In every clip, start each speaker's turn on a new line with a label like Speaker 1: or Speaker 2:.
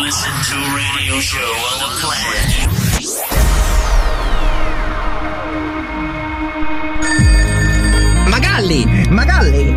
Speaker 1: listen to radio show on the planet.
Speaker 2: Magalli!
Speaker 3: Magalli!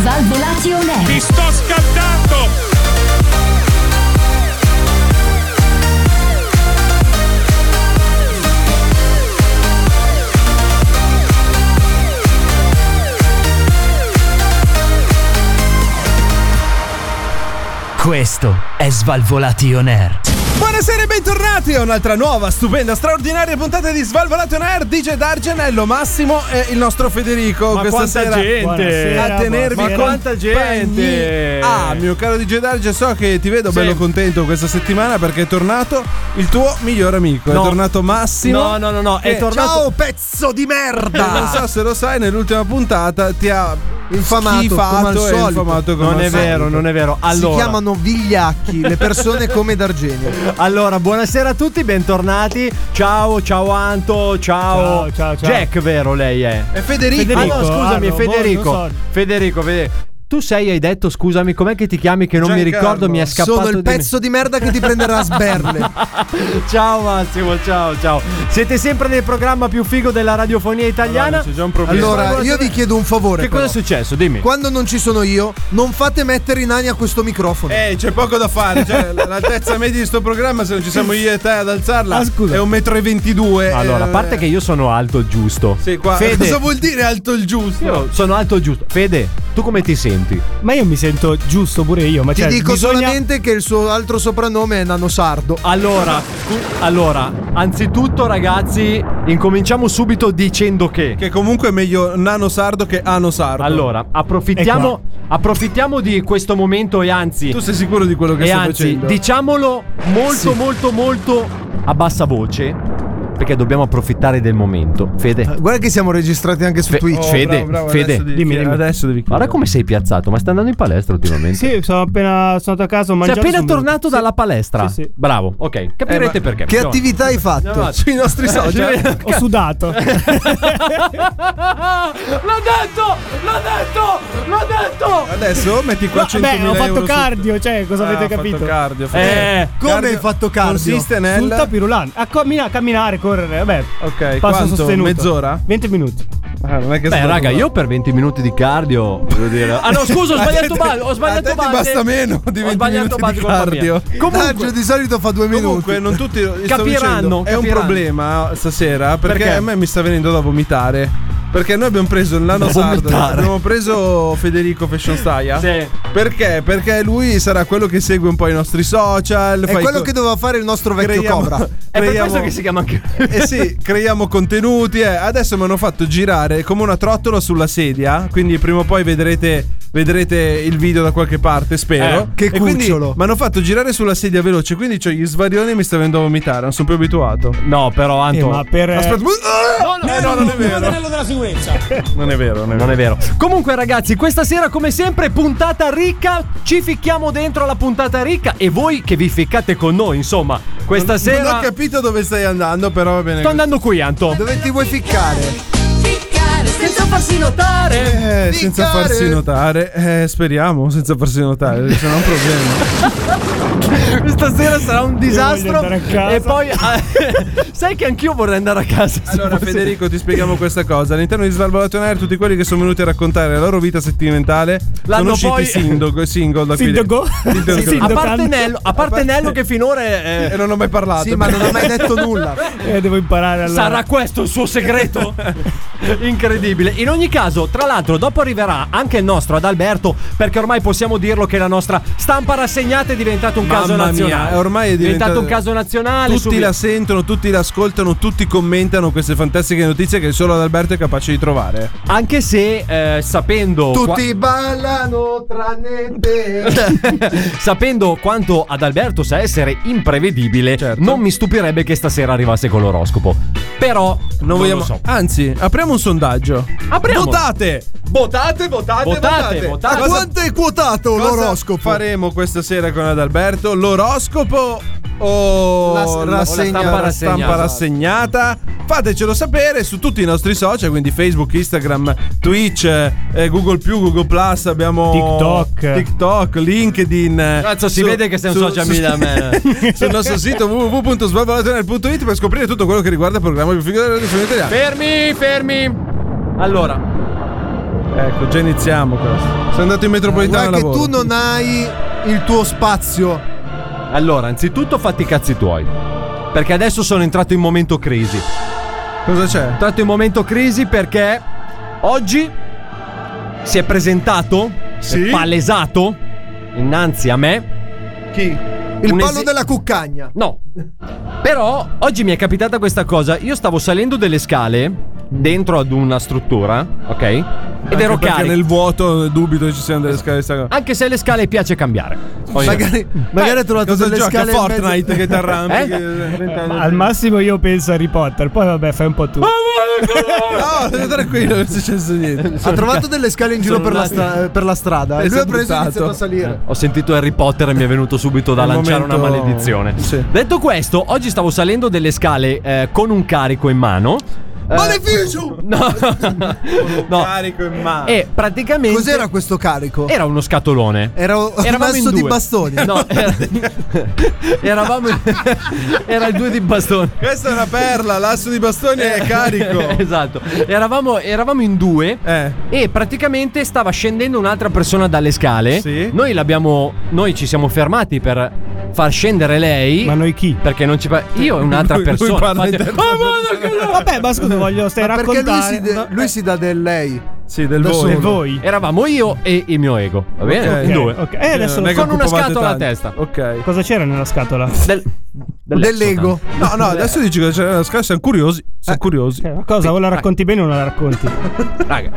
Speaker 4: Svalvolati on air.
Speaker 5: Mi sto scaldando!
Speaker 6: Questo è Svalvolati On Air.
Speaker 7: Buonasera e bentornati a un'altra nuova, stupenda, straordinaria puntata di Svalvolato on Air DJ D'Argenello, Massimo e il nostro Federico
Speaker 5: Ma
Speaker 7: questa
Speaker 5: quanta
Speaker 7: sera
Speaker 5: gente!
Speaker 7: a
Speaker 5: Buonasera,
Speaker 7: tenervi
Speaker 5: buonasera. Ma quanta gente!
Speaker 7: compagni. Ah, mio caro DJ D'Arge, so che ti vedo bello contento questa settimana perché è tornato il tuo miglior amico,
Speaker 5: No.
Speaker 7: è tornato Massimo.
Speaker 5: No, no, no, no, è
Speaker 7: che-
Speaker 5: tornato-
Speaker 7: Ciao,
Speaker 3: pezzo di
Speaker 7: merda! non so se lo sai, nell'ultima puntata ti ha infamato
Speaker 3: come al
Speaker 7: e
Speaker 3: solito.
Speaker 7: infamato Esatto, come
Speaker 5: Non
Speaker 7: al
Speaker 5: è vero,
Speaker 7: solito.
Speaker 5: non è vero.
Speaker 3: Si
Speaker 5: Allora,
Speaker 3: chiamano vigliacchi le persone come D'Argenio.
Speaker 5: allora, buonasera a tutti, bentornati. Ciao, ciao Anto, ciao.
Speaker 8: Ciao, ciao, ciao.
Speaker 5: Jack, vero lei è?
Speaker 7: E Federico,
Speaker 5: Ah, no, scusami,
Speaker 8: Arno, boh,
Speaker 5: Federico.
Speaker 8: non so.
Speaker 5: Federico, Fede- tu sei, hai detto, scusami, com'è che ti chiami che non mi
Speaker 7: Giancarlo,
Speaker 5: ricordo, mi è scappato
Speaker 3: Sono il
Speaker 5: di me.
Speaker 3: pezzo di merda che ti prenderà a sberle.
Speaker 5: Ciao Massimo, ciao, ciao. Siete sempre nel programma più figo della radiofonia italiana.
Speaker 7: c'è già un problema.
Speaker 3: Allora, io vi chiedo un favore.
Speaker 5: che cosa è
Speaker 3: però.
Speaker 5: successo? Dimmi.
Speaker 3: Quando non ci sono io, non fate mettere in ania questo microfono.
Speaker 7: Eh, c'è poco da fare. Cioè, l- l'altezza media di sto programma, se non ci siamo io e te ad alzarla,
Speaker 8: Ah, scusa.
Speaker 7: è un metro e ventidue.
Speaker 5: Allora, a
Speaker 7: Eh,
Speaker 5: parte che io sono alto il giusto.
Speaker 7: Sì, qua-
Speaker 5: Fede,
Speaker 7: Cosa vuol dire alto il giusto?
Speaker 5: io sono alto il giusto. Fede, tu come ti senti?
Speaker 8: Ma io mi sento giusto pure io. Ma
Speaker 3: Ti
Speaker 8: cioè,
Speaker 3: dico
Speaker 8: bisogna-
Speaker 3: solamente che il suo altro soprannome è Nano Sardo.
Speaker 5: Allora, scu- allora, anzitutto ragazzi, incominciamo subito dicendo che
Speaker 7: Che comunque è meglio nano sardo che ano sardo.
Speaker 5: Allora, approfittiamo, approfittiamo di questo momento e anzi,
Speaker 7: tu sei sicuro di quello che
Speaker 5: e
Speaker 7: stai
Speaker 5: anzi,
Speaker 7: facendo?
Speaker 5: diciamolo molto, molto, molto a bassa voce, perché dobbiamo approfittare del momento. Fede,
Speaker 3: Guarda che siamo registrati anche su
Speaker 5: Fe-
Speaker 3: Twitch.
Speaker 7: Oh,
Speaker 5: Fede,
Speaker 7: bravo, bravo,
Speaker 5: Fede,
Speaker 7: adesso devi
Speaker 8: dimmi,
Speaker 7: chiudere,
Speaker 8: dimmi.
Speaker 7: Adesso devi chiudere.
Speaker 5: guarda come sei piazzato, ma stai andando in palestra ultimamente?
Speaker 8: Sì, sono appena sono a casa. Ho mangiato.
Speaker 5: Sei Cioè, appena
Speaker 8: sono venuto.
Speaker 5: tornato dalla palestra.
Speaker 8: Sì, sì.
Speaker 5: Bravo, ok. Capirete
Speaker 7: Eh, ma
Speaker 5: perché.
Speaker 3: Che
Speaker 5: Insomma.
Speaker 3: attività hai fatto?
Speaker 5: Sui nostri social.
Speaker 8: Ho sudato.
Speaker 5: l'ho detto! L'ho detto! L'ho detto!
Speaker 7: Adesso metti qua
Speaker 8: No,
Speaker 7: 100.000
Speaker 8: beh, ho
Speaker 7: euro
Speaker 8: fatto
Speaker 7: su-
Speaker 8: cardio, cioè, cosa
Speaker 7: Ah,
Speaker 8: avete
Speaker 7: ha fatto
Speaker 8: capito?
Speaker 7: cardio, Fede.
Speaker 5: Eh,
Speaker 3: Come
Speaker 7: Cardio
Speaker 3: hai fatto cardio?
Speaker 7: Consiste nel
Speaker 8: Sul tapirulan. A camminare, camminare, correre, vabbè.
Speaker 7: Ok,
Speaker 8: Passo
Speaker 7: quanto?
Speaker 8: sostenuto.
Speaker 7: Mezz'ora?
Speaker 8: 20 minuti.
Speaker 7: Ah, non è che
Speaker 5: Beh,
Speaker 7: sono-
Speaker 5: Eh, raga, io per 20 minuti di cardio. voglio dire- Ah, no, scusa, ho
Speaker 7: A te-
Speaker 5: sbagliato base. Ho
Speaker 7: a te
Speaker 5: sbagliato
Speaker 7: ti
Speaker 5: base.
Speaker 7: basta meno di 20 minuti di
Speaker 5: base, colpa
Speaker 7: cardio.
Speaker 5: mia.
Speaker 3: Comunque, di solito fa due minuti.
Speaker 7: Comunque, non tutti lo- stavo
Speaker 5: Capiranno,
Speaker 7: dicendo, È un
Speaker 5: capiranno.
Speaker 7: problema stasera perché,
Speaker 5: Perché?
Speaker 7: a me mi sta venendo da vomitare. Perché noi abbiamo preso il nano sardo,
Speaker 5: vomitare.
Speaker 7: abbiamo preso Federico Fashion Staia.
Speaker 5: Sì.
Speaker 7: Perché? Perché lui sarà quello che segue un po' i nostri social.
Speaker 3: È quello che doveva fare il nostro vecchio Cobra.
Speaker 5: È per questo che si chiama anche.
Speaker 7: eh sì, creiamo contenuti. eh. Adesso mi hanno fatto girare come una trottola sulla sedia. Quindi prima o poi vedrete, vedrete il video da qualche parte, spero.
Speaker 5: Eh,
Speaker 3: che
Speaker 7: E quindi
Speaker 3: cucciolo.
Speaker 7: Mi hanno fatto girare sulla sedia veloce. Quindi c'ho gli svarioni e mi sta venendo a vomitare. Non sono più abituato.
Speaker 5: No, però,
Speaker 8: Eh,
Speaker 5: Anto.
Speaker 8: ma per.
Speaker 7: Aspetta,
Speaker 5: No, no,
Speaker 7: eh,
Speaker 5: no,
Speaker 7: non è vero.
Speaker 8: della sicurezza.
Speaker 7: Non è vero,
Speaker 5: Non è vero. Comunque, ragazzi, questa sera, come sempre, puntata ricca. Ci ficchiamo dentro la puntata ricca. E voi che vi ficcate con noi, insomma, questa
Speaker 7: Non ho
Speaker 5: sera.
Speaker 7: capito dove stai andando, però va bene.
Speaker 5: Sto andando qui, Anto.
Speaker 3: Dove ti vuoi ficcare?
Speaker 5: Senza farsi notare.
Speaker 7: Eh, senza
Speaker 3: Ficcare.
Speaker 7: farsi notare, eh, speriamo, senza farsi notare, se no è un problema.
Speaker 5: Questa sera sarà un disastro.
Speaker 8: andare a casa.
Speaker 5: E poi. ah, sai che anch'io vorrei andare a casa. se
Speaker 7: Allora,
Speaker 5: fosse-
Speaker 7: Federico, ti spieghiamo questa cosa. All'interno di Svalvolato on Air, tutti quelli che sono venuti a raccontare la loro vita sentimentale
Speaker 5: L'hanno
Speaker 7: sono
Speaker 5: poi-
Speaker 7: usciti single, single da qui.
Speaker 8: Sindaco?
Speaker 7: Sindaco.
Speaker 8: Sì, sì.
Speaker 5: A parte
Speaker 8: Sindaco.
Speaker 5: Nello, a parte Nello che finora è-
Speaker 7: E non ho mai parlato.
Speaker 3: Sì, ma non ha mai detto nulla.
Speaker 8: Eh, devo imparare allora.
Speaker 5: Sarà questo il suo segreto? Incredibile. In ogni caso, tra l'altro, dopo arriverà anche il nostro ad Alberto, perché ormai possiamo dirlo che la nostra stampa rassegnata è diventata un caso
Speaker 7: Mamma mia,
Speaker 5: nazionale.
Speaker 7: ormai è diventata-
Speaker 5: un caso nazionale.
Speaker 7: Tutti
Speaker 5: subito.
Speaker 7: la sentono, tutti la ascoltano, tutti commentano queste fantastiche notizie che solo Adalberto è capace di trovare.
Speaker 5: Anche se eh, sapendo.
Speaker 9: Tutti ballano tranne te.
Speaker 5: Sapendo quanto ad Alberto sa essere imprevedibile,
Speaker 7: Certo.
Speaker 5: non mi stupirebbe che stasera arrivasse con l'oroscopo. Però non, Ah,
Speaker 7: Non vogliamo.
Speaker 5: lo so.
Speaker 7: Anzi, apriamo un sondaggio.
Speaker 5: Apriamolo.
Speaker 7: Votate! Votate, votate,
Speaker 5: Votate, votate.
Speaker 7: Cosa-
Speaker 9: Quanto è quotato
Speaker 7: cosa
Speaker 9: l'oroscopo?
Speaker 7: faremo questa sera con Adalberto? L'oroscopo o
Speaker 9: La- la rassegna-
Speaker 7: stampa,
Speaker 5: la
Speaker 7: stampa
Speaker 5: rassegna.
Speaker 7: rassegnata? Fatecelo sapere su tutti i nostri social, quindi Facebook, Instagram, Twitch, eh, Google+, Google+, Plus, abbiamo
Speaker 8: TikTok.
Speaker 7: TikTok, LinkedIn. eh,
Speaker 5: Cazzo, si vede che sei un social media man.
Speaker 7: sul nostro sito www.svalvolatornel.it per scoprire tutto quello che riguarda il programma più figo della radio italiana.
Speaker 5: Fermi, fermi. Allora,
Speaker 7: Ecco, già iniziamo questo. Sono andato in metropolitana.
Speaker 9: Guarda che
Speaker 7: lavoro.
Speaker 9: tu non hai il tuo spazio.
Speaker 5: allora, anzitutto fatti i cazzi tuoi. Perché adesso sono entrato in momento crisi.
Speaker 7: Cosa c'è?
Speaker 5: Tanto in momento crisi perché oggi si è presentato, si è palesato innanzi a me.
Speaker 9: Il
Speaker 5: Un
Speaker 9: pallo
Speaker 5: esi-
Speaker 9: della cuccagna.
Speaker 5: No, però oggi mi è capitata questa cosa. Io stavo salendo delle scale dentro ad una struttura, ok? Ed ero
Speaker 7: Perché
Speaker 5: carico.
Speaker 7: nel vuoto eh, dubito che ci siano delle scale. sta-
Speaker 5: Anche se le scale piace cambiare. Poi-
Speaker 9: Magari, magari hai trovato
Speaker 7: Cosa
Speaker 9: delle
Speaker 7: gioca
Speaker 9: scale in mezzo-
Speaker 7: Fortnite che ti arrampichi?
Speaker 5: Eh?
Speaker 8: Ma Al massimo io penso a Harry Potter, poi vabbè, fai un po' tu.
Speaker 5: Ah!
Speaker 7: No, stai tranquillo, non è successo niente.
Speaker 9: Ha trovato delle scale in giro
Speaker 5: Sono
Speaker 9: per la,
Speaker 5: nati-
Speaker 9: stra- per la strada. E
Speaker 7: E
Speaker 9: lui
Speaker 7: si è
Speaker 9: ha preso e ha iniziato
Speaker 7: buttato.
Speaker 9: a salire.
Speaker 5: Ho sentito Harry Potter e mi è venuto subito da
Speaker 7: È un
Speaker 5: lanciare una
Speaker 7: momento-
Speaker 5: maledizione.
Speaker 7: Sì.
Speaker 5: Detto questo, oggi stavo salendo delle scale eh, con un carico in mano. Eh,
Speaker 9: Maleficio!
Speaker 5: No, no.
Speaker 7: Carico in mano.
Speaker 5: E praticamente
Speaker 9: Cos'era questo carico?
Speaker 5: era uno scatolone.
Speaker 9: Era un
Speaker 5: Eravamo in
Speaker 9: masso di
Speaker 5: due.
Speaker 9: bastoni.
Speaker 5: No, era- eravamo era il due di bastoni.
Speaker 7: Questa è una perla, l'asso di bastoni è Eh,
Speaker 9: Eh,
Speaker 7: carico.
Speaker 5: esatto. Eravamo, eravamo in due.
Speaker 7: Eh.
Speaker 5: E praticamente stava scendendo un'altra persona dalle scale.
Speaker 7: Sì.
Speaker 5: Noi l'abbiamo. Noi ci siamo fermati per far scendere lei.
Speaker 8: Ma noi chi?
Speaker 5: Perché non ci. pa- Io e un'altra
Speaker 7: Lui- lui
Speaker 5: persona.
Speaker 7: parla in
Speaker 5: Infatti-
Speaker 7: terza
Speaker 5: Ah, guarda che-
Speaker 8: Vabbè, ma scusa, voglio stai
Speaker 9: Perché lui
Speaker 8: raccontando.
Speaker 9: si, de-
Speaker 5: eh.
Speaker 9: lui si dà del lei.
Speaker 7: Sì, del
Speaker 9: Da
Speaker 7: volo.
Speaker 9: solo.
Speaker 8: E voi?
Speaker 5: Eravamo io e il mio ego. Va bene?
Speaker 7: Ok.
Speaker 5: In due.
Speaker 8: Ok, eh, adesso
Speaker 7: Non è che
Speaker 5: Con una
Speaker 7: occupavate
Speaker 5: scatola
Speaker 7: tanto.
Speaker 5: a testa.
Speaker 7: Ok.
Speaker 8: cosa c'era nella scatola? Eh,
Speaker 5: Del,
Speaker 9: Dell'ego.
Speaker 7: No, no, adesso dici cosa c'è nella scala, siamo curiosi. Siamo curiosi.
Speaker 8: Eh, ma cosa? O la racconti bene o non la racconti?
Speaker 5: Raga,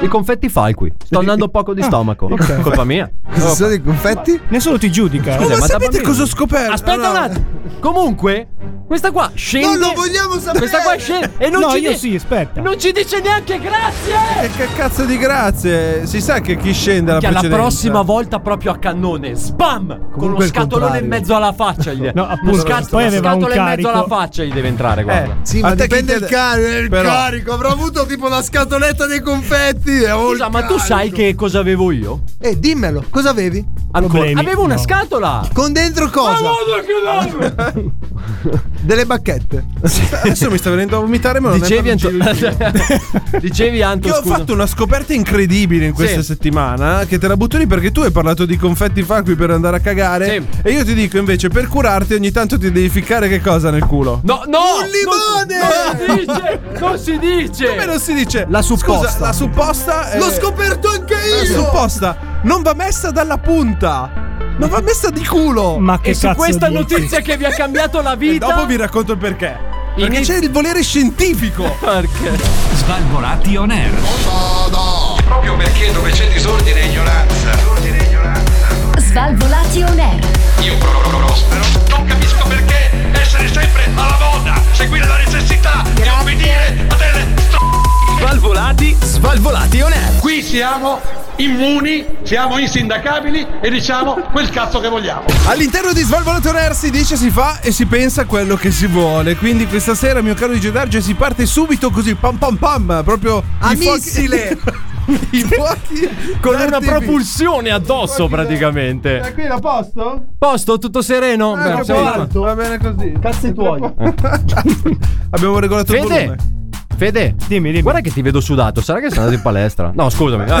Speaker 5: i confetti falqui. Sto andando poco
Speaker 7: Ah,
Speaker 5: di stomaco. Colpa mia.
Speaker 9: Cosa sono i confetti?
Speaker 8: Nessuno ti giudica. Eh,
Speaker 5: Scusa,
Speaker 7: Ma
Speaker 5: da
Speaker 7: sapete
Speaker 5: bambino-
Speaker 7: cosa ho scoperto?
Speaker 5: Aspetta
Speaker 7: Eh, No,
Speaker 5: un
Speaker 7: no.
Speaker 5: attimo. Comunque, questa qua scende.
Speaker 9: Non lo vogliamo sapere!
Speaker 5: Questa qua scende. E non
Speaker 8: no,
Speaker 5: ci
Speaker 8: io
Speaker 5: di-
Speaker 8: sì, aspetta.
Speaker 5: Non ci dice neanche grazie.
Speaker 7: E che cazzo di grazie? Si sa che chi scende alla
Speaker 5: Che alla
Speaker 7: precedenza.
Speaker 5: prossima volta proprio a cannone. Spam! Con uno
Speaker 9: Comunque il
Speaker 5: scatolone
Speaker 9: contrario.
Speaker 5: in mezzo alla faccia. Gli...
Speaker 8: No,
Speaker 5: uno
Speaker 8: appunto,
Speaker 5: scat-
Speaker 8: poi
Speaker 5: uno
Speaker 8: aveva un
Speaker 5: scatolo in mezzo
Speaker 8: carico.
Speaker 5: alla faccia gli deve entrare, guarda.
Speaker 7: Eh,
Speaker 9: Sì,
Speaker 7: a
Speaker 9: ma
Speaker 7: te chi
Speaker 9: dipende il
Speaker 7: chiede-
Speaker 9: carico. Il
Speaker 7: Però-
Speaker 9: carico. Avrà avuto tipo la scatoletta dei confetti. e ho il
Speaker 5: Scusa, ma tu
Speaker 9: carico.
Speaker 5: sai che cosa avevo io?
Speaker 9: Eh, dimmelo, cosa avevi?
Speaker 5: Ancora.
Speaker 8: Problemi?
Speaker 5: Avevo una
Speaker 8: No.
Speaker 5: scatola!
Speaker 9: Con dentro cosa? Delle bacchette.
Speaker 7: Adesso mi sta venendo a vomitare, ma non
Speaker 5: Dicevi
Speaker 7: è tanto-
Speaker 5: Antonio. Dicevi Anto,
Speaker 7: Io ho
Speaker 5: scusa.
Speaker 7: fatto una scoperta incredibile in questa
Speaker 5: Sì.
Speaker 7: settimana che te la butto lì perché tu hai parlato di confetti facqui per andare a cagare
Speaker 5: Sì.
Speaker 7: e io ti dico invece per curarti ogni tanto ti devi ficcare che cosa nel culo?
Speaker 5: No, no!
Speaker 9: Un limone!
Speaker 5: Non, non si dice!
Speaker 7: Come
Speaker 8: Eh.
Speaker 5: Non si dice!
Speaker 7: non si dice?
Speaker 9: La supposta.
Speaker 7: Scusa, la supposta è-
Speaker 9: L'ho scoperto anche
Speaker 7: la
Speaker 9: io.
Speaker 7: supposta non va messa dalla punta. Non va messa di culo.
Speaker 8: Ma che
Speaker 5: E su
Speaker 8: cazzo
Speaker 5: questa
Speaker 8: dici?
Speaker 5: notizia che vi ha cambiato la
Speaker 7: E
Speaker 5: vita.
Speaker 7: dopo vi racconto il perché. Perché
Speaker 5: Inizia-
Speaker 7: c'è il volere scientifico.
Speaker 5: Perché?
Speaker 6: Svalvolati on air.
Speaker 1: Proprio perché dove c'è disordine e ignoranza, disordine e ignoranza,
Speaker 4: Svalvolati on air.
Speaker 1: io pro- pro- prospero. Non capisco perché essere sempre alla moda, seguire la necessità e obbedire a delle str-
Speaker 6: Svalvolati, svalvolati on air.
Speaker 10: Qui siamo immuni, siamo insindacabili e diciamo quel cazzo che vogliamo.
Speaker 7: All'interno di Svalvolator Air si dice, si fa e si pensa quello che si vuole. Quindi questa sera, mio caro DJ Darge, si parte subito così, pam pam pam, proprio
Speaker 9: A
Speaker 7: i fuochi-
Speaker 9: missile.
Speaker 7: I fuochi
Speaker 5: Con una
Speaker 7: d'artificio.
Speaker 5: propulsione addosso praticamente.
Speaker 7: qui a posto?
Speaker 5: Posto tutto sereno? Beh,
Speaker 7: Ah,
Speaker 5: siamo-
Speaker 7: Va bene così. Cazzi tuoi. Abbiamo regolato il
Speaker 5: Fede,
Speaker 7: volume.
Speaker 5: Fede, dimmi, dimmi. Guarda che ti vedo sudato. Sarà che sei andato in palestra? No, scusami. Ah,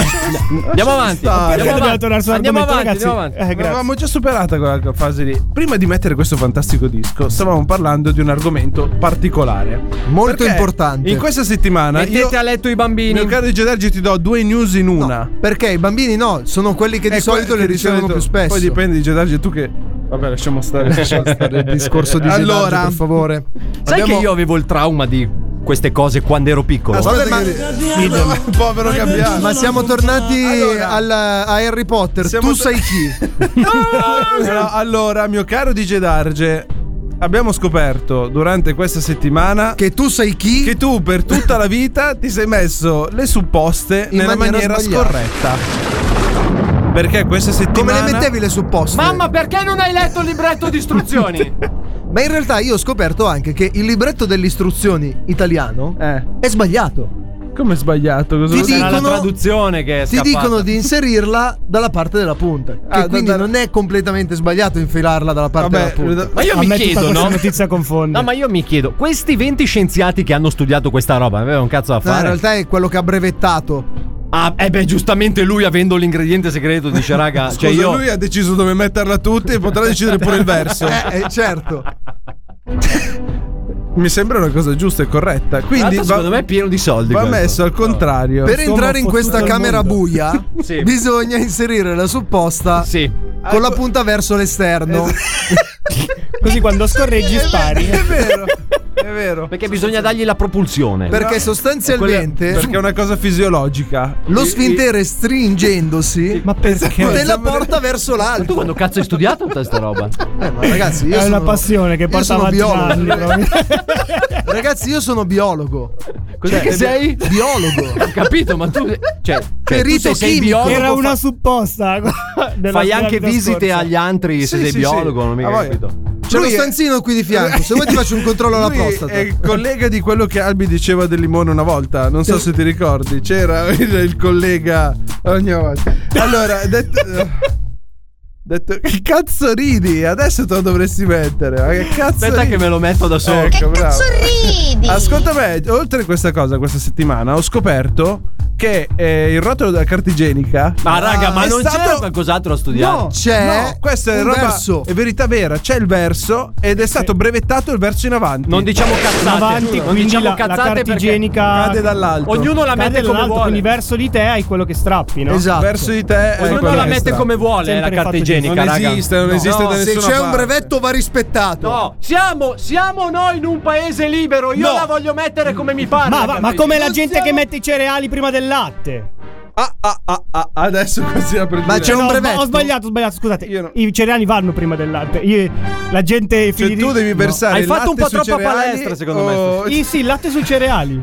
Speaker 5: andiamo avanti. Andiamo
Speaker 7: dobbiamo
Speaker 5: avanti.
Speaker 7: tornare
Speaker 5: Andiamo avanti. Andiamo
Speaker 7: Eh,
Speaker 5: avanti.
Speaker 11: Eh,
Speaker 7: Avevamo già superata quella fase lì. Prima di mettere questo fantastico disco, stavamo parlando di un argomento particolare. Molto
Speaker 9: importante.
Speaker 7: In questa settimana.
Speaker 5: Mettete
Speaker 7: io,
Speaker 5: a letto i bambini.
Speaker 7: Mio caro Gedargi, ti do due news in una.
Speaker 9: Perché i bambini no, sono quelli che di
Speaker 7: Eh,
Speaker 9: solito
Speaker 7: que-
Speaker 9: le
Speaker 7: che di
Speaker 9: ricevono
Speaker 7: solito-
Speaker 9: più spesso.
Speaker 7: Poi dipende di Gedargi, tu che. Vabbè, lasciamo stare, lasciamo stare il discorso di Gedargi,
Speaker 9: Allora,
Speaker 7: per favore.
Speaker 5: Sai che io avevo il trauma di queste cose quando ero
Speaker 7: Eh,
Speaker 5: piccolo?
Speaker 9: Vabbè, ma,
Speaker 7: Povero Gabbiano.
Speaker 9: ma siamo tornati al- a Harry Potter.
Speaker 7: Siamo
Speaker 9: tu
Speaker 7: to-
Speaker 9: sai chi?
Speaker 7: No, allora, mio caro DJ Darge, abbiamo scoperto durante questa settimana che,
Speaker 9: Che tu sai chi?
Speaker 7: tu per tutta la vita ti sei messo le supposte
Speaker 9: In
Speaker 7: nella
Speaker 9: maniera
Speaker 7: maniera,
Speaker 9: sbagliata.
Speaker 7: scorretta. Perché questa
Speaker 9: Come
Speaker 7: settimana
Speaker 9: le mettevi le supposte?
Speaker 5: Mamma, perché non hai letto il libretto di istruzioni?
Speaker 9: Ma in realtà io ho scoperto anche che il libretto delle istruzioni italiano
Speaker 7: Eh.
Speaker 9: è sbagliato.
Speaker 7: Come è sbagliato? Cosa
Speaker 9: Ti
Speaker 7: vuol dire?
Speaker 5: Era la
Speaker 9: Dicono-
Speaker 5: traduzione che è
Speaker 9: Ti
Speaker 5: scappata.
Speaker 9: dicono di inserirla dalla parte della punta. Che
Speaker 7: Ah, da-
Speaker 9: quindi
Speaker 7: da-
Speaker 9: non è completamente sbagliato infilarla dalla parte
Speaker 7: Vabbè,
Speaker 9: della punta.
Speaker 5: Ma io
Speaker 11: A
Speaker 5: mi
Speaker 11: me tutta
Speaker 5: chiedo,
Speaker 11: questa
Speaker 5: no?
Speaker 11: notizia confonde.
Speaker 5: No, ma io mi chiedo, questi 20 scienziati che hanno studiato questa roba, avevano un cazzo da
Speaker 7: Eh.
Speaker 9: No, in
Speaker 5: fare?
Speaker 9: realtà è quello che ha brevettato.
Speaker 5: Ah, eh beh, giustamente lui avendo l'ingrediente segreto dice raga,
Speaker 7: Scusa,
Speaker 5: cioè io
Speaker 7: lui ha deciso dove metterla tutti e potrà decidere pure il verso.
Speaker 9: Eh, eh, certo.
Speaker 7: Mi sembra una cosa giusta e corretta.
Speaker 5: Tra
Speaker 7: Quindi
Speaker 5: l'altro,
Speaker 7: va,
Speaker 5: secondo me è pieno di soldi
Speaker 7: va
Speaker 5: questo.
Speaker 7: messo al contrario.
Speaker 9: Per entrare in questa camera buia,
Speaker 5: Sì.
Speaker 9: bisogna inserire la supposta
Speaker 5: Sì.
Speaker 9: con la punta verso l'esterno.
Speaker 11: Così quando scorreggi
Speaker 5: Esatto.
Speaker 11: spari.
Speaker 7: È vero, è vero.
Speaker 5: Perché bisogna dargli la propulsione.
Speaker 9: Perché
Speaker 7: Quella-
Speaker 9: sostanzialmente
Speaker 7: perché è una cosa fisiologica.
Speaker 9: lo sfintere stringendosi
Speaker 11: Ma
Speaker 9: te
Speaker 5: Esatto.
Speaker 11: perché?
Speaker 9: la porta verso
Speaker 5: Ma tu
Speaker 9: l'alto.
Speaker 5: quando cazzo hai studiato tutta sta roba?
Speaker 7: Cioè,
Speaker 9: Eh, ma ragazzi, io
Speaker 11: È
Speaker 9: sono
Speaker 11: una passione che
Speaker 9: io
Speaker 11: porta
Speaker 9: sono
Speaker 11: avanti
Speaker 9: biologo.
Speaker 11: anni, proprio.
Speaker 9: Ragazzi, io sono biologo.
Speaker 5: Cos'è
Speaker 7: eh,
Speaker 5: che sei?
Speaker 9: Biologo.
Speaker 5: Ho capito, ma tu cioè,
Speaker 9: Perito
Speaker 5: perito sei
Speaker 9: chimico.
Speaker 5: biologo.
Speaker 11: Era
Speaker 5: fa-
Speaker 11: una supposta. della
Speaker 5: fai
Speaker 11: sua
Speaker 5: anche
Speaker 11: vita
Speaker 5: visite
Speaker 11: scorsa.
Speaker 5: agli antri se
Speaker 7: Sì,
Speaker 5: sei
Speaker 7: sì,
Speaker 5: biologo,
Speaker 7: sì.
Speaker 5: non ho mica
Speaker 7: Ah, voglio.
Speaker 5: capito.
Speaker 9: C'è uno
Speaker 7: Lui è-
Speaker 9: stanzino qui di fianco. Se vuoi ti faccio un controllo alla
Speaker 7: Lui
Speaker 9: prostata.
Speaker 7: È il collega di quello che Albi diceva del limone una volta. Non so se ti ricordi. C'era il, il collega ogni volta. Allora, detto. detto che cazzo ridi? Adesso te lo dovresti mettere. Ma che cazzo
Speaker 5: Aspetta
Speaker 7: ridi?
Speaker 5: che me lo metto da solo.
Speaker 7: Ecco, bravo.
Speaker 4: Sorridi!
Speaker 7: Ascolta me, oltre a questa cosa, questa settimana ho scoperto che eh, il rotolo della carta igienica.
Speaker 5: Ma raga, ma
Speaker 7: Ah, è
Speaker 5: non
Speaker 7: stato-
Speaker 5: c'era qualcos'altro da studiare?
Speaker 7: No,
Speaker 9: C'è
Speaker 7: no, questa è
Speaker 9: un
Speaker 7: roba
Speaker 9: verso.
Speaker 7: è verità vera, c'è il verso ed è stato brevettato il verso in avanti.
Speaker 5: Non diciamo cazzate,
Speaker 11: Avanti,
Speaker 5: non
Speaker 11: quindi
Speaker 5: diciamo
Speaker 11: la, la
Speaker 5: cazzate
Speaker 11: carta
Speaker 5: perché
Speaker 11: igienica
Speaker 7: cade dall'alto.
Speaker 5: Ognuno la
Speaker 11: cade
Speaker 5: mette come
Speaker 11: dall'alto,
Speaker 5: vuole.
Speaker 11: quindi verso di te hai quello che strappi, no?
Speaker 9: Esatto.
Speaker 7: verso di te è
Speaker 5: Ognuno la
Speaker 7: quella
Speaker 5: mette
Speaker 7: destra.
Speaker 5: come vuole eh, la
Speaker 11: Sempre
Speaker 5: carta
Speaker 11: fatto di-
Speaker 5: igienica,
Speaker 7: Non
Speaker 5: raga.
Speaker 7: esiste, non esiste da
Speaker 9: Se
Speaker 7: nessuna
Speaker 9: c'è un
Speaker 7: parte.
Speaker 9: brevetto va rispettato.
Speaker 5: No, siamo, siamo noi in un paese libero. Io
Speaker 7: No.
Speaker 5: la voglio mettere come mi pare.
Speaker 11: Ma, ma,
Speaker 5: capito?
Speaker 11: ma come la
Speaker 5: Non
Speaker 11: gente
Speaker 5: siamo-
Speaker 11: che mette i cereali prima del latte?
Speaker 7: Ah, ah, ah, ah, adesso così la prendere.
Speaker 9: Ma c'è un
Speaker 11: No,
Speaker 9: brevetto.
Speaker 11: ho sbagliato, ho sbagliato, scusate.
Speaker 7: Io no.
Speaker 11: I cereali vanno prima del latte. Io- la gente
Speaker 7: Cioè, tu devi versare
Speaker 5: Hai
Speaker 7: il
Speaker 5: fatto un
Speaker 7: latte
Speaker 5: po'
Speaker 7: sui
Speaker 5: troppa
Speaker 7: cereali oh,
Speaker 5: palestra, secondo me,
Speaker 7: o-
Speaker 11: Sì, sì, il latte sui cereali.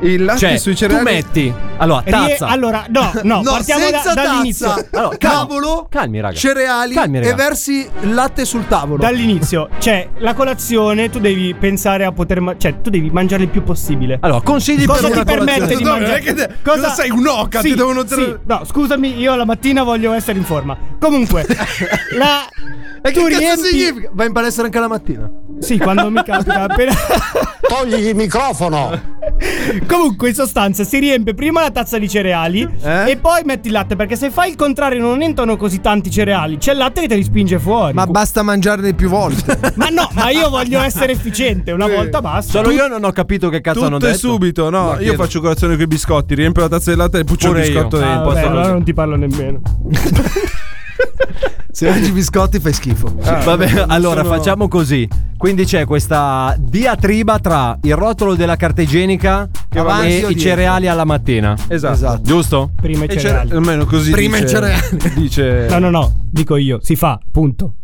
Speaker 7: Il latte
Speaker 5: Cioè,
Speaker 7: sui cereali.
Speaker 5: tu metti. Allora,
Speaker 11: Rie-
Speaker 5: tazza.
Speaker 11: allora, no, no,
Speaker 9: No,
Speaker 11: partiamo da-
Speaker 9: senza
Speaker 11: dall'inizio.
Speaker 9: tazza.
Speaker 5: Allora, calmi.
Speaker 9: cavolo,
Speaker 5: Calmi, raga.
Speaker 9: cereali
Speaker 5: Calmi, raga.
Speaker 9: e versi latte sul tavolo.
Speaker 11: Dall'inizio, cioè, la colazione tu devi pensare a poter. ma- cioè, tu devi mangiare il più possibile.
Speaker 5: Allora, consigli
Speaker 11: Cosa
Speaker 5: per
Speaker 11: ti
Speaker 5: una
Speaker 11: permette
Speaker 5: colazione.
Speaker 11: di
Speaker 7: No, non è
Speaker 11: mangiare?
Speaker 7: che te- cosa sei, un'oca?
Speaker 11: Sì,
Speaker 7: Ti devono-
Speaker 11: sì, no, scusami, io la mattina voglio essere in forma. Comunque, la.
Speaker 9: E che
Speaker 11: tu
Speaker 9: cazzo
Speaker 11: riempi-
Speaker 9: significa? Vai in palestra anche la mattina.
Speaker 11: Sì, quando mi capita appena.
Speaker 12: Togli il microfono.
Speaker 11: Comunque, in sostanza, si riempie prima la tazza di cereali
Speaker 7: Eh?
Speaker 11: e poi metti il latte. Perché se fai il contrario, non entrano così tanti cereali. C'è il latte che te li spinge fuori.
Speaker 9: Ma basta mangiarne più volte.
Speaker 11: Ma no, ma io voglio essere efficiente. Una volta basta.
Speaker 5: Solo io non ho capito che cazzo hanno
Speaker 7: Tutto
Speaker 5: detto.
Speaker 7: e subito, no? io
Speaker 5: chiedo.
Speaker 7: faccio colazione con i biscotti, riempio la tazza di latte e puccio il
Speaker 5: Pure io.
Speaker 7: biscotto
Speaker 5: Ah,
Speaker 7: dentro.
Speaker 11: Vabbè, allora non ti parlo nemmeno.
Speaker 9: Se mangi biscotti fai schifo.
Speaker 5: Ah, Vabbè, allora
Speaker 7: sono-
Speaker 5: facciamo così. Quindi c'è questa diatriba tra il rotolo della carta igienica
Speaker 7: va avanti
Speaker 5: e
Speaker 7: o
Speaker 5: i
Speaker 7: dietro.
Speaker 5: cereali alla mattina.
Speaker 7: Esatto.
Speaker 5: Giusto?
Speaker 11: Prima i
Speaker 7: E
Speaker 11: cereali.
Speaker 7: c'era- almeno così
Speaker 9: Prima
Speaker 7: dice,
Speaker 9: i cereali.
Speaker 7: Dice
Speaker 11: No, no, no, dico io, si fa, punto.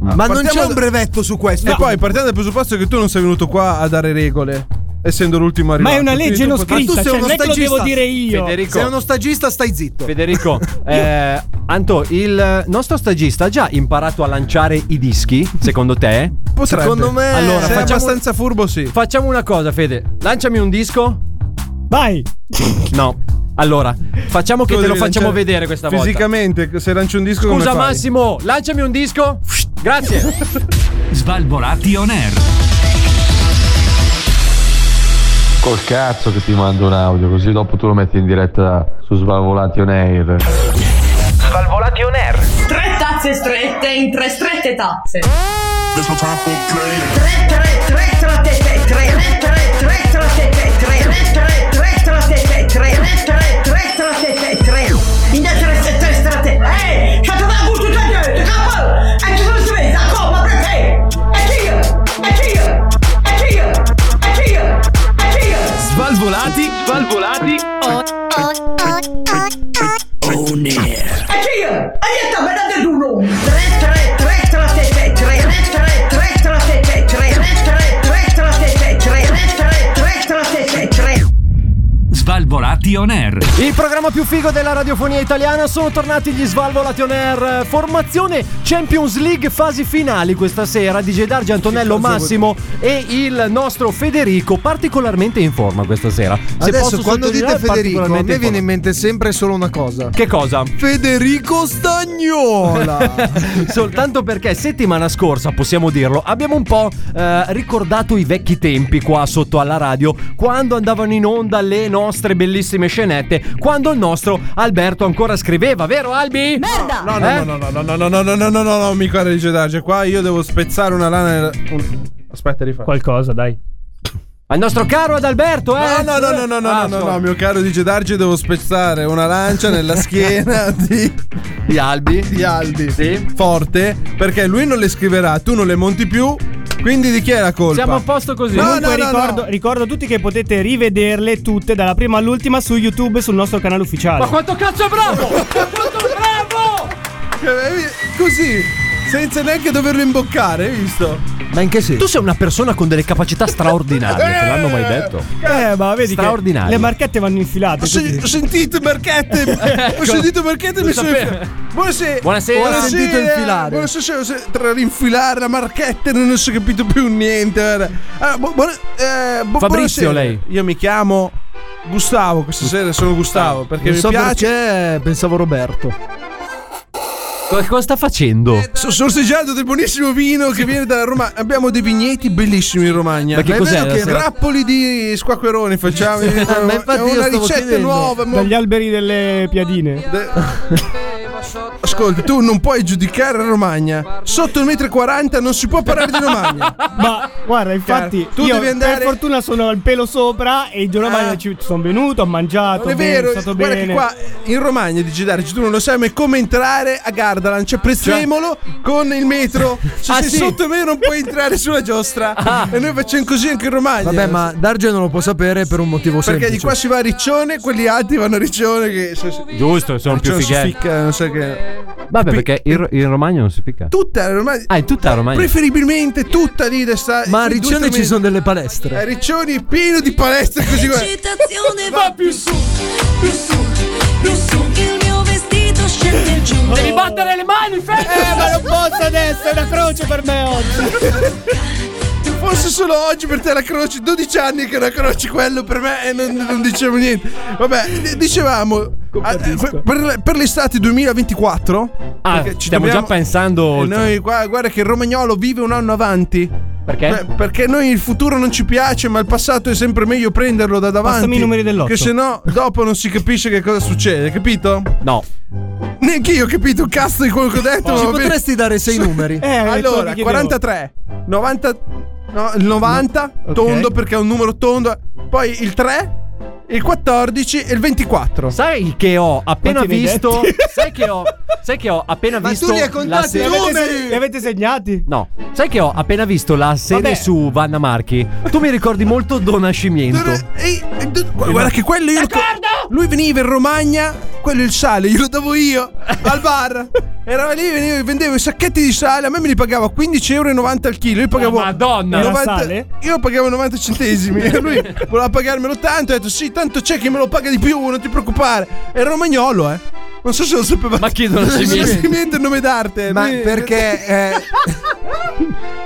Speaker 9: Ma non
Speaker 7: Partiamo
Speaker 9: c'è un
Speaker 7: da-
Speaker 9: brevetto su questo.
Speaker 7: E poi partiamo dal presupposto che tu non sei venuto qua a dare regole, essendo l'ultimo arrivato.
Speaker 11: Ma è una
Speaker 7: Quindi
Speaker 11: legge
Speaker 7: tu
Speaker 11: non
Speaker 7: pot-
Speaker 9: tu
Speaker 11: scritta,
Speaker 9: sei
Speaker 11: cioè
Speaker 9: uno
Speaker 11: non è che lo
Speaker 9: stagista.
Speaker 11: devo dire io.
Speaker 5: Federico.
Speaker 9: Sei uno stagista, stai zitto.
Speaker 5: Federico, eh, Anto, il nostro stagista ha già imparato a lanciare i dischi, secondo te?
Speaker 7: Potrebbe.
Speaker 9: Secondo me-
Speaker 7: allora,
Speaker 5: Allora,
Speaker 7: sei
Speaker 5: facciamo-
Speaker 7: abbastanza furbo, sì.
Speaker 5: Facciamo una cosa, Fede. Lanciami un disco?
Speaker 11: Vai.
Speaker 5: No. Allora, facciamo che
Speaker 7: Tu
Speaker 5: te lo
Speaker 7: devi
Speaker 5: facciamo
Speaker 7: lanciare-
Speaker 5: vedere questa volta.
Speaker 7: cioè, Fisicamente, se lanci un disco
Speaker 5: Scusa
Speaker 7: come fai?
Speaker 5: Massimo, lanciami un disco. Grazie.
Speaker 13: Svalvolati on air.
Speaker 14: Col cazzo che ti mando un audio, così dopo tu lo metti in diretta su Svalvolation Air.
Speaker 15: Svalvolati on air.
Speaker 16: Tre tazze strette in tre strette tazze.
Speaker 6: Svalvolati, svalvolati. On air.
Speaker 5: Svalvolati on air. Il programma più figo della radiofonia italiana sono tornati gli Svalvolati on air. Formazione Champions League fasi finali questa sera. DJ Dargi, Antonello
Speaker 9: Che cosa
Speaker 5: Massimo e il nostro Federico particolarmente in forma questa sera. Se
Speaker 9: Adesso
Speaker 5: posso
Speaker 9: quando dite
Speaker 5: sottolineare,
Speaker 9: Federico, a me
Speaker 5: particolarmente in
Speaker 9: viene in mente sempre solo una cosa.
Speaker 5: forma. Che cosa?
Speaker 9: Federico Stagnola.
Speaker 5: Soltanto perché settimana scorsa, possiamo dirlo, abbiamo un po' eh, ricordato i vecchi tempi qua sotto alla radio, quando andavano in onda le nostre bellissime scenette, quando il nostro Alberto ancora scriveva, vero Albi? Eh? Merda!
Speaker 7: No, no, no, no, no, no, no, no, no, no, no, no, no, mi caro di Gedarge, qua io devo spezzare una lana. nel- un- Aspetta, rifai.
Speaker 8: Qualcosa, dai.
Speaker 5: Al nostro caro Adalberto, eh!
Speaker 7: No, no, no, no, no,
Speaker 5: Ah,
Speaker 7: no, no,
Speaker 5: scusa.
Speaker 7: no, mio caro di Gedarge, devo spezzare una lancia nella schiena di...
Speaker 5: Di Albi.
Speaker 7: Di Albi. Forte, perché lui non le scriverà, tu non le monti più, quindi di chi è la colpa?
Speaker 8: Siamo a posto così.
Speaker 7: No,
Speaker 8: Comunque
Speaker 7: no, no,
Speaker 8: ricordo, ricordo a tutti che potete rivederle tutte, dalla prima all'ultima, su YouTube e sul nostro canale ufficiale.
Speaker 5: Ma quanto cazzo è bravo! Ma quanto è bravo!
Speaker 7: Eh, Così, senza neanche doverlo imboccare, hai visto?
Speaker 5: Ma in che senso? Tu sei una persona con delle capacità straordinarie, te l'hanno mai detto?
Speaker 8: Eh, ma vedi che
Speaker 5: Straordinario.
Speaker 8: le marchette vanno infilate.
Speaker 7: Ho sentito Marchette, ho sentito Marchette e mi sono... Buonasera.
Speaker 8: Ecco. Buonasera.
Speaker 7: Buonasera.
Speaker 8: Ho sentito infilare.
Speaker 7: Buonasera. se- Tra rinfilare la marchetta non ho capito più niente. guarda. Allora, bu- buona- eh, bu-
Speaker 5: Fabrizio,
Speaker 7: buonasera.
Speaker 5: lei.
Speaker 7: Io mi chiamo Gustavo. Questa sera sono Gustavo perché
Speaker 9: non
Speaker 7: mi
Speaker 9: so
Speaker 7: piace.
Speaker 9: perché pensavo Roberto.
Speaker 5: Co- Cosa sta facendo?
Speaker 7: Sto sorseggiando del buonissimo vino che viene dalla Romagna. Abbiamo dei vigneti bellissimi in Romagna.
Speaker 5: Ma che
Speaker 7: è
Speaker 5: cos'è
Speaker 7: vero
Speaker 5: la
Speaker 7: che
Speaker 5: sera?
Speaker 7: rappoli di squacqueroni facciamo.
Speaker 8: Ma infatti
Speaker 7: è
Speaker 8: io
Speaker 7: una
Speaker 8: stavo
Speaker 7: ricetta
Speaker 8: chiedendo.
Speaker 7: nuova. mo-
Speaker 8: Dagli alberi delle piadine.
Speaker 7: Ascolta, tu non puoi giudicare la Romagna. Sotto il metro e 40 non si può parlare di Romagna.
Speaker 8: Ma guarda, infatti,
Speaker 7: Chiaro. Tu
Speaker 8: io
Speaker 7: devi andare- Ah.
Speaker 8: per fortuna sono al pelo sopra e in Romagna ci sono venuto, ho mangiato,
Speaker 7: Non è vero,
Speaker 8: è stato
Speaker 7: guarda
Speaker 8: bene.
Speaker 7: che qua in Romagna di Gidarci tu non lo sai, ma è come entrare a Gardaland. C'è Prezzemolo con il metro. Se
Speaker 9: Ah,
Speaker 7: sei
Speaker 9: sì?
Speaker 7: sotto me non puoi entrare sulla giostra. E noi facciamo così anche in Romagna.
Speaker 9: Vabbè, ma Darge non lo può sapere per un motivo
Speaker 7: Perché
Speaker 9: semplice.
Speaker 7: di qua si va a Riccione, quelli alti vanno a Riccione. Che se- se-
Speaker 5: Giusto, sono più
Speaker 7: Riccione si
Speaker 5: fighetti.
Speaker 7: ficca, non so che.
Speaker 5: Vabbè, perché in, in Romagna non si picca.
Speaker 7: Tutta la Romagna.
Speaker 5: Ah, in tutta la Romagna.
Speaker 7: Preferibilmente tutta lì da sta.
Speaker 9: Ma a
Speaker 7: due Eh,
Speaker 9: Riccione ci
Speaker 7: strumenti.
Speaker 9: sono delle
Speaker 7: A
Speaker 9: palestre.
Speaker 7: Riccione è pieno di palestre così guarda.
Speaker 15: va più su, più su, più su. Il mio vestito scende giù.
Speaker 8: Devi
Speaker 15: battere le mani, Fede!
Speaker 8: Eh, ma non posso adesso, è una croce per me oggi.
Speaker 7: Forse solo oggi per te la croce, 12 anni che la croce quello per me e non, non dicevo niente. Vabbè, d- dicevamo ah, per, per- per l'estate 2024
Speaker 5: Ah,
Speaker 7: perché ci
Speaker 5: stiamo
Speaker 7: dobbiamo-
Speaker 5: già pensando.
Speaker 7: e
Speaker 5: oltre.
Speaker 7: noi qua, guarda che il romagnolo vive un anno avanti.
Speaker 8: Eh?
Speaker 5: Perché?
Speaker 7: Beh, perché noi il futuro non ci piace, ma il passato è sempre meglio prenderlo da davanti.
Speaker 8: Passami i numeri dell'otto.
Speaker 7: Che se no, dopo non si capisce che cosa succede, capito?
Speaker 5: No.
Speaker 7: Neanche io ho capito un cazzo di quello che ho detto.
Speaker 9: Oh, Ci
Speaker 7: ma va bene.
Speaker 9: potresti dare sei numeri?
Speaker 8: Eh,
Speaker 7: allora,
Speaker 8: quello che chiedevo.
Speaker 7: 43, 90, no, il 90,
Speaker 8: No, ok.
Speaker 7: tondo perché è un numero tondo, poi il 3, il 14 e il 24.
Speaker 5: Sai che ho appena
Speaker 8: Quanti ne hai
Speaker 5: visto.
Speaker 8: detti?
Speaker 5: sai che ho. Sai che ho appena
Speaker 9: Ma tu
Speaker 5: visto.
Speaker 9: li hai
Speaker 5: la
Speaker 9: contati
Speaker 5: serie-
Speaker 9: tu?
Speaker 8: Avete se- Li avete segnati?
Speaker 5: No, sai che ho appena visto la serie
Speaker 8: Vabbè.
Speaker 5: su Vanna Marchi. Tu mi ricordi molto Donascimento.
Speaker 7: Ehi, eh, d- gu- guarda che quello io. lo co- lui veniva in Romagna, quello il sale, glielo davo io al bar. Era lì, veniva, vendevo i sacchetti di sale, a me me li pagava 15,90 euro al chilo. Io pagavo.
Speaker 5: Oh, Madonna. Era
Speaker 7: 90
Speaker 8: sale?
Speaker 7: Io pagavo 90 centesimi. e lui voleva pagarmelo tanto. Ho detto: Sì, tanto c'è chi me lo paga di più, non ti preoccupare. Era romagnolo, eh. Non so se lo sapeva.
Speaker 5: Ma chi Donascimento?
Speaker 7: Donascimento è il nome d'arte.
Speaker 9: Ma
Speaker 7: Lui-
Speaker 9: perché eh,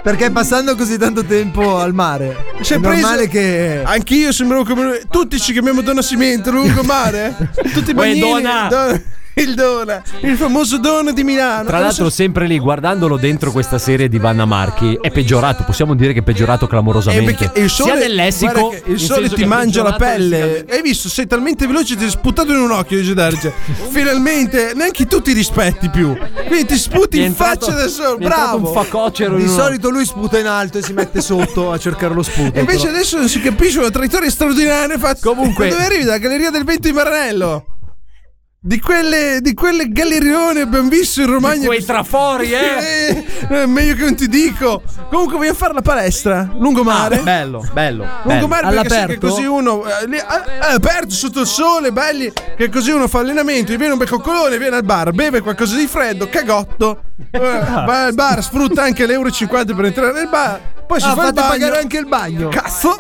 Speaker 9: perché passando così tanto tempo al mare Cioè,
Speaker 7: C'è
Speaker 9: è normale
Speaker 7: preso-
Speaker 9: che
Speaker 7: Anch'io sembravo come lui. Tutti ci chiamiamo Donna Cimento, lungo mare. Tutti i
Speaker 5: Uè,
Speaker 7: bambini.
Speaker 5: Donna!
Speaker 7: Don- il dono, il famoso dono di Milano.
Speaker 5: Tra l'altro, sempre lì, guardandolo dentro questa serie di Vanna Marchi, è peggiorato. Possiamo dire che è peggiorato clamorosamente.
Speaker 7: Eh, perché il sole-
Speaker 5: Sia dell'essico,
Speaker 7: guarda che il sole ti mangia la pelle. Hai visto? Sei talmente veloce, ti è sputato in un occhio. Dice Darge. Finalmente, neanche tu ti rispetti più. Quindi ti sputi in faccia da solo. Bravo.
Speaker 9: Di solito lui sputa in alto e si mette sotto a cercare lo sputo.
Speaker 7: E invece
Speaker 9: però.
Speaker 7: adesso non si capisce una traiettoria straordinaria. Comunque, dove arrivi? Dalla galleria del vento di Maranello. Di quelle, di quelle gallerione abbiamo visto in Romagna.
Speaker 5: Di quei trafori, eh?
Speaker 7: Eh, meglio che non ti dico. Comunque, voglio fare la palestra. Lungomare.
Speaker 5: Ah, bello, bello.
Speaker 7: Lungomare
Speaker 5: bello.
Speaker 7: perché sai che così uno eh, lì, eh, eh, aperto sotto il sole, belli, che così uno fa allenamento, gli viene un beccoccolone, viene al bar, beve qualcosa di freddo, cagotto, eh, va al bar, sfrutta anche l'euro 50 per entrare nel bar, poi si
Speaker 9: Ah,
Speaker 7: fa il
Speaker 9: fate
Speaker 7: bagno.
Speaker 9: pagare anche il bagno.
Speaker 7: Cazzo!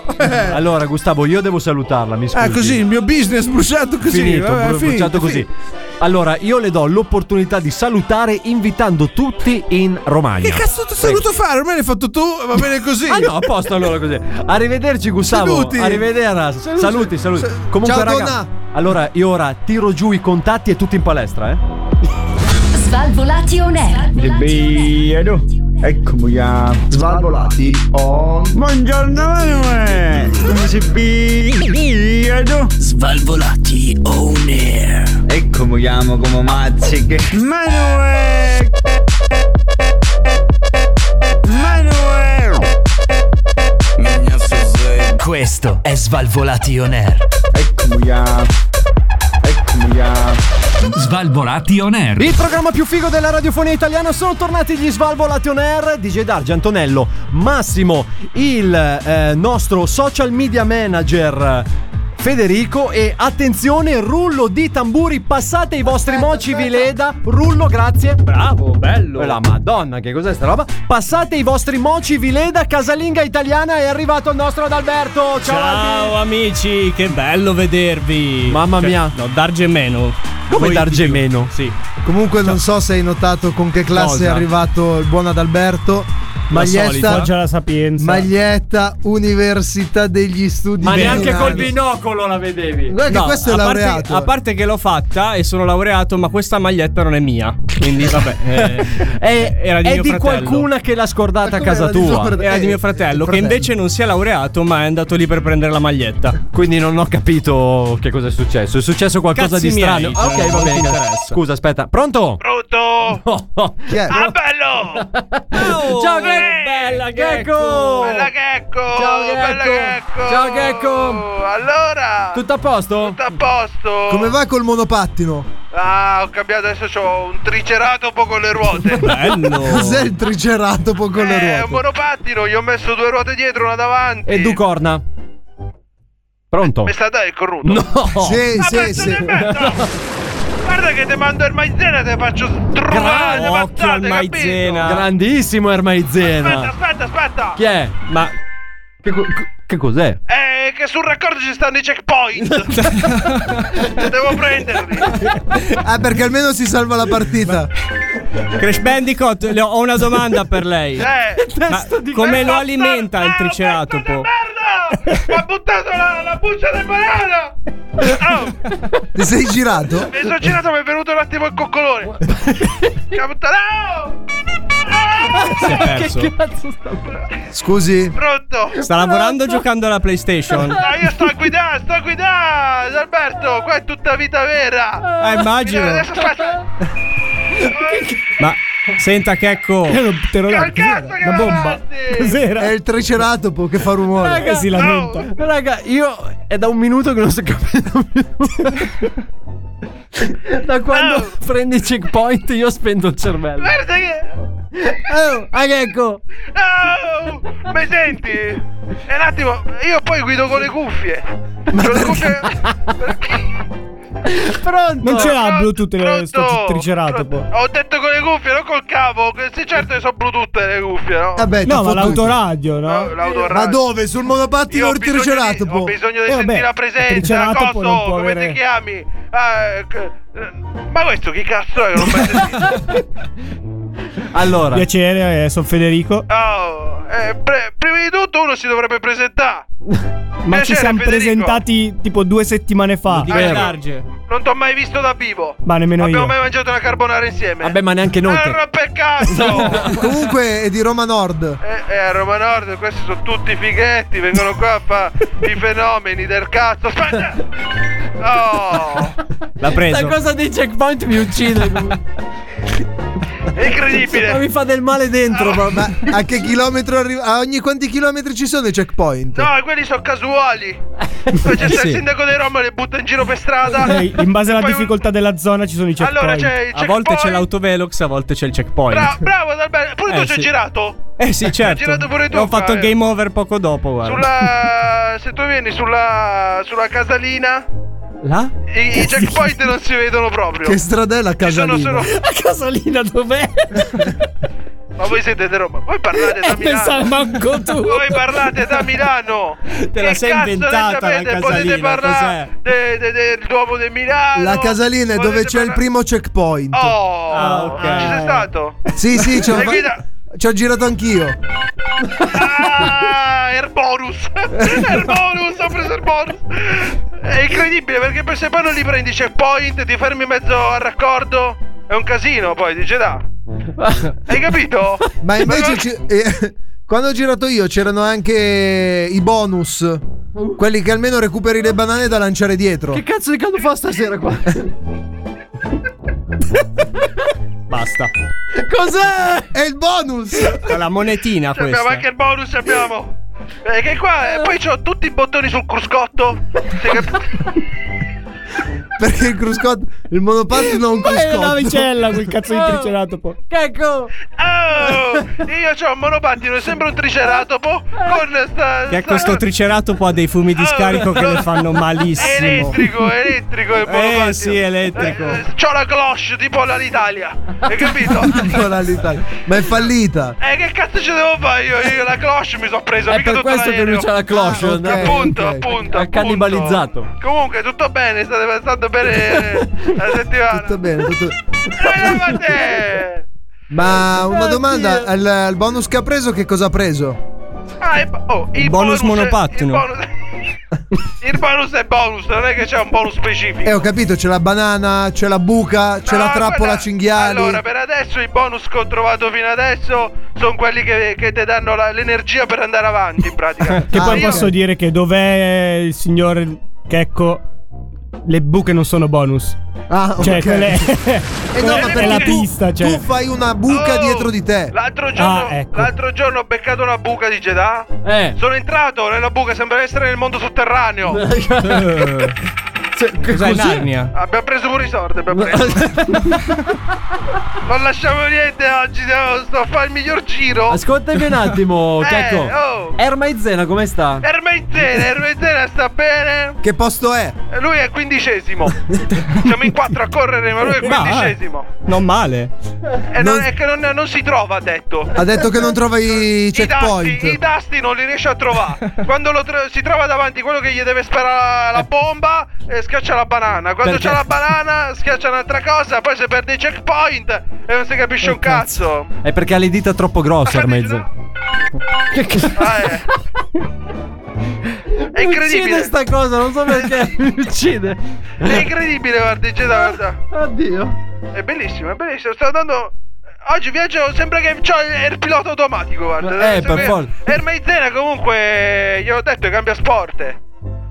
Speaker 5: Allora, Gustavo, io devo salutarla. Mi scusi.
Speaker 7: Ah, così il mio business bruciato così,
Speaker 5: Finito,
Speaker 7: vabbè,
Speaker 5: bru-
Speaker 7: finito,
Speaker 5: bruciato così.
Speaker 7: finito.
Speaker 5: Allora, io le do l'opportunità di salutare invitando tutti in Romagna.
Speaker 7: Che cazzo ti saluto fare? Ormai l'hai fatto tu, va bene così.
Speaker 5: Ah no, a posto allora così. Arrivederci Gustavo.
Speaker 7: Saluti.
Speaker 5: Arrivederci.
Speaker 7: Saluti.
Speaker 5: Saluti, saluti.
Speaker 7: Sa-
Speaker 5: Comunque
Speaker 7: Ciao,
Speaker 5: raga,
Speaker 7: Donna.
Speaker 5: Allora, io ora tiro giù i contatti e tutti in palestra, eh.
Speaker 4: Svalvolati on air.
Speaker 17: Debbiedo, eccomi a Svalvolati on. Buongiorno Manuel, come si Debbiedo. Svalvolati on air. Eccomi chiamo come mazziche. Manuel. Manuel.
Speaker 18: Questo è Svalvolati On Air.
Speaker 17: Eccomi a. Eccomi a.
Speaker 18: Svalvolati On Air.
Speaker 5: Il programma più figo della radiofonia italiana sono tornati gli Svalvolati on Air, DJ Dargi, Antonello, Massimo, il eh, nostro social media manager eh, Federico e attenzione, rullo di tamburi, passate i vostri moci Vileda, rullo grazie, bravo, bello, la madonna che cos'è sta roba, passate i vostri moci Vileda, casalinga italiana è arrivato il nostro Adalberto, ciao, Albi.
Speaker 11: Ciao amici, che bello vedervi.
Speaker 5: Mamma
Speaker 11: Cioè,
Speaker 5: mia.
Speaker 11: No, Darge meno.
Speaker 5: Come
Speaker 11: Voi di
Speaker 5: Darge
Speaker 11: più.
Speaker 5: meno?
Speaker 11: Sì.
Speaker 9: Comunque, non so se hai notato con che
Speaker 7: Ah,
Speaker 9: classe
Speaker 11: Cosa?
Speaker 9: è arrivato il buon Adalberto.
Speaker 11: Esatto.
Speaker 9: Maglietta,
Speaker 8: Oggi la sapienza.
Speaker 9: maglietta, Università degli Studi.
Speaker 11: Ma neanche
Speaker 9: Milano.
Speaker 11: col
Speaker 5: binocolo la vedevi.
Speaker 9: Guarda che questo è
Speaker 11: a parte-
Speaker 9: laureato. eh.
Speaker 11: a parte che l'ho fatta e sono laureato, ma questa maglietta non è mia. Quindi vabbè. eh,
Speaker 5: È,
Speaker 11: era di
Speaker 5: è
Speaker 11: mio
Speaker 5: di
Speaker 11: fratello.
Speaker 5: qualcuna che l'ha scordata a casa tua.
Speaker 11: Era di mio fratello, che invece non si è laureato, ma è andato lì per prendere la maglietta.
Speaker 5: Quindi non ho capito che cosa è successo. È successo qualcosa
Speaker 11: Cazzi
Speaker 5: di strano.
Speaker 11: miei,
Speaker 5: Ah, ok,
Speaker 11: cioè,
Speaker 5: va
Speaker 11: non
Speaker 5: bene.
Speaker 11: ti interessa.
Speaker 5: Scusa, aspetta. Pronto?
Speaker 19: Pronto?
Speaker 5: Chi è?
Speaker 19: Ah, bello!
Speaker 11: Oh,
Speaker 5: Ciao, Ghe-
Speaker 19: bella
Speaker 5: Gecko!
Speaker 19: Bella Gecko!
Speaker 5: Ciao,
Speaker 19: Ecco, Bella
Speaker 5: Gecko!
Speaker 19: Gecco!
Speaker 5: Ciao, Gecco!
Speaker 19: Allora,
Speaker 5: Tutto a posto?
Speaker 19: tutto a posto?
Speaker 9: Come va col monopattino?
Speaker 19: Ah, ho cambiato, adesso ho un triceratopo con le ruote.
Speaker 9: Cos'è il triceratopo con le
Speaker 19: È
Speaker 9: ruote?
Speaker 19: un monopattino, gli ho messo due ruote dietro, una davanti.
Speaker 5: E due corna. Pronto?
Speaker 19: Mi sta dando il cornuto?
Speaker 5: No!
Speaker 9: Sì,
Speaker 19: Ah,
Speaker 9: sì,
Speaker 19: pezzo
Speaker 9: sì.
Speaker 19: di merda! Guarda che te mando il maizena e te faccio trovare le
Speaker 5: Occhio al
Speaker 19: pazzate, capito?
Speaker 5: Maizena. Grandissimo
Speaker 19: Aspetta,
Speaker 5: Ermaizena.
Speaker 19: aspetta, aspetta!
Speaker 5: Chi è? Ma. Che, co- che cos'è?
Speaker 19: Eh, che sul raccordo ci stanno i checkpoint. Te devo prenderli.
Speaker 9: Ah, perché almeno si salva la partita.
Speaker 11: Crash Bandicoot, le ho ho una domanda per lei.
Speaker 19: Eh,
Speaker 11: Ma come lo alimenta il triceratopo?
Speaker 19: Mi ha buttato la, la buccia del banana.
Speaker 9: Ti sei girato?
Speaker 19: Mi sono girato, mi è venuto un attimo il coccolone. Capitano!
Speaker 11: Si è perso.
Speaker 19: Che
Speaker 5: cazzo
Speaker 9: Scusi?
Speaker 19: Pronto?
Speaker 11: Sta lavorando giocando alla PlayStation.
Speaker 19: No, io sto a guidare, sto a guidare! Alberto, qua è tutta vita vera!
Speaker 11: Eh, immagino.
Speaker 19: Mi devo- Adesso aspetta!
Speaker 11: Ma senta che ecco. Te lo
Speaker 19: Una bomba.
Speaker 11: Cos'era?
Speaker 9: È il triceratopo che fa rumore.
Speaker 5: Raga,
Speaker 11: si
Speaker 5: eh, lamenta. raga, io è da un minuto che non sto capendo più. da quando prendi i checkpoint io spendo il cervello.
Speaker 19: Guarda che.
Speaker 5: Oh, ah, che ecco!
Speaker 19: Oh, mi senti? E un attimo, io poi guido con le cuffie. Con le cuffie.
Speaker 5: Pronto?
Speaker 8: Non ce l'ha Bluetooth
Speaker 19: Pronto?
Speaker 8: eh, sto
Speaker 11: boh.
Speaker 8: triceratopo.
Speaker 19: Ho detto con le cuffie, non col cavo. che Sì, certo che sono Bluetooth le cuffie, no?
Speaker 9: Eh
Speaker 8: no, ma l'autoradio, no?
Speaker 19: l'autoradio.
Speaker 9: Ma dove? Sul monopattino
Speaker 19: Io ho
Speaker 9: il
Speaker 19: bisogno di-
Speaker 7: boh.
Speaker 9: triceratopo?
Speaker 19: Ho bisogno di
Speaker 9: Eh, vabbè,
Speaker 19: sentire la
Speaker 9: il
Speaker 19: presenza,
Speaker 9: triceratopo
Speaker 19: coso,
Speaker 9: non può
Speaker 19: come
Speaker 9: avere-
Speaker 19: ti chiami? Eh, c- eh, ma questo chi cazzo è che non mi ha sentito?
Speaker 5: Allora.
Speaker 8: Piacere, eh, sono Federico.
Speaker 19: Oh,
Speaker 7: eh, pre- prima di tutto uno si dovrebbe presentare.
Speaker 11: Ma
Speaker 7: Piacere,
Speaker 11: ci siamo
Speaker 7: Federico.
Speaker 11: presentati tipo due settimane fa.
Speaker 7: Ah, Non ti ho mai visto da vivo.
Speaker 11: Ma nemmeno
Speaker 7: Abbiamo
Speaker 11: io.
Speaker 7: mai mangiato una carbonara insieme.
Speaker 20: Vabbè, ma neanche noi.
Speaker 7: Ah, roba il cazzo!
Speaker 9: Comunque è di Roma Nord.
Speaker 7: Eh, eh, a Roma Nord questi sono tutti fighetti, vengono qua a fare i fenomeni del cazzo. Aspetta! Oh,
Speaker 20: L'ha preso.
Speaker 5: Questa cosa dei checkpoint mi uccide.
Speaker 7: è incredibile.
Speaker 9: Mi fa del male dentro. Ma, ma a che chilometro arriva? A ogni quanti chilometri ci sono i checkpoint?
Speaker 7: No, quelli sono casuali. Poi c'è
Speaker 9: Sì.
Speaker 7: il sindaco di Roma, li butta in giro per strada.
Speaker 11: Eh, In base alla difficoltà della zona ci sono i checkpoint.
Speaker 7: Allora c'è il
Speaker 5: A volte c'è
Speaker 7: checkpoint.
Speaker 5: l'autovelox, a volte c'è il checkpoint.
Speaker 7: Bra- bravo, Dalbert. Pure
Speaker 5: Eh,
Speaker 7: tu ci hai
Speaker 5: sì.
Speaker 7: girato.
Speaker 5: eh sì, certo.
Speaker 7: Hai girato pure tu.
Speaker 5: E Ho fatto
Speaker 7: qua, eh.
Speaker 5: game over poco dopo, guarda.
Speaker 7: Sulla- eh, se tu vieni sulla, sulla casalina,
Speaker 5: Là?
Speaker 7: i, i checkpoint non si vedono proprio.
Speaker 9: Che stradella a casa
Speaker 7: sono solo-
Speaker 5: La casalina dov'è?
Speaker 7: Ma voi siete di Roma. Voi parlate da
Speaker 5: Eh, pensavo
Speaker 7: Milano.
Speaker 5: manco tu.
Speaker 7: Voi parlate da Milano.
Speaker 5: Te la
Speaker 7: Che
Speaker 5: sei
Speaker 7: cazzo ne
Speaker 5: inventata la
Speaker 7: sapete? Potete
Speaker 5: casalina,
Speaker 7: parlare de- de- del Duomo di Milano.
Speaker 9: La casalina è
Speaker 7: potete
Speaker 9: dove c'è il
Speaker 7: parlare-
Speaker 9: primo checkpoint.
Speaker 7: Oh,
Speaker 5: Ah,
Speaker 7: ci sei stato?
Speaker 9: Sì, sì, ci ho,
Speaker 7: E guida-
Speaker 9: ci ho girato anch'io.
Speaker 7: Ah, Erbonus! Erbonus, ho preso Erbonus! È incredibile perché per se poi non li prendi checkpoint, ti fermi in mezzo al raccordo, è un casino poi, dice da. Hai capito?
Speaker 9: Ma invece ci- eh, quando ho girato io c'erano anche i bonus. Quelli che almeno recuperi le banane da lanciare dietro.
Speaker 20: cazzo di caldo fa stasera qua? Basta.
Speaker 9: Cos'è? È il bonus!
Speaker 5: È la monetina
Speaker 7: Ci Cioè, abbiamo
Speaker 5: questa.
Speaker 7: anche il bonus, ci abbiamo! Eh, che qua, eh, poi c'ho tutti i bottoni sul cruscotto. Sei cap-
Speaker 9: Perché il cruscotto. Il monopattino ha un
Speaker 11: Ma è
Speaker 9: cruscotto.
Speaker 11: una navicella quel cazzo di
Speaker 7: Oh.
Speaker 11: triceratopo.
Speaker 7: Ecco! Oh, io ho un monopattino, sembra un triceratopo con sta...
Speaker 5: Che
Speaker 7: sta-
Speaker 5: questo triceratopo ha dei fumi di scarico che le fanno malissimo.
Speaker 7: Oh. Elettrico, elettrico il monopattino.
Speaker 5: Eh sì, elettrico.
Speaker 7: Eh, C'ho la cloche tipo la d'Italia. Hai capito?
Speaker 9: Ancora l'Italia. Ma è fallita.
Speaker 7: Eh, che cazzo ci devo fare? Io, io la cloche mi sono presa.
Speaker 20: È
Speaker 7: mica
Speaker 20: per
Speaker 7: tutto
Speaker 20: questo che lui
Speaker 7: l'aereo.
Speaker 20: c'ha
Speaker 9: diciamo
Speaker 20: la cloche.
Speaker 7: Ah,
Speaker 20: dai.
Speaker 7: Appunto,
Speaker 20: Ok.
Speaker 7: appunto.
Speaker 20: Ha cannibalizzato.
Speaker 7: Comunque, tutto bene, state passando bene eh, la settimana. Eh,
Speaker 9: Tutto bene, tutto.
Speaker 7: Levate!
Speaker 9: Ma una domanda: al, al bonus che ha preso, che cosa ha preso?
Speaker 7: Ah, e- oh, il,
Speaker 9: bonus
Speaker 7: è-
Speaker 9: monopattino.
Speaker 7: Il bonus, il bonus è bonus, non è che c'è un bonus specifico.
Speaker 9: Eh, ho capito, c'è la banana, c'è la buca, c'è la trappola
Speaker 7: guarda,
Speaker 9: cinghiali.
Speaker 7: Allora, per adesso i bonus che ho trovato fino adesso sono quelli che, che ti danno la- l'energia per andare avanti, in pratica. Ah,
Speaker 11: Che poi
Speaker 7: Io-
Speaker 11: posso dire che dov'è il signor Checco? Le buche non sono bonus.
Speaker 9: Ah,
Speaker 11: Cioè,
Speaker 9: ok.
Speaker 11: quelle.
Speaker 9: Eh no, ma
Speaker 11: è
Speaker 9: perché
Speaker 11: la
Speaker 9: tu-
Speaker 11: pista, cioè.
Speaker 9: Tu fai una buca
Speaker 7: Oh,
Speaker 9: dietro di te.
Speaker 7: L'altro giorno,
Speaker 11: Ah, ecco.
Speaker 7: l'altro giorno ho beccato una buca di Jeddah.
Speaker 5: Eh.
Speaker 7: Sono entrato nella buca, sembra essere nel mondo sotterraneo.
Speaker 9: Eh.
Speaker 5: Cos'è Narnia?
Speaker 7: abbiamo preso pure i sordi, abbiamo preso. non lasciamo niente oggi, devo- sto a fare il miglior giro.
Speaker 20: Ascoltami un attimo,
Speaker 7: Eh,
Speaker 20: Checco.
Speaker 7: oh.
Speaker 20: Ermaizena come sta?
Speaker 7: Ermezzena, Ermezzena sta bene.
Speaker 9: Che posto è?
Speaker 7: E Lui è quindicesimo. Siamo in quattro a correre, ma lui è
Speaker 5: Ma, eh.
Speaker 7: quindicesimo.
Speaker 5: Non male.
Speaker 7: E non, è che non, non si trova, ha detto.
Speaker 9: Ha detto che non trova i
Speaker 7: I tasti, i
Speaker 9: checkpoint.
Speaker 7: tasti non li riesce a trovare. Quando lo tro- si trova davanti quello che gli deve sparare la bomba, eh, schiaccia la banana. Quando
Speaker 5: Perché?
Speaker 7: c'è la banana, schiaccia un'altra cosa. Poi si perde i checkpoint e non si
Speaker 9: Eh,
Speaker 7: capisce un cazzo.
Speaker 20: È perché ha le dita troppo grosse Ermaizena.
Speaker 7: Ah, eh. È incredibile.
Speaker 20: Uccide sta cosa, non so perché. Mi uccide.
Speaker 7: È incredibile, guarda, Geta, guarda.
Speaker 11: Ah,
Speaker 20: Oddio.
Speaker 7: È bellissimo, è bellissimo. Sto andando. Oggi viaggio sembra che c'ho il, il pilota automatico, guarda.
Speaker 20: Eh, per forza.
Speaker 7: Ermeizena comunque, gli ho detto, cambia sport.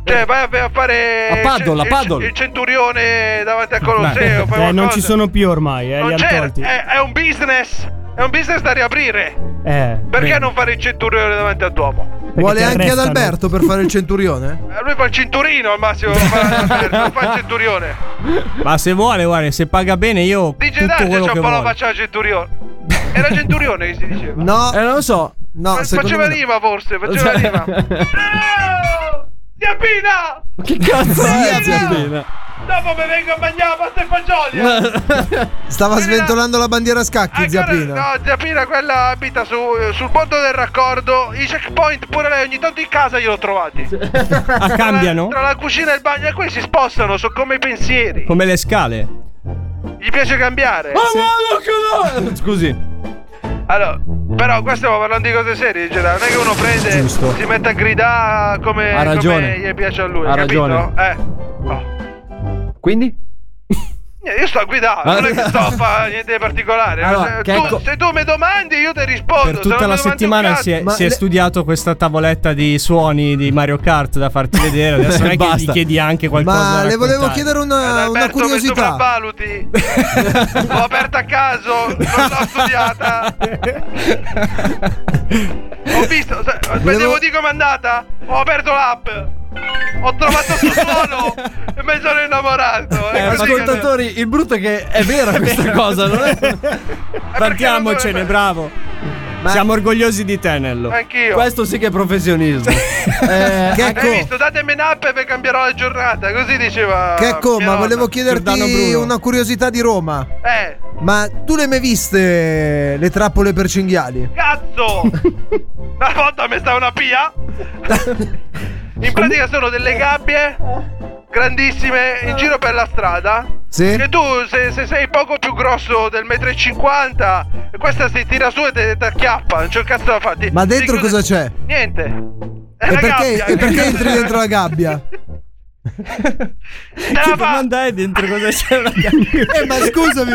Speaker 7: Cioè, vai a, a fare.
Speaker 11: A Eh. paddle,
Speaker 7: il-
Speaker 11: a
Speaker 7: il-
Speaker 11: paddle.
Speaker 7: Il, centurione davanti al Colosseo. fai
Speaker 11: Eh, non ci
Speaker 7: qualcosa.
Speaker 11: sono più ormai, eh, li
Speaker 7: Non
Speaker 11: hanno
Speaker 7: c'era.
Speaker 11: tolti.
Speaker 7: È, è un business. È un business da riaprire.
Speaker 11: Eh,
Speaker 7: Perché non fare il centurione davanti al Duomo?
Speaker 9: Vuole
Speaker 11: ti
Speaker 9: anche ad
Speaker 11: arrestano.
Speaker 9: Alberto per fare il centurione?
Speaker 7: Eh, Lui fa il cinturino al massimo. non fa, non fa il centurione.
Speaker 5: Ma se vuole, guarda, se paga bene io
Speaker 7: Dice
Speaker 5: tutto
Speaker 7: Dante, c'ho
Speaker 5: quello
Speaker 7: un
Speaker 5: che
Speaker 7: po' la
Speaker 5: vuole.
Speaker 7: faccia da centurione. Era centurione che si diceva.
Speaker 9: No,
Speaker 20: eh, non lo so.
Speaker 9: No,
Speaker 7: Ma
Speaker 9: secondo
Speaker 7: faceva
Speaker 9: me no. Cioè
Speaker 7: rima forse, faceva rima. Oh, Zia Pina!
Speaker 20: Che cazzo
Speaker 9: è,
Speaker 20: è?
Speaker 9: zia
Speaker 20: Pina?
Speaker 7: Dopo mi vengo a mangiare pasta e fagioli! eh.
Speaker 9: Stava
Speaker 7: Quindi la-
Speaker 9: sventolando la bandiera a scacchi, zia Pina.
Speaker 7: No, Zia Pina quella abita su, sul bordo del raccordo, i checkpoint pure lei ogni tanto in casa gliel'ho trovati.
Speaker 5: Ah, cambiano?
Speaker 7: Tra la cucina e il bagno e qui si spostano, sono come i pensieri.
Speaker 5: Come le scale.
Speaker 7: Gli piace cambiare.
Speaker 5: Scusi.
Speaker 7: Allora,
Speaker 19: Però qua stiamo parlando di cose serie, Jedi. Non è che uno prende,
Speaker 5: Giusto.
Speaker 19: si mette a gridare come,
Speaker 5: Ha ragione.
Speaker 19: come gli piace a lui,
Speaker 5: Ha
Speaker 19: capito?
Speaker 5: ragione.
Speaker 19: Eh.
Speaker 5: Quindi?
Speaker 19: Niente, Io sto a guidare, non è che sto a fare niente di particolare.
Speaker 11: Allora,
Speaker 19: Se-
Speaker 11: che
Speaker 19: tu-
Speaker 11: ecco-
Speaker 19: Se tu mi domandi, io ti rispondo. se
Speaker 11: Per
Speaker 19: non
Speaker 11: tutta
Speaker 19: mi
Speaker 11: la
Speaker 19: domandi un
Speaker 11: settimana si è,
Speaker 19: cazzo-
Speaker 11: si è studiato questa tavoletta di suoni di Mario Kart da farti vedere. Adesso non è che gli
Speaker 9: Basta.
Speaker 11: chiedi anche qualcosa.
Speaker 9: Ma
Speaker 11: da
Speaker 9: le volevo
Speaker 11: raccontare.
Speaker 9: chiedere una- Ad Alberto, una curiosità. mi
Speaker 19: sopravvaluti. L'ho aperta a caso, non l'ho studiata.
Speaker 5: Eh,
Speaker 19: Ho visto, se- ma devo dire com'è andata? Ho aperto l'app. Ho trovato sto suono e mi sono
Speaker 11: Eh,
Speaker 19: innamorato. È così che-
Speaker 5: ascoltatori, il brutto è che è vera questa cosa, non è?
Speaker 11: Vantiamocene, bravo. Siamo orgogliosi di te, Nello.
Speaker 19: Anch'io.
Speaker 5: Questo sì che è professionismo. Eh,
Speaker 19: Hai visto? Datemi un'app e cambierò la giornata. Così diceva.
Speaker 9: Checco,
Speaker 19: mia
Speaker 9: ma
Speaker 19: nonna.
Speaker 9: volevo chiederti una curiosità di Roma.
Speaker 19: Eh,
Speaker 9: Ma tu le hai mai viste le trappole per cinghiali?
Speaker 19: cazzo! una volta mi stava una pia. In pratica sono delle gabbie grandissime in giro per la strada.
Speaker 9: Sì.
Speaker 19: Che tu, se, se sei poco più grosso del 1,50 m, questa si tira su e te te acchiappa. Non c'è un cazzo da fare.
Speaker 9: Ma dentro cosa c'è?
Speaker 19: Niente. È
Speaker 9: E
Speaker 19: una
Speaker 9: perché,
Speaker 19: gabbia.
Speaker 9: e perché entri dentro la gabbia?
Speaker 19: Che domanda
Speaker 11: è dentro cosa c'è la
Speaker 9: gabbia? Eh, ma scusami,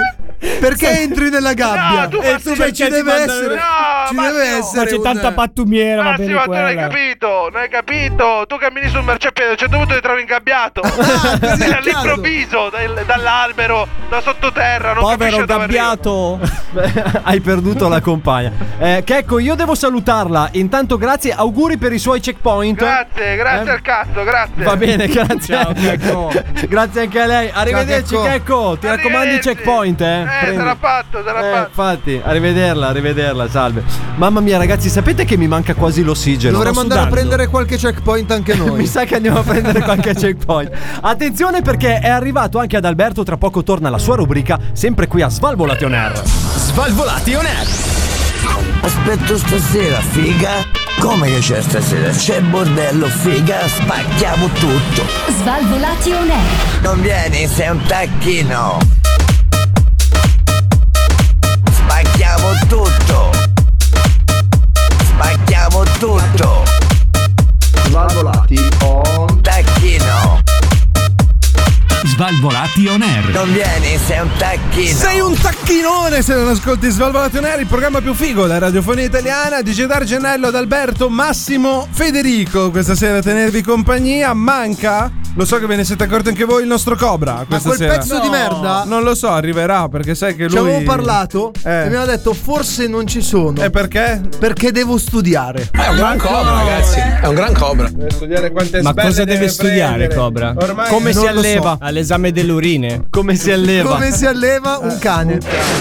Speaker 9: perché entri nella gabbia?
Speaker 19: No, tu
Speaker 9: e
Speaker 19: fai-
Speaker 9: tu beh,
Speaker 19: cioè,
Speaker 9: ci
Speaker 19: ti
Speaker 9: deve
Speaker 19: mandano-
Speaker 9: essere.
Speaker 19: No,
Speaker 9: ci
Speaker 19: Massimo!
Speaker 9: deve essere.
Speaker 8: Ma c'è
Speaker 9: un-
Speaker 8: tanta pattumiera, va bene
Speaker 19: Massimo, tu non hai
Speaker 8: quella.
Speaker 19: capito, non hai capito. Tu cammini sul marciapiede, a un certo punto ti trovi ingabbiato.
Speaker 9: Ah,
Speaker 19: All'improvviso, dal- dall'albero, da sottoterra, non capisci
Speaker 5: Povero
Speaker 19: dove
Speaker 5: gabbiato, hai perduto la compagna. Eh, Checco, io devo salutarla. Intanto, grazie, auguri per i suoi checkpoint. Eh,
Speaker 19: Grazie, grazie al cazzo, grazie.
Speaker 5: Va bene, grazie. grazie anche a lei. Arrivederci,
Speaker 19: Checco.
Speaker 5: Checco. Ti raccomando i checkpoint. Eh,
Speaker 19: Eh,
Speaker 5: Prendi.
Speaker 19: sarà fatto, sarà
Speaker 5: Eh,
Speaker 19: fatto.
Speaker 5: infatti, arrivederla, arrivederla, salve. Mamma mia, ragazzi, sapete che mi manca quasi l'ossigeno?
Speaker 9: Dovremmo
Speaker 5: Sto
Speaker 9: andare a
Speaker 5: sudando.
Speaker 9: prendere qualche checkpoint anche noi.
Speaker 5: Mi sa che andiamo a prendere qualche checkpoint. Attenzione perché è arrivato anche ad Alberto, tra poco torna la sua rubrica, sempre qui a Svalvolati on Air. Svalvolati on Air.
Speaker 6: Aspetto stasera, figa. Come che c'è stasera? C'è bordello, figa. Spacchiamo tutto.
Speaker 4: Svalvolati on air.
Speaker 6: Non vieni, sei un tacchino. Spacchiamo tutto. Spacchiamo tutto.
Speaker 17: Svalvolati oh. on
Speaker 6: Tacchino.
Speaker 18: Svalvolati on air.
Speaker 6: Non vieni, sei un tacchino.
Speaker 7: Sei un tacchinone se non ascolti Svalvolato Nero, il programma più figo della radiofonia italiana. DJ Dargenello, Adalberto, Massimo, Federico. Questa sera a tenervi compagnia. Manca, lo so che ve ne siete accorti anche voi, il nostro Cobra. Questa
Speaker 9: quel
Speaker 7: sera.
Speaker 9: pezzo di merda-
Speaker 7: Non lo so, arriverà perché sai che
Speaker 9: Ci
Speaker 7: lui.
Speaker 9: avevo parlato
Speaker 7: Eh.
Speaker 9: e mi hanno detto forse non ci sono. E
Speaker 7: perché?
Speaker 9: Perché devo studiare.
Speaker 7: Ma è un gran cobra, ragazzi.
Speaker 9: È un gran cobra.
Speaker 7: Deve studiare quante
Speaker 11: Ma
Speaker 7: sbelle
Speaker 11: cosa deve, studiare,
Speaker 7: prendere.
Speaker 11: Cobra?
Speaker 7: Ormai
Speaker 11: Come
Speaker 7: non
Speaker 11: si
Speaker 7: lo so.
Speaker 11: alleva? All'esame delle urine. Come si alleva?
Speaker 9: Come si alleva un cane.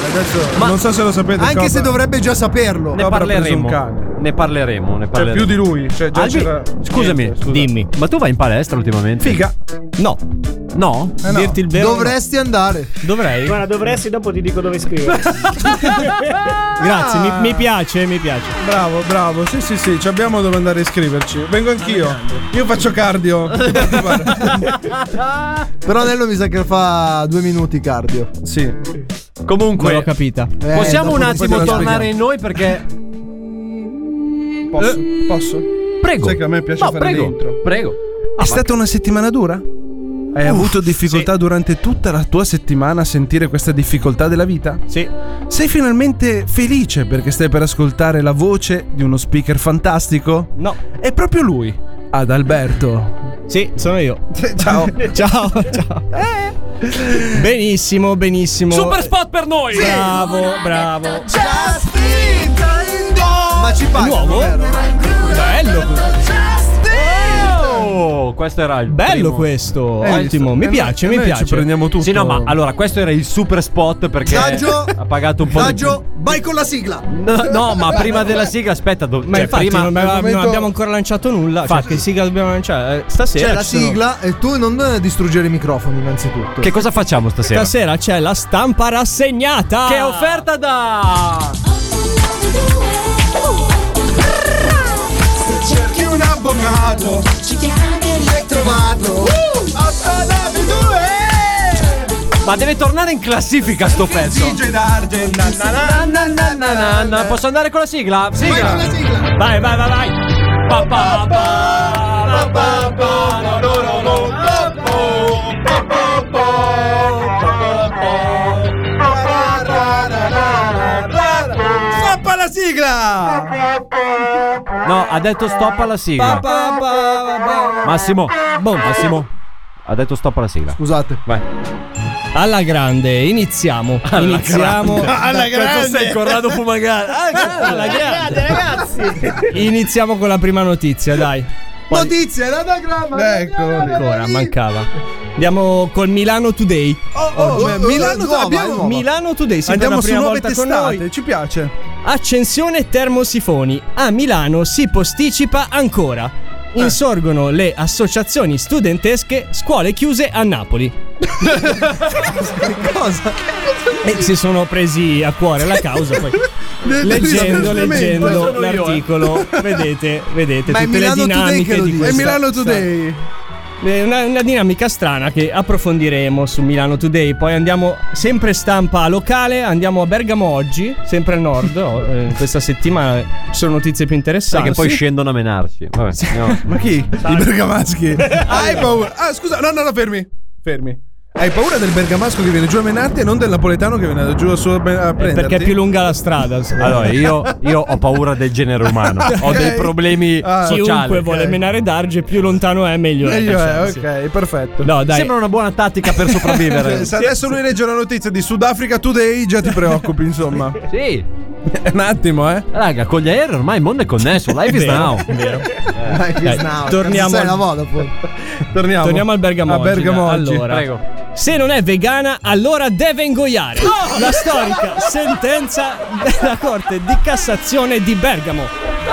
Speaker 7: Adesso, non so se lo sapete.
Speaker 9: Anche
Speaker 7: Cobra.
Speaker 9: se dovrebbe già saperlo.
Speaker 5: Ne
Speaker 7: Cobra ha preso
Speaker 5: parleremo.
Speaker 7: un cane.
Speaker 5: Ne parleremo, ne parleremo.
Speaker 7: più di lui, cioè già
Speaker 5: Albi,
Speaker 7: c'era-
Speaker 5: Scusami,
Speaker 7: Niente, scusa.
Speaker 5: dimmi. Ma tu vai in palestra ultimamente?
Speaker 7: Figa.
Speaker 5: No. No?
Speaker 7: Eh no. Dirti il vero
Speaker 9: Dovresti andare.
Speaker 5: Dovrei.
Speaker 8: Guarda, dovresti, dopo ti dico dove scrivere.
Speaker 11: Grazie, mi, mi piace, mi piace.
Speaker 7: Bravo, bravo. Sì, sì, sì, ci abbiamo dove andare a iscriverci. Vengo anch'io. Io faccio cardio.
Speaker 9: Però Nello mi sa che fa due minuti cardio.
Speaker 7: Sì.
Speaker 5: Comunque,
Speaker 11: l'ho capita.
Speaker 9: Eh,
Speaker 5: possiamo
Speaker 9: dopo
Speaker 5: un
Speaker 9: ti
Speaker 5: attimo
Speaker 9: spiegherò.
Speaker 5: tornare in noi perché.
Speaker 7: Posso? Posso?
Speaker 5: Prego.
Speaker 7: Sai che a me piace
Speaker 5: No,
Speaker 7: fare
Speaker 5: prego. Ah,
Speaker 7: l'intro.
Speaker 5: Prego.
Speaker 7: È stata una settimana dura? Hai avuto difficoltà durante tutta la tua settimana a sentire questa difficoltà della vita?
Speaker 11: Sì.
Speaker 7: Sei finalmente felice perché stai per ascoltare la voce di uno speaker fantastico?
Speaker 11: No.
Speaker 7: È proprio lui, Adalberto.
Speaker 11: Sì, sono io.
Speaker 7: Ciao.
Speaker 11: ciao, ciao.
Speaker 9: Eh.
Speaker 11: Benissimo, benissimo.
Speaker 5: Super spot per noi!
Speaker 11: Bravo, bravo.
Speaker 9: Ma ci pagano,
Speaker 11: Nuovo?
Speaker 9: vero?
Speaker 11: Bello.
Speaker 5: Oh, questo era il
Speaker 11: Bello
Speaker 5: primo.
Speaker 11: questo. Ottimo, mi piace, mi piace.
Speaker 5: Sì, no, ma allora questo era il super spot perché
Speaker 9: Saggio!
Speaker 5: ha pagato un po'
Speaker 9: Saggio, vai con la sigla.
Speaker 5: di No, no, ma prima della sigla aspetta, do-
Speaker 11: Ma
Speaker 5: cioè,
Speaker 11: infatti
Speaker 5: prima
Speaker 11: non, abbiamo- non abbiamo ancora lanciato nulla. Cioè,
Speaker 5: Infatti.
Speaker 11: che sigla dobbiamo
Speaker 5: cioè,
Speaker 11: lanciare? Eh, Stasera
Speaker 9: C'è la
Speaker 11: ci sono-
Speaker 9: sigla e tu non distruggere i microfoni innanzitutto.
Speaker 5: Che cosa facciamo stasera?
Speaker 11: Stasera c'è cioè, la stampa rassegnata.
Speaker 5: Che è offerta da
Speaker 15: Se cerchi un abbonato, ci chiami e l'hai trovato. 892
Speaker 5: Ma deve tornare in classifica sto pezzo. Posso andare con la sigla? Sigla. Vai, vai, vai, vai. Pa, pa, pa, pa, pa, no, no, no, no, pa, pa, pa, pa, pa,
Speaker 21: Stoppa la sigla!
Speaker 5: pa. No, ha detto stop alla sigla. Massimo. Boh, Massimo. Ha detto stop alla sigla.
Speaker 9: Scusate.
Speaker 5: Vai.
Speaker 11: Alla grande, iniziamo. iniziamo.
Speaker 21: alla grande.
Speaker 5: sei Corrado Fumagara.
Speaker 11: Ah,
Speaker 21: Alla grande, ragazzi.
Speaker 11: iniziamo con la prima notizia, dai.
Speaker 9: Notizia, l'anagramma.
Speaker 11: Ancora, mancava. Andiamo col Milano Today.
Speaker 9: oh,
Speaker 11: Oggi.
Speaker 9: beh, Milano- nuova,
Speaker 11: abbiamo-
Speaker 9: è nuova.
Speaker 11: Milano Today, sì, per
Speaker 7: Andiamo
Speaker 11: la
Speaker 7: su
Speaker 11: prima
Speaker 7: nuove
Speaker 11: volta con
Speaker 7: testate,
Speaker 11: noi.
Speaker 7: ci piace.
Speaker 11: Accensione termosifoni. A Milano si posticipa ancora. Insorgono le associazioni studentesche, scuole chiuse a Napoli. Cosa? E si sono presi a cuore la causa poi. Leggendo, leggendo l'articolo, vedete, vedete
Speaker 7: Ma è
Speaker 11: tutte le
Speaker 7: Milano Today
Speaker 11: dinamiche
Speaker 7: che lo
Speaker 11: di
Speaker 7: dice.
Speaker 11: questa.
Speaker 7: È Milano Today.
Speaker 11: Eh, Una, una dinamica strana che approfondiremo su Milano Today. Poi andiamo sempre stampa locale, andiamo a Bergamo oggi, sempre al nord. oh, eh, questa settimana ci sono notizie più interessanti.
Speaker 5: Perché poi scendono a menarci. Vabbè, andiamo.
Speaker 7: Ma chi? I bergamaschi. Hai paura. Ah, scusa, no, no, no, fermi. Fermi. Hai paura del bergamasco che viene giù a menarti e non del napoletano che viene giù a, su- a prenderti?
Speaker 11: Perché è più lunga la strada.
Speaker 5: Allora, io, io ho paura del genere umano. Ho dei problemi
Speaker 21: Ah.
Speaker 5: sociali.
Speaker 11: Chiunque vuole menare Darge, più lontano è, meglio,
Speaker 7: Meglio è,
Speaker 11: è.
Speaker 7: ok, perfetto.
Speaker 11: No, dai.
Speaker 5: Sembra una buona tattica per sopravvivere.
Speaker 7: Se adesso lui legge una notizia di Sudafrica Today, già ti preoccupi, insomma.
Speaker 5: Sì.
Speaker 7: Un attimo, eh.
Speaker 5: Raga, con gli aerei ormai il mondo è connesso. Life is
Speaker 11: Vero,
Speaker 5: now.
Speaker 11: vero.
Speaker 9: Dai, now.
Speaker 11: torniamo
Speaker 9: Sei
Speaker 11: al-
Speaker 9: Ah, la moda poi.
Speaker 7: Torniamo.
Speaker 11: Torniamo al Bergamo.
Speaker 7: A Bergamo oggi.
Speaker 11: Allora,
Speaker 7: Prego.
Speaker 11: se non è vegana, allora deve ingoiare.
Speaker 21: Oh!
Speaker 11: La storica sentenza della Corte di Cassazione di Bergamo. Eh,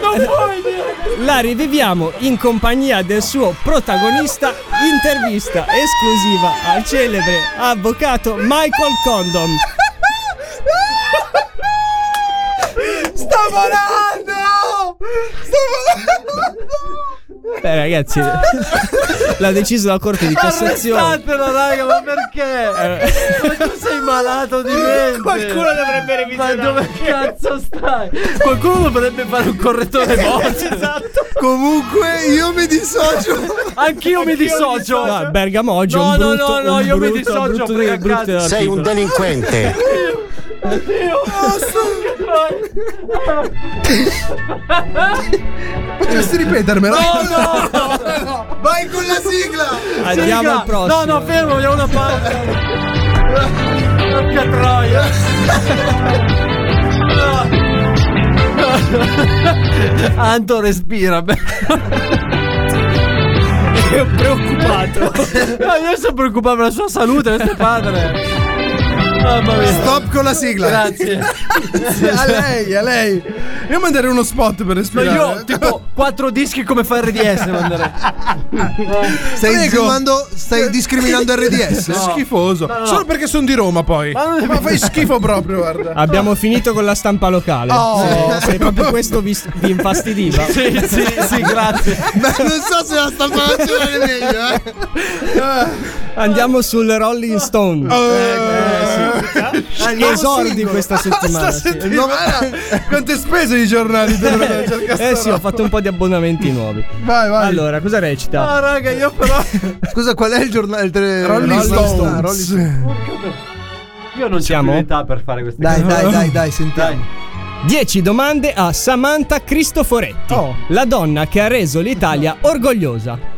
Speaker 21: No, non puoi dire.
Speaker 11: La riviviamo in compagnia del suo protagonista, intervista esclusiva al celebre avvocato Michael Condon.
Speaker 21: Sto volando! Sto volando!
Speaker 11: Beh, ragazzi, l'ha deciso la Corte di Cassazione.
Speaker 5: Arrestatelo, raga, ma perché? Ma tu sei malato di mente.
Speaker 21: Qualcuno dovrebbe revisionare.
Speaker 5: Ma dove cazzo stai? Qualcuno dovrebbe fare un correttore bozza. esatto.
Speaker 7: Comunque, io mi dissocio.
Speaker 5: Anch'io mi dissocio.
Speaker 11: No, Bergamo oggi è
Speaker 5: No,
Speaker 11: Ah, un
Speaker 5: no,
Speaker 11: brutto-
Speaker 5: no, no,
Speaker 11: un
Speaker 5: io mi
Speaker 11: brutto-
Speaker 5: dissocio,
Speaker 11: brutto-
Speaker 5: frega
Speaker 11: brutto
Speaker 5: cazzo.
Speaker 11: articolo.
Speaker 22: Sei un delinquente.
Speaker 21: Oddio,
Speaker 7: Potresti ripetermela?
Speaker 21: no, no! Vai con la sigla!
Speaker 11: Andiamo
Speaker 21: Sigla.
Speaker 11: al prossimo.
Speaker 21: No, no, fermo, vogliamo una pausa. Porca troia.
Speaker 5: Anto respira.
Speaker 11: Ero preoccupato.
Speaker 5: Adesso preoccupavo per la sua salute, questo è padre. Mamma mia.
Speaker 7: Stop con la sigla.
Speaker 5: Grazie.
Speaker 7: a lei, a lei. Io manderei uno spot per
Speaker 5: Ma
Speaker 7: respirare.
Speaker 5: io tipo quattro dischi come fa RDS manderei.
Speaker 9: Stai
Speaker 7: Prego.
Speaker 9: insinuando- stai discriminando RDS?
Speaker 7: No. Schifoso.
Speaker 5: No, no, no.
Speaker 7: Solo perché sono di Roma poi.
Speaker 5: Ma non-
Speaker 7: Ma, fai schifo proprio, guarda.
Speaker 11: Abbiamo finito con la stampa locale.
Speaker 7: Oh.
Speaker 11: Se, se proprio questo vi, vi infastidiva.
Speaker 5: Sì, sì, sì, grazie.
Speaker 9: Ma non so se la sta facendo meglio, eh.
Speaker 11: Andiamo sul Rolling Stone.
Speaker 5: Oh.
Speaker 11: Gli esordi questa settimana. sì.
Speaker 7: settimana quante spese i giornali dovrebbero cercare
Speaker 11: Eh sì, ho fatto un po' di abbonamenti nuovi.
Speaker 7: Vai, vai.
Speaker 11: Allora, cosa recita?
Speaker 5: No, raga, io però.
Speaker 9: Scusa, qual è il giornale? Il tele-
Speaker 7: Rolling
Speaker 9: Ah, Rolling
Speaker 7: Stones.
Speaker 9: Stone.
Speaker 5: Io non c'è
Speaker 11: Siamo?
Speaker 5: più l'età per fare queste
Speaker 9: Dai,
Speaker 5: cose.
Speaker 9: dai, dai, dai, sentiamo.
Speaker 11: 10 domande a Samantha Cristoforetti, la donna che ha reso l'Italia orgogliosa.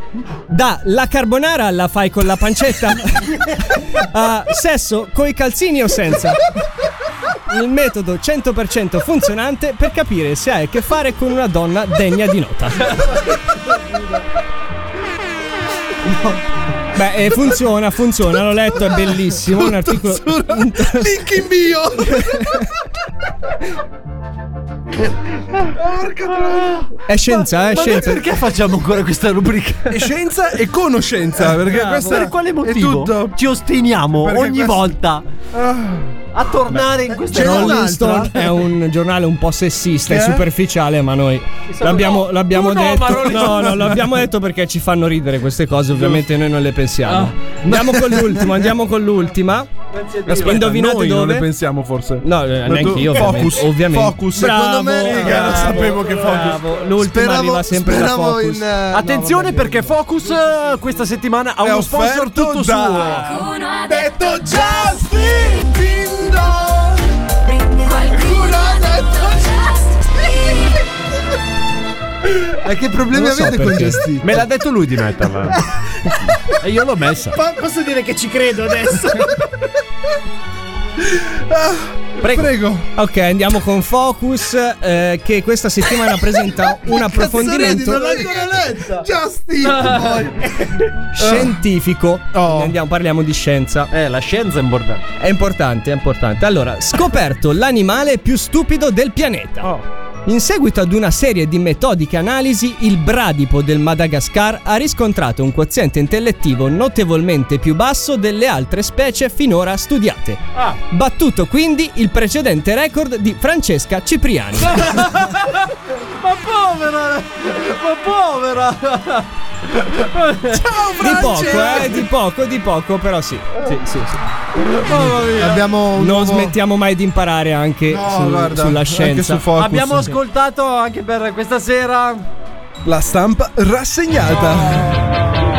Speaker 11: Da la carbonara la fai con la pancetta? a sesso coi calzini o senza? Il metodo 100% funzionante per capire se hai a che fare con una donna degna di nota. Beh, eh, funziona, funziona, l'ho letto, è bellissimo, un articolo
Speaker 7: Link in bio.
Speaker 11: È scienza, è scienza.
Speaker 5: perché facciamo ancora questa rubrica?
Speaker 7: È scienza e conoscenza. Perché
Speaker 5: Bravo.
Speaker 7: questa
Speaker 5: Per quale
Speaker 7: È
Speaker 5: motivo
Speaker 7: tutto.
Speaker 5: ci ostiniamo
Speaker 7: Perché Ah.
Speaker 5: ogni
Speaker 7: questo-
Speaker 5: volta a tornare in questa
Speaker 11: Rolling
Speaker 5: un'altra?
Speaker 11: Stone è un giornale un po' sessista
Speaker 5: Che
Speaker 11: e
Speaker 5: è?
Speaker 11: superficiale, ma noi l'abbiamo,
Speaker 5: no.
Speaker 11: l'abbiamo
Speaker 5: Tu no, ma
Speaker 11: detto.
Speaker 5: Rolling
Speaker 11: No,
Speaker 5: Stone-
Speaker 11: no, l'abbiamo detto perché ci fanno ridere queste cose. Ovviamente noi non le pensiamo. Andiamo con l'ultima, andiamo con l'ultima.
Speaker 7: Aspetta,
Speaker 11: Indovinate
Speaker 7: noi
Speaker 11: dove?
Speaker 7: non ne pensiamo forse.
Speaker 11: No, eh, neanche io. ovviamente.
Speaker 7: Focus.
Speaker 11: ovviamente.
Speaker 7: Focus.
Speaker 11: Bravo,
Speaker 7: Secondo me, raga,
Speaker 11: bravo,
Speaker 7: lo
Speaker 5: Eh,
Speaker 7: sapevo che focus. Eh,
Speaker 11: bravo. L'ultima
Speaker 7: Speravo-
Speaker 11: arriva sempre da
Speaker 7: speravo
Speaker 11: Focus.
Speaker 7: in, eh,
Speaker 5: Attenzione perché Focus eh, questa settimana ha
Speaker 7: È
Speaker 5: uno sponsor
Speaker 7: offerto
Speaker 5: tutto
Speaker 7: da-
Speaker 5: suo.
Speaker 15: ha
Speaker 21: detto Justin Bieber. Qualcuno ha detto
Speaker 7: Eh,
Speaker 9: Ma che problemi
Speaker 5: Non lo so
Speaker 9: avete con
Speaker 5: perché.
Speaker 9: gestire?
Speaker 5: Me l'ha detto lui di metterla. e io l'ho messa.
Speaker 14: Po- posso dire che ci credo adesso?
Speaker 11: Prego. Ok, andiamo con Focus. eh, che questa settimana presenta un approfondimento.
Speaker 21: letta. Justin,
Speaker 11: scientifico.
Speaker 7: Oh.
Speaker 11: Andiamo- parliamo di scienza.
Speaker 5: Eh, la scienza è importante.
Speaker 11: È importante, è importante. Allora, scoperto l'animale più stupido del pianeta.
Speaker 9: Oh.
Speaker 7: Oh.
Speaker 11: In seguito ad una serie di metodiche analisi, il bradipo del Madagascar ha riscontrato un quoziente intellettivo notevolmente più basso delle altre specie finora studiate.
Speaker 5: Ah.
Speaker 11: Battuto quindi il precedente record di Francesca Cipriani.
Speaker 5: ma povera! Ma povera!
Speaker 21: Ciao
Speaker 11: Di
Speaker 21: Francesco.
Speaker 11: poco, eh, di poco, di poco, però sì. Sì, sì, sì.
Speaker 5: Mamma mia.
Speaker 9: Abbiamo
Speaker 11: non
Speaker 9: un nuovo-
Speaker 11: smettiamo mai di imparare anche
Speaker 9: No,
Speaker 7: Oh,
Speaker 11: su-
Speaker 9: guarda,
Speaker 11: sulla
Speaker 9: anche
Speaker 11: scienza.
Speaker 9: su Focus.
Speaker 5: Abbiamo ascoltato anche per questa sera.
Speaker 7: La stampa rassegnata.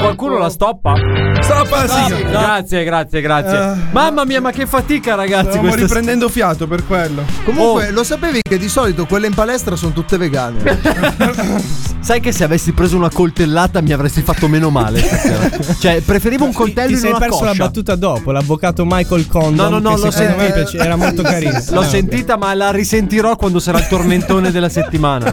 Speaker 5: Qualcuno la stoppa?
Speaker 7: Stoppa, sì.
Speaker 5: Stoppa. Grazie, grazie, grazie.
Speaker 7: Eh.
Speaker 5: Mamma mia, ma che fatica, ragazzi.
Speaker 7: Stiamo
Speaker 5: questa
Speaker 7: riprendendo fiato per quello.
Speaker 9: Comunque,
Speaker 5: Oh.
Speaker 9: lo sapevi che di solito quelle in palestra sono tutte vegane?
Speaker 5: Sai che se avessi preso una coltellata mi avresti fatto meno male stasera. cioè, preferivo un coltello
Speaker 11: Ti
Speaker 5: in
Speaker 11: sei
Speaker 5: una
Speaker 11: perso la
Speaker 5: coscia.
Speaker 11: battuta dopo, l'avvocato Michael Condon.
Speaker 5: No, no, no,
Speaker 11: che
Speaker 5: l'ho
Speaker 11: secondo me
Speaker 5: sentita.
Speaker 11: piace- era molto carino.
Speaker 5: L'ho
Speaker 11: Ah,
Speaker 5: sentita, ma la risentirò quando sarà il tormentone della settimana.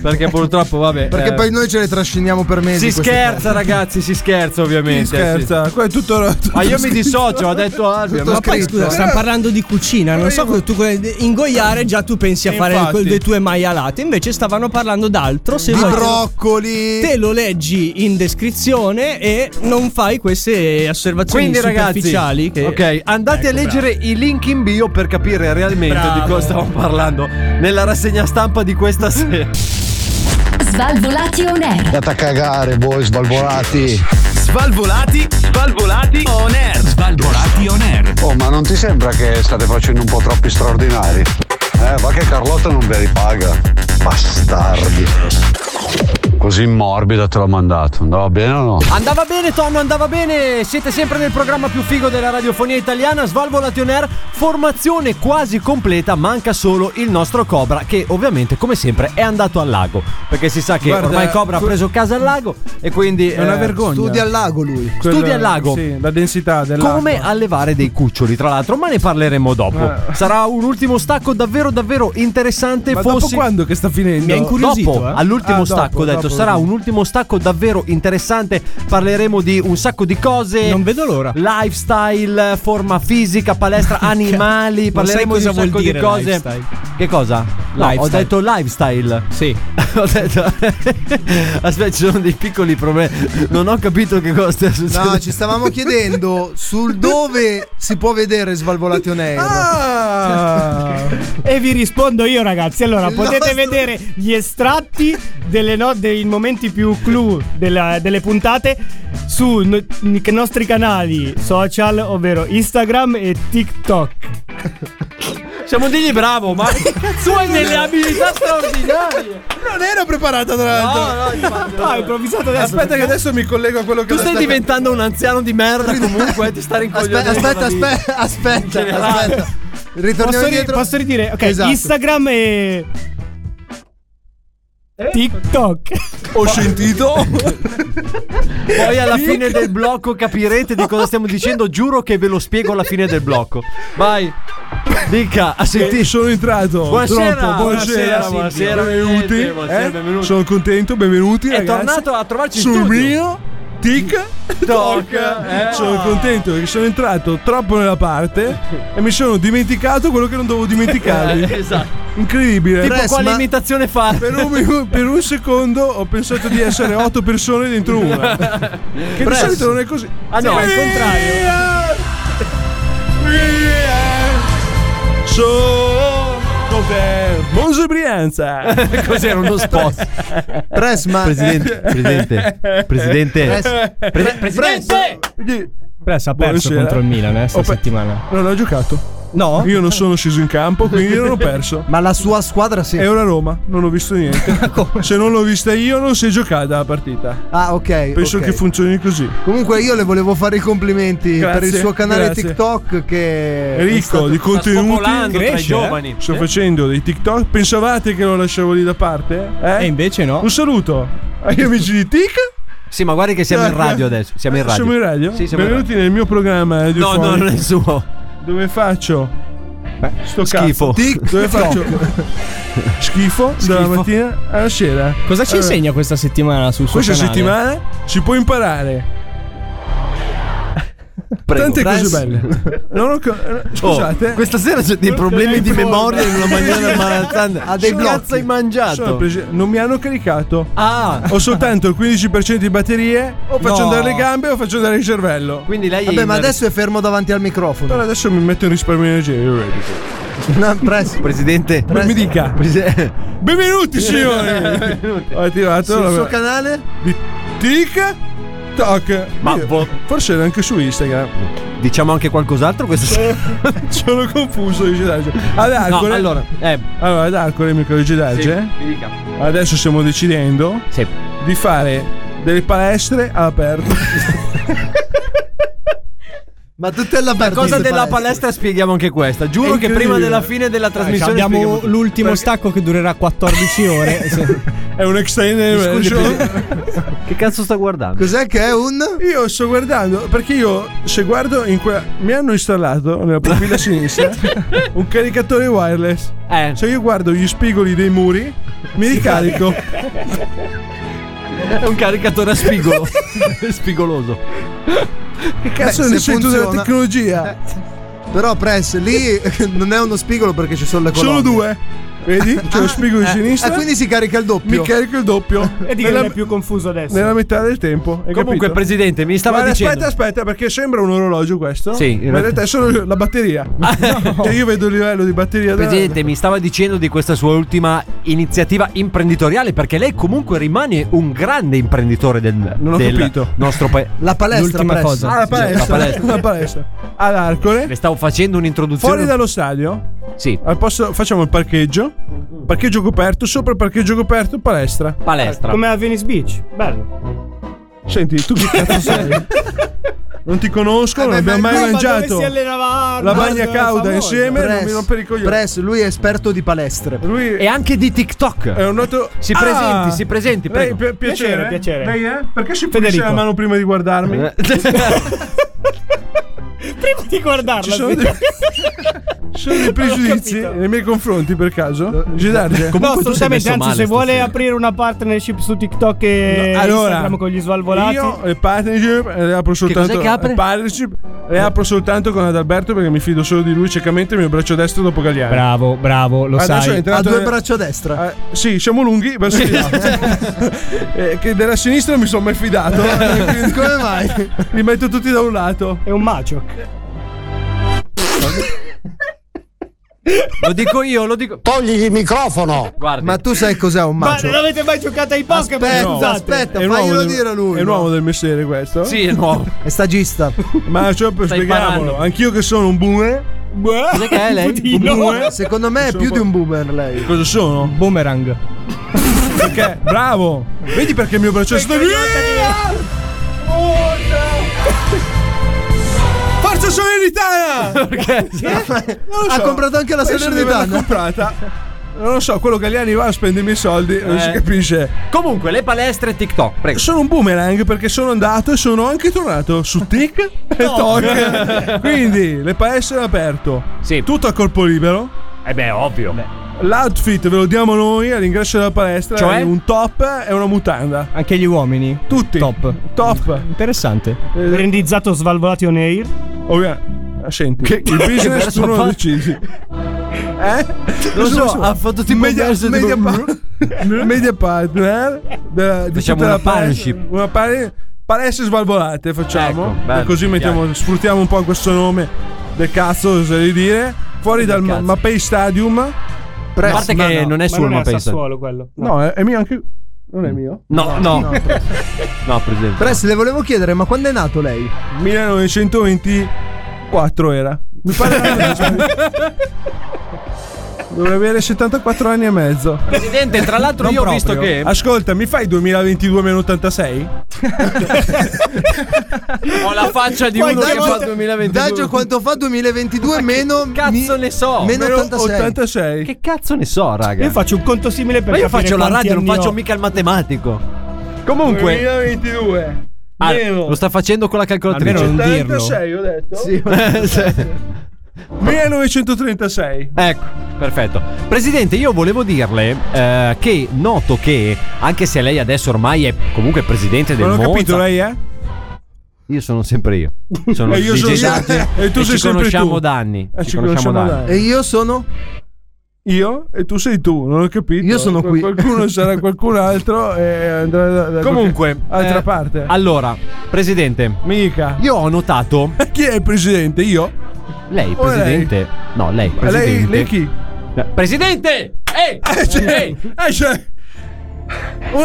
Speaker 5: Perché purtroppo, vabbè.
Speaker 9: Perché
Speaker 5: eh,
Speaker 9: poi noi ce le trasciniamo per mesi.
Speaker 5: Si
Speaker 9: queste
Speaker 5: scherza,
Speaker 9: cose.
Speaker 5: ragazzi, si scherza, ovviamente.
Speaker 9: Chi scherza?
Speaker 5: eh, sì.
Speaker 7: Qua è tutto.
Speaker 5: Ma io mi dissocio, ha detto Albi.
Speaker 11: Ma poi scusa, stiamo parlando di cucina, non
Speaker 5: Eh.
Speaker 11: so cosa tu ingoiare già tu pensi a fare
Speaker 5: Infatti.
Speaker 11: quel- le tue maialate, invece stavano parlando d'altro, se
Speaker 9: Di
Speaker 11: vuoi-
Speaker 9: broccoli.
Speaker 11: Te lo leggi in descrizione e non fai queste osservazioni
Speaker 5: Quindi ragazzi,
Speaker 11: superficiali che-
Speaker 5: ok, andate
Speaker 11: Ecco,
Speaker 5: a leggere i link in bio per capire realmente di
Speaker 11: Bravo.
Speaker 5: cosa stiamo parlando nella rassegna stampa di questa sera.
Speaker 4: Svalvolati on air.
Speaker 22: Andate a cagare voi svalvolati.
Speaker 18: Svalvolati, svalvolati on air. Svalvolati on air.
Speaker 22: Oh, ma non ti sembra che state facendo un po' troppi straordinari? Eh, va che Carlotta non ve li paga. Bastardi. Così morbida te l'ho mandato. Andava bene o no?
Speaker 5: Andava bene Tonno, andava bene, siete sempre nel programma più figo della radiofonia italiana, Svalvolati on Air, formazione quasi completa, manca solo il nostro Cobra che ovviamente come sempre è andato al lago, perché si sa che
Speaker 7: Guarda,
Speaker 5: ormai Cobra
Speaker 7: que-
Speaker 5: ha preso casa al lago e quindi...
Speaker 7: È una vergogna.
Speaker 9: Studia al lago lui.
Speaker 7: Quello-
Speaker 5: Studi al lago.
Speaker 7: Sì, la densità del
Speaker 5: Come allevare dei cuccioli, tra l'altro, ma ne parleremo dopo.
Speaker 7: Eh.
Speaker 5: Sarà un ultimo stacco davvero davvero interessante.
Speaker 7: Ma dopo
Speaker 5: fossi...
Speaker 7: quando che sta finendo?
Speaker 5: Mi ha incuriosito. Dopo,
Speaker 7: eh?
Speaker 5: all'ultimo
Speaker 7: Ah, dopo,
Speaker 5: stacco, ho detto,
Speaker 7: dopo,
Speaker 5: sarà
Speaker 7: sì.
Speaker 5: un ultimo stacco davvero interessante. Parleremo di un sacco di cose.
Speaker 11: Non vedo l'ora.
Speaker 5: Lifestyle, forma fisica, palestra, animali.
Speaker 11: Non sai
Speaker 5: Parleremo di
Speaker 11: cosa
Speaker 5: un sacco
Speaker 11: vuol dire
Speaker 5: di cose.
Speaker 11: lifestyle.
Speaker 5: Che cosa? No, ho
Speaker 11: Lifestyle.
Speaker 5: detto lifestyle.
Speaker 11: Sì.
Speaker 5: ho detto. Aspetta, ci sono dei piccoli problemi. Non ho capito che cosa stia succedendo.
Speaker 9: No, ci stavamo chiedendo sul dove si può vedere Svalvolati on Air.
Speaker 5: Ah,
Speaker 11: Ah.
Speaker 8: E vi rispondo io, ragazzi. Allora,
Speaker 9: Il
Speaker 8: potete
Speaker 9: nostro-
Speaker 8: vedere gli estratti delle no- dei momenti più clou della- delle puntate sui no- i nostri canali social, ovvero Instagram e TikTok.
Speaker 5: Siamo degli bravo, ma che cazzo hai delle abilità straordinarie? Ah,
Speaker 7: Non ero preparata tra l'altro.
Speaker 5: No,
Speaker 8: no, hai improvvisato adesso.
Speaker 7: Aspetta che adesso mi collego a quello che
Speaker 5: Tu
Speaker 7: ho
Speaker 5: stai
Speaker 7: detto.
Speaker 5: diventando un anziano di merda comunque, eh, ti sta rincoglionendo.
Speaker 9: Aspetta, aspetta,
Speaker 5: la
Speaker 9: aspetta,
Speaker 5: vita.
Speaker 9: aspetta,
Speaker 5: generale.
Speaker 9: aspetta. Ritorniamo
Speaker 8: Posso, ri-
Speaker 9: indietro.
Speaker 8: posso ridire? Ok,
Speaker 9: Esatto.
Speaker 8: Instagram e. TikTok.
Speaker 7: Ho sentito.
Speaker 5: Poi alla fine del blocco capirete di cosa stiamo dicendo, giuro che ve lo spiego alla fine del blocco. Vai. Dica, a
Speaker 7: Senti,
Speaker 5: sentire.
Speaker 7: sono entrato.
Speaker 5: Buonasera,
Speaker 7: Troppo, buonasera,
Speaker 5: buonasera, Silvio.
Speaker 7: Benvenuti.
Speaker 5: Benvenuti,
Speaker 7: eh?
Speaker 5: benvenuti.
Speaker 7: Sono contento, benvenuti.
Speaker 5: È
Speaker 7: ragazzi.
Speaker 5: tornato a trovarci in
Speaker 7: Sono
Speaker 5: studio.
Speaker 7: mio. Cioè, Tic, toc.
Speaker 5: eh.
Speaker 7: Sono contento perché sono entrato troppo nella parte e mi sono dimenticato quello che non dovevo dimenticarmi.
Speaker 5: Eh, esatto.
Speaker 7: Incredibile.
Speaker 5: Tipo, quale
Speaker 7: imitazione fa? Per un, minu- per un secondo ho pensato di essere otto persone dentro una. Che di
Speaker 5: Presso.
Speaker 7: solito non è così.
Speaker 5: Ah, no, al contrario.
Speaker 7: Sono Monza Brianza.
Speaker 5: Cos'era uno spot?
Speaker 9: Presma.
Speaker 5: Presidente, presidente, presidente.
Speaker 7: Pres-
Speaker 5: Pre- presidente!
Speaker 11: Presso ha perso
Speaker 7: Buonasera.
Speaker 11: contro il Milan eh, sta
Speaker 7: Ho pe-
Speaker 11: settimana.
Speaker 7: Non ho giocato. No? Io non sono sceso in campo, quindi non ho perso.
Speaker 9: Ma la sua squadra sì.
Speaker 7: È una Roma, non ho visto niente. Se non l'ho vista io, non si è giocata la partita.
Speaker 9: Ah, ok.
Speaker 7: Penso
Speaker 9: ok.
Speaker 7: che funzioni così.
Speaker 9: Comunque io le volevo fare i complimenti
Speaker 7: Grazie,
Speaker 9: per il suo canale
Speaker 7: grazie.
Speaker 9: TikTok che
Speaker 7: È
Speaker 9: è stato-
Speaker 7: ricco di contenuti.
Speaker 9: Cresce, eh?
Speaker 7: Sto facendo dei TikTok. Pensavate che lo lasciavo lì da parte? Eh?
Speaker 11: E invece no.
Speaker 7: Un saluto agli amici di Tic.
Speaker 5: Sì, ma guarda che siamo in radio adesso. Siamo in radio.
Speaker 7: Siamo in radio?
Speaker 5: Sì, siamo in
Speaker 7: Benvenuti nel mio programma.
Speaker 5: No,
Speaker 7: radiofonico.
Speaker 5: no, non è il suo.
Speaker 7: Dove faccio? Sto cazzo.
Speaker 5: schifo.
Speaker 7: Tic, dove faccio? schifo, dalla mattina alla sera.
Speaker 11: Cosa
Speaker 8: Eh.
Speaker 11: ci
Speaker 7: Allora,
Speaker 11: insegna questa settimana sul suo
Speaker 7: Questa
Speaker 11: canale?
Speaker 7: settimana si può imparare. Tante cose belle. Non ho co- eh, scusate.
Speaker 5: Oh, questa sera c'è dei problemi di memoria in una maniera imbarazzante.
Speaker 7: Ha dei
Speaker 5: Che
Speaker 7: blocchi.
Speaker 5: cazzo hai
Speaker 7: Sono
Speaker 5: mangiato?
Speaker 7: presi- non mi hanno caricato.
Speaker 5: Ah.
Speaker 7: Ho soltanto il 15% di batterie. O faccio
Speaker 9: No.
Speaker 7: andare le gambe o faccio andare il cervello.
Speaker 5: Quindi lei
Speaker 9: Vabbè, ma adesso è fermo davanti al microfono.
Speaker 7: Allora adesso mi metto in risparmio di energia. io vedo.
Speaker 9: No, presto.
Speaker 5: Presidente,
Speaker 7: Non mi dica. Benvenuti signori. Ho attivato
Speaker 9: Sul
Speaker 7: la-
Speaker 9: suo canale?
Speaker 7: di Tic Toc.
Speaker 5: Ma
Speaker 7: Io-
Speaker 5: vo-
Speaker 7: forse era anche su Instagram.
Speaker 5: diciamo anche qualcos'altro questa sera.
Speaker 7: Sono confuso dice Darge. Ad Arcore.
Speaker 5: No, allora, eh.
Speaker 7: Allora, ad Arcore, amico di Darge. Adesso stiamo decidendo di fare delle palestre all'aperto.
Speaker 9: Ma tutte alla
Speaker 5: La
Speaker 9: parte
Speaker 5: cosa della palestra spieghiamo anche questa. Giuro che prima
Speaker 7: incredibile.
Speaker 5: della fine della trasmissione
Speaker 11: abbiamo
Speaker 5: spieghiamo tutto.
Speaker 9: Eh.
Speaker 11: l'ultimo
Speaker 5: Perché-
Speaker 11: stacco che durerà 14 ore. Sì.
Speaker 7: È un extended version.
Speaker 5: Che cazzo sta guardando?
Speaker 9: Cos'è che è un?
Speaker 7: Io sto guardando perché io se guardo in quella mi hanno installato nella pupilla sinistra un caricatore wireless.
Speaker 5: Eh.
Speaker 7: Se io guardo gli spigoli dei muri mi ricarico.
Speaker 5: È un caricatore a spigolo. Spigoloso.
Speaker 7: Che cazzo ne sei tu della tecnologia?
Speaker 9: Però Press lì eh, non è uno spigolo perché ci sono le colonne.
Speaker 7: Solo due. Vedi? C'è lo spigolo di
Speaker 9: eh,
Speaker 7: sinistra.
Speaker 9: eh, quindi si carica il doppio.
Speaker 7: mi carico il doppio.
Speaker 8: E di che non è più confuso adesso.
Speaker 7: nella metà del tempo. hai
Speaker 5: Comunque,
Speaker 7: capito?
Speaker 5: presidente, mi stava
Speaker 7: Guarda,
Speaker 5: dicendo.
Speaker 7: Aspetta, aspetta, perché sembra un orologio questo.
Speaker 5: Sì,
Speaker 7: ma
Speaker 5: in
Speaker 7: in realtà
Speaker 5: realtà-
Speaker 7: è solo la batteria. Cioè, io vedo il livello di batteria della-
Speaker 5: Presidente, mi stava dicendo di questa sua ultima iniziativa imprenditoriale perché lei comunque rimane un grande imprenditore del,
Speaker 7: Non ho
Speaker 5: del
Speaker 7: capito.
Speaker 5: nostro paese.
Speaker 9: La palestra, Press.
Speaker 7: Ah, la palestra.
Speaker 5: La palestra.
Speaker 7: La palestra. Ad Arcore.
Speaker 5: Le stavo facendo un'introduzione.
Speaker 7: Fuori dallo stadio.
Speaker 5: Sì.
Speaker 7: al posto- facciamo il parcheggio. Parcheggio coperto. Sopra il parcheggio coperto, palestra.
Speaker 5: Palestra.
Speaker 8: Come a Venice Beach. Bello.
Speaker 7: Senti, tu che cazzo sei? Non ti conosco, non abbiamo mai mangiato. la bagna cauda insieme. Non mi rompere i coglioni.
Speaker 9: Press, lui è esperto di palestre.
Speaker 7: Lui
Speaker 5: E anche di TikTok.
Speaker 7: è un noto.
Speaker 5: Si
Speaker 7: Ah!
Speaker 5: presenti, si presenti.
Speaker 7: Lei,
Speaker 5: Prego.
Speaker 7: pi- piacere,
Speaker 8: Piacere, piacere.
Speaker 7: Lei è? Perché si pulisce
Speaker 8: Federico.
Speaker 7: la mano prima di guardarmi?
Speaker 5: Eh.
Speaker 8: Prima di
Speaker 7: Ci
Speaker 8: guardarla.
Speaker 7: sono dei, ci sono dei pregiudizi nei miei confronti per caso? Gidarge?
Speaker 8: No,
Speaker 5: Comunque tu sei
Speaker 8: assolutamente,
Speaker 5: messo
Speaker 8: anzi,
Speaker 5: male
Speaker 8: se vuole
Speaker 5: stasera.
Speaker 8: aprire una partnership su TikTok e Instagram con gli svalvolati,
Speaker 7: Io le partnership eh, le apro soltanto.
Speaker 5: cos'è che apre?
Speaker 7: le partnership le apro soltanto con Adalberto perché mi fido solo di lui ciecamente il mio braccio destro dopo Gagliano.
Speaker 11: Bravo, bravo, lo
Speaker 7: Adesso è
Speaker 11: sai.
Speaker 9: Ha
Speaker 7: entrato
Speaker 9: due
Speaker 7: nel-
Speaker 9: braccia a destra.
Speaker 7: Eh, sì, siamo lunghi, verso di là. Eh, che della sinistra non mi sono mai fidato. quindi
Speaker 9: Come mai?
Speaker 7: Li metto tutti da un lato.
Speaker 8: è un macio.
Speaker 5: Lo dico io, lo dico.
Speaker 6: Togli il microfono!
Speaker 5: Guardi.
Speaker 9: Ma tu sai cos'è un
Speaker 8: Ma
Speaker 9: macio?
Speaker 8: non avete mai giocato ai Pokémon?
Speaker 9: Aspetta,
Speaker 8: Scusate.
Speaker 9: aspetta,
Speaker 7: È un uomo
Speaker 9: faglielo
Speaker 7: del-
Speaker 9: dire a lui.
Speaker 7: È un
Speaker 9: no?
Speaker 7: uomo del mestiere questo?
Speaker 5: Sì, è nuovo.
Speaker 9: È stagista.
Speaker 7: Ma cioè, per
Speaker 5: Stai
Speaker 7: spieghiamolo,
Speaker 5: imparando.
Speaker 7: anch'io che sono un boomer.
Speaker 5: Cos'è che è lei?
Speaker 7: Un boomer?
Speaker 9: Secondo me è più di un boomer lei.
Speaker 7: Cosa sono?
Speaker 11: Boomerang.
Speaker 7: Perché? Bravo! Vedi perché il mio braccio è stato. Forza Salernitana!
Speaker 5: Perché?
Speaker 7: Non lo
Speaker 9: Ha
Speaker 7: so.
Speaker 9: comprato anche la
Speaker 7: Penso di averla
Speaker 9: Salernitana.
Speaker 7: comprata. Non lo so, quello Galliani va a spendermi i soldi, non
Speaker 5: Eh.
Speaker 7: si capisce.
Speaker 5: Comunque, le palestre e TikTok, prego.
Speaker 7: Sono un boomerang perché sono andato e sono anche tornato su Tic e Toc. Quindi le palestre all'aperto.
Speaker 5: Sì.
Speaker 7: Tutto a corpo libero.
Speaker 5: Eh beh, ovvio.
Speaker 7: L'outfit ve lo diamo noi all'ingresso della palestra.
Speaker 11: Cioè?
Speaker 7: è un top e una mutanda.
Speaker 11: Anche gli uomini?
Speaker 7: Tutti.
Speaker 11: Top.
Speaker 7: Top.
Speaker 11: Interessante.
Speaker 8: Brandizzato Svalvolati on air.
Speaker 7: Senti, il business tu non lo decidi. Eh?
Speaker 5: Lo so, ha fatto tipo
Speaker 7: media,
Speaker 5: un verso
Speaker 7: media,
Speaker 5: tipo-
Speaker 7: pa- media partner. della- di
Speaker 5: Facciamo
Speaker 7: tutta la
Speaker 5: una
Speaker 7: palestra-
Speaker 5: partnership.
Speaker 7: Una pare- palestra svalvolate facciamo.
Speaker 5: Ecco, bello,
Speaker 7: E così
Speaker 5: mi
Speaker 7: mettiamo-
Speaker 5: piace.
Speaker 7: sfruttiamo un po' questo nome del cazzo, oserei dire. Fuori dal Ma- Mapei Stadium.
Speaker 5: A parte
Speaker 7: Ma
Speaker 5: che
Speaker 7: no,
Speaker 5: non
Speaker 7: ma
Speaker 5: è solo una pensa.
Speaker 8: quello.
Speaker 7: No, è, è mio anche. Non è mio?
Speaker 5: No, no. No, presidente.
Speaker 9: Press, le volevo chiedere, ma quando è nato lei?
Speaker 7: 1924 era. Mi pare Dovrei avere 74 anni e mezzo.
Speaker 5: Presidente, tra l'altro
Speaker 7: Non
Speaker 5: io ho
Speaker 7: proprio.
Speaker 5: visto che
Speaker 7: Ascolta, mi fai 2022 meno 86?
Speaker 5: ho la faccia di
Speaker 9: Poi
Speaker 5: uno che
Speaker 9: Daggio-
Speaker 5: fa 2022.
Speaker 9: Daggio quanto fa 2022 meno...
Speaker 5: Cazzo ne so.
Speaker 9: Meno 86.
Speaker 5: Che cazzo ne so, raga?
Speaker 8: Io faccio un conto simile per
Speaker 5: Ma io
Speaker 8: capire
Speaker 5: faccio la
Speaker 8: quanti
Speaker 5: radio, non
Speaker 8: anni
Speaker 5: faccio
Speaker 8: ho.
Speaker 5: mica il matematico. Comunque,
Speaker 7: 2022.
Speaker 5: Ah,
Speaker 7: meno.
Speaker 5: lo sta facendo con la calcolatrice.
Speaker 7: Almeno non dirlo. 86, ho detto.
Speaker 5: Sì.
Speaker 7: 1936.
Speaker 5: Ecco, perfetto. Presidente, io volevo dirle eh, che noto che, anche se lei adesso ormai è comunque presidente del
Speaker 7: Non ho
Speaker 5: Monza-
Speaker 7: capito, lei eh? è?
Speaker 5: Io sono sempre io. Sono
Speaker 7: E Eh, io
Speaker 5: DJ
Speaker 7: sono-
Speaker 5: Dante
Speaker 7: e tu sei
Speaker 5: ci
Speaker 7: sempre
Speaker 5: conosciamo
Speaker 7: tu.
Speaker 5: da anni.
Speaker 7: Eh, ci conosciamo da anni.
Speaker 9: E io sono...
Speaker 7: Io e tu sei tu, non ho capito.
Speaker 9: Io sono
Speaker 7: Qual-
Speaker 9: qui.
Speaker 7: Qualcuno sarà qualcun altro e andrà da, da
Speaker 5: Comunque,
Speaker 7: qualche altra
Speaker 5: eh,
Speaker 7: parte.
Speaker 5: Allora, presidente,
Speaker 7: Mica.
Speaker 5: io ho notato
Speaker 7: Chi è il presidente? Io?
Speaker 5: lei
Speaker 7: O
Speaker 5: presidente. No, lei
Speaker 7: Ma Oh, lei-
Speaker 5: presidente.
Speaker 7: lei chi?
Speaker 5: Eh, Presidente! Ehi! Ehi!
Speaker 7: Eh, cioè, un,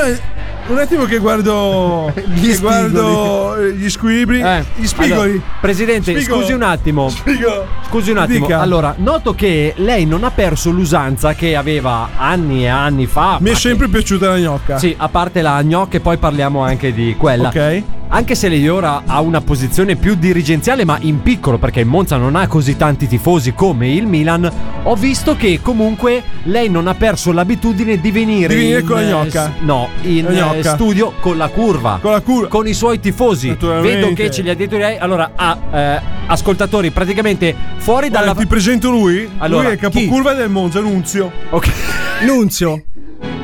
Speaker 7: un attimo che guardo
Speaker 9: Gli
Speaker 7: che guardo eh, gli squilibri,
Speaker 5: Eh,
Speaker 7: gli spigoli.
Speaker 5: allora, presidente,
Speaker 7: Spigolo.
Speaker 5: scusi un attimo.
Speaker 7: Spigo.
Speaker 5: Scusi un attimo.
Speaker 7: Dica.
Speaker 5: Allora, noto che lei non ha perso l'usanza che aveva anni e anni fa.
Speaker 7: Mi
Speaker 5: ma
Speaker 7: è
Speaker 5: che-
Speaker 7: sempre piaciuta la gnocca.
Speaker 5: Sì, a parte la gnocca e poi parliamo anche di quella.
Speaker 7: Ok.
Speaker 5: Anche se lei ora ha una posizione più dirigenziale, ma in piccolo, perché il Monza non ha così tanti tifosi come il Milan, ho visto che comunque lei non ha perso l'abitudine di venire.
Speaker 7: Di venire
Speaker 5: in,
Speaker 7: con la
Speaker 5: eh,
Speaker 7: gnocca.
Speaker 5: s- No, in
Speaker 7: La gnocca.
Speaker 5: eh, studio con la curva.
Speaker 7: Con la curva.
Speaker 5: Con i suoi tifosi.
Speaker 7: Naturalmente.
Speaker 5: Vedo che ce li ha dietro di lei. Allora, ha eh, ascoltatori praticamente fuori
Speaker 7: Guarda,
Speaker 5: dalla.
Speaker 7: Eh, ti presento lui.
Speaker 5: Allora,
Speaker 7: lui è il
Speaker 5: chi?
Speaker 7: capocurva del Monza Nunzio.
Speaker 11: Nunzio.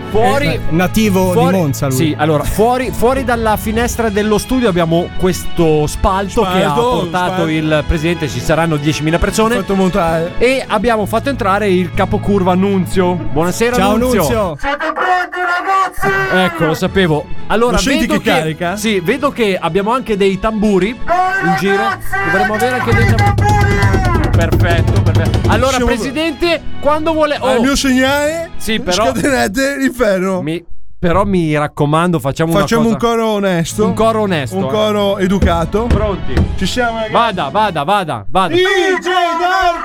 Speaker 5: Fuori,
Speaker 11: Eh, Nativo
Speaker 5: fuori-
Speaker 11: di Monza lui.
Speaker 5: Sì, allora, fuori, fuori dalla finestra dello studio abbiamo questo spalto, che ha
Speaker 7: Spalto,
Speaker 5: portato
Speaker 7: spalto.
Speaker 5: il presidente, ci saranno 10.000 persone.
Speaker 7: Fatto montare.
Speaker 5: E abbiamo fatto entrare il capocurva Nunzio. Buonasera,
Speaker 11: Ciao
Speaker 5: Nunzio.
Speaker 11: Nunzio.
Speaker 21: Siete pronti ragazzi?
Speaker 5: Ecco, lo sapevo. Allora,
Speaker 7: Lo senti
Speaker 5: vedo
Speaker 7: che carica?
Speaker 5: Sì, vedo che abbiamo anche dei tamburi in giro. Dovremmo avere anche dei tamburi. Perfetto, perfetto. Allora,
Speaker 7: Siamo-
Speaker 5: presidente, quando vuole. Oh,
Speaker 7: Al Ah, mio segnale
Speaker 5: Sì, però-
Speaker 7: scatenate l'inferno.
Speaker 5: mi- Però mi raccomando, facciamo, una
Speaker 7: Facciamo
Speaker 5: cosa-
Speaker 7: un coro onesto.
Speaker 5: Un coro onesto.
Speaker 7: Un
Speaker 5: eh.
Speaker 7: coro educato.
Speaker 5: Pronti.
Speaker 7: Ci siamo, ragazzi.
Speaker 5: Vada, vada, vada, vada.
Speaker 7: DJ